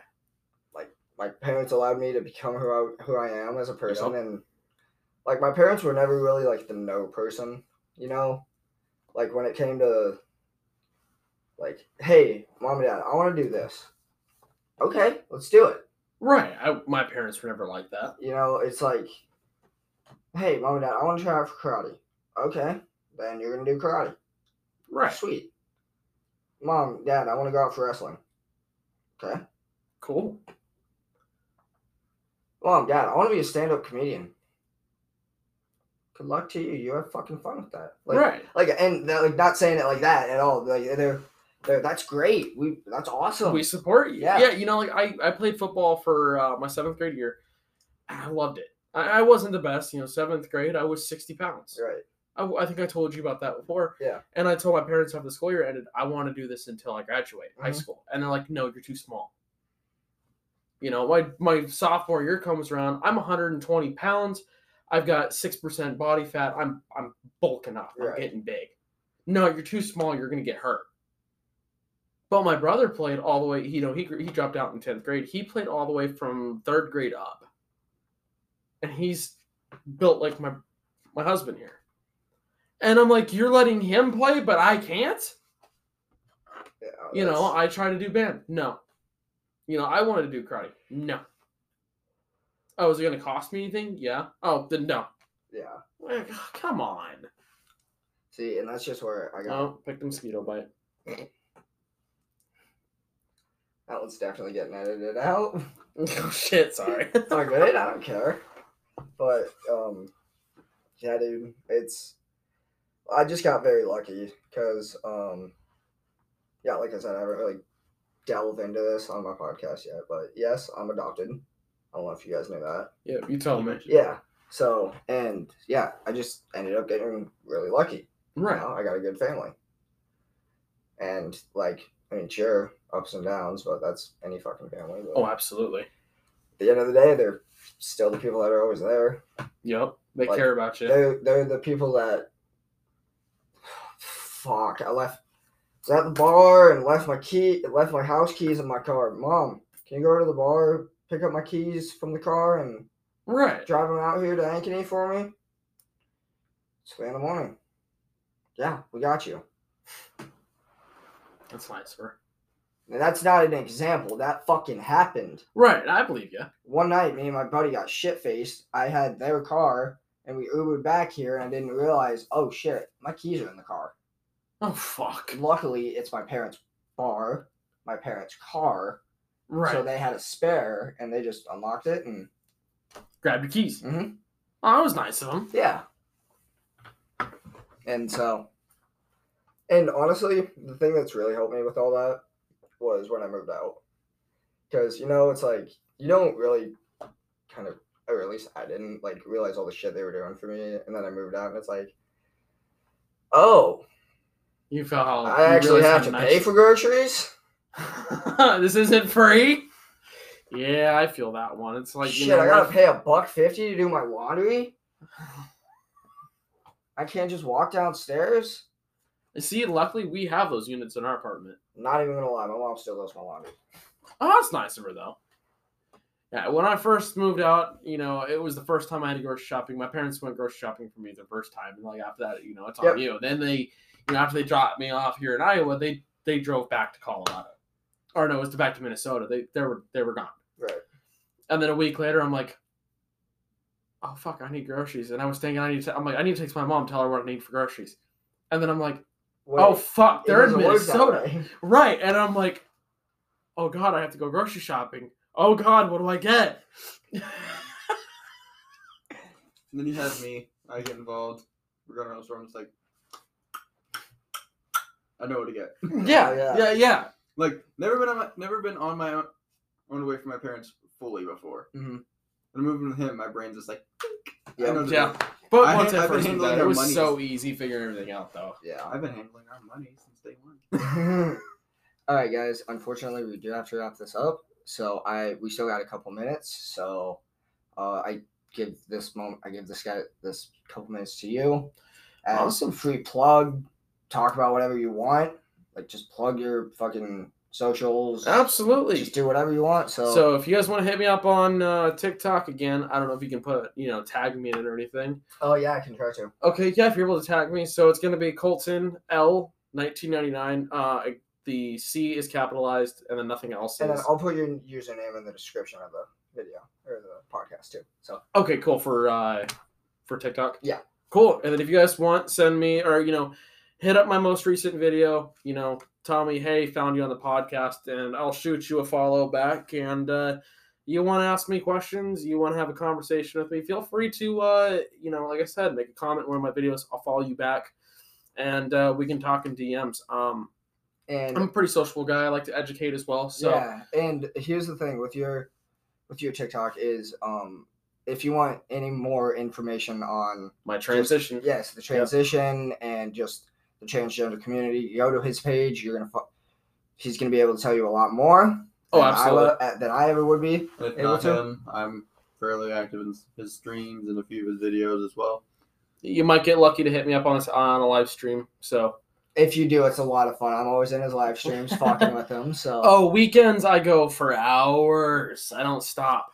my parents allowed me to become who I who I am as a person, Yep. and like my parents were never really like the no person, you know. Like when it came to, like, hey, mom and dad, I want to do this. Okay, let's do it. right I, my parents were never like that You know, it's like, hey, mom and dad, I want to try out for karate. Okay, then you're gonna do karate. right Sweet. Mom, dad, I want to go out for wrestling. Okay. cool Mom, dad, I want to be a stand-up comedian. Good luck to you. You have fucking fun with that. Like, right. Like, and they're, like not saying it like that at all. Like they're, they're that's great. We that's awesome. We support you. Yeah. Yeah. You know, like I, I played football for uh, my seventh grade year. And I loved it. I, I wasn't the best. You know, seventh grade, I was 60 pounds. right. I, I think I told you about that before. Yeah. And I told my parents after the school year ended, I want to do this until I graduate high Mhm. school. And they're like, no, you're too small. You know, my, my sophomore year comes around, I'm 120 pounds. I've got 6% body fat. I'm, I'm bulking up. I'm Right. getting big. No, you're too small. You're going to get hurt. But my brother played all the way, you know, he, he dropped out in 10th grade. He played all the way from third grade up. And he's built like my, my husband here. And I'm like, you're letting him play, but I can't? Yeah, You know, that's- I try to do band. No. You know, I wanted to do karate. No. Oh, is it going to cost me anything? Yeah. Oh, then no. yeah. Like, oh, come on. See, and that's just where I got. Oh, picked a mosquito bite. <laughs> That one's definitely getting edited out. <laughs> oh, shit. Sorry. It's all good. I don't care. But um, yeah, dude, it's. I just got very lucky because um, yeah, like I said, I haven't really delved into this on my podcast yet. But yes, I'm adopted. I don't know if you guys knew that. yeah, you tell You me. mentioned- Yeah. So and yeah, I just ended up getting really lucky. You Right. know, I got a good family. And like, I mean, sure, ups and downs, but that's any fucking family. But Oh, absolutely. at the end of the day, they're still the people that are always there. Yep. They Like, care about you. They're they're the people that. Fuck! I left. Was at the bar and left my key, left my house keys in my car. Mom, can you go to the bar, pick up my keys from the car, and right. drive them out here to Ankeny for me? It's three in the morning. Yeah, we got you. That's nice of her. And that's not an example. That fucking happened. Right. I believe you. one night, me and my buddy got shit faced. I had their car and we Ubered back here, and I didn't realize, oh shit, my keys are in the car. Oh fuck. Luckily, it's my parents' bar, my parents' car, Right. so they had a spare, and they just unlocked it, and Grab your keys. Mhm. Oh, that was nice of them. yeah. And so, and honestly, the thing that's really helped me with all that was when I moved out, because you know it's like you don't really kind of, or at least I didn't like realize all the shit they were doing for me, and then I moved out, and it's like, oh, You felt I how Oh, you actually realized have how to nice- pay for groceries. <laughs> this isn't free. Yeah, I feel that one. It's like you Shit, know, I gotta what? pay a buck fifty to do my laundry. I can't just walk downstairs. See, luckily we have those units in our apartment. Not even gonna lie, my mom still does my laundry. Oh, that's nice of her though. Yeah, when I first moved out, you know, it was the first time I had to grocery shopping. My parents went grocery shopping for me the first time, and like after that, you know, it's on Yep. you. Then they, you know, after they dropped me off here in Iowa, they they drove back to Colorado, or no, it was back to Minnesota. They they were they were gone. Right. And then a week later, I'm like, oh fuck, I need groceries. And I was thinking, I need to. I'm like, I need to text my mom, tell her what I need for groceries. And then I'm like, Wait, oh fuck, it they're in doesn't work that Minnesota. way. Right. And I'm like, oh God, I have to go grocery shopping. Oh God, what do I get? <laughs> And then you have me. I get involved. We're going around the store. I'm just like, I know what to get. Yeah, <laughs> yeah, Oh, yeah. yeah, yeah, Like never been on my, never been on my own, own away from my parents fully before. Mhm. And moving with him, my brain's just like, I Yeah. know the Yeah. difference. But I once had- I, I've been first moved handling out, their it was monies. so easy figuring everything out, though. Yeah. I've been handling our money since day one. <laughs> all right, guys. Unfortunately, we do have to wrap this up. So I we still got a couple minutes. So uh, I give this moment, I give this guy this couple minutes to you. And some Awesome. free plug. Talk about whatever you want. Like just plug your fucking socials. Absolutely. Just do whatever you want. So, Oh, So if you guys want to hit me up on uh, TikTok again, I don't know if you can put, you know, tag me in it or anything. oh yeah, I can try to. Okay, yeah, if you're able to tag me, so it's going to be Colton L 1999. Uh, the C is capitalized, and then nothing else And then is. I'll put your username in the description of the video or the podcast too. So Okay, cool for uh for TikTok. Yeah. Cool. And then if you guys want, send me or you know, hit up my most recent video, you know, tell me, hey, found you on the podcast, and I'll shoot you a follow back. And uh you want to ask me questions, you want to have a conversation with me, feel free to uh, you know, like I said, make a comment in one of my videos, I'll follow you back. And uh, we can talk in DMs. Um, and I'm a pretty sociable guy. I like to educate as well. So yeah, and here's the thing with your with your TikTok is um if you want any more information on my transition. yes the transition and just the transgender community, go to his page. You're gonna fu- he's gonna be able to tell you a lot more. Oh, than I absolutely. will- uh, than I ever would be. And if Able not to? him, I'm fairly active in his streams and a few of his videos as well. You might get lucky to hit me up on this on a live stream. So If you do, it's a lot of fun. I'm always in his live <laughs> streams talking with him. So Oh, weekends I go for hours. I don't stop.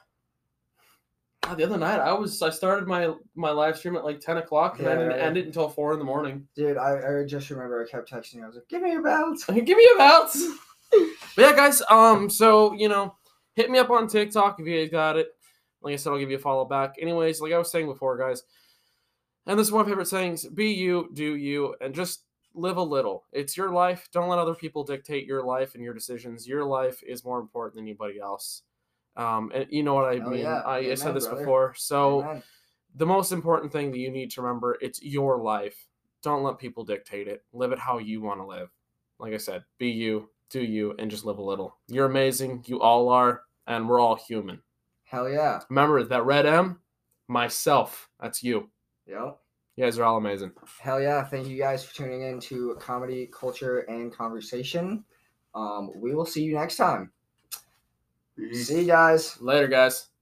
God, the other night I was I started my my live stream at like ten o'clock and I didn't Yeah. end it until four in the morning. dude, I, I just remember I kept texting you. I was like, give me your belt. Give me a belt. but yeah, guys. Um, so you know, hit me up on TikTok if you guys got it. Like I said, I'll give you a follow back. Anyways, like I was saying before, guys, and this is one of my favorite sayings: "Be you, do you, and just live a little. It's your life. Don't let other people dictate your life and your decisions. Your life is more important than anybody else. Um, and you know what I Hell mean. yeah. I, I Amen, said this brother. before. So Amen. the most important thing that you need to remember it's your life. Don't let people dictate it. Live it how you want to live. Like I said, be you, do you, and just live a little. You're amazing. You all are, and we're all human. hell yeah, Remember that red M, myself. That's you. yep. You guys are all amazing. Hell yeah. Thank you guys for tuning in to Comedy, Culture, and Conversation. Um, we will see you next time. See you guys. Later, guys.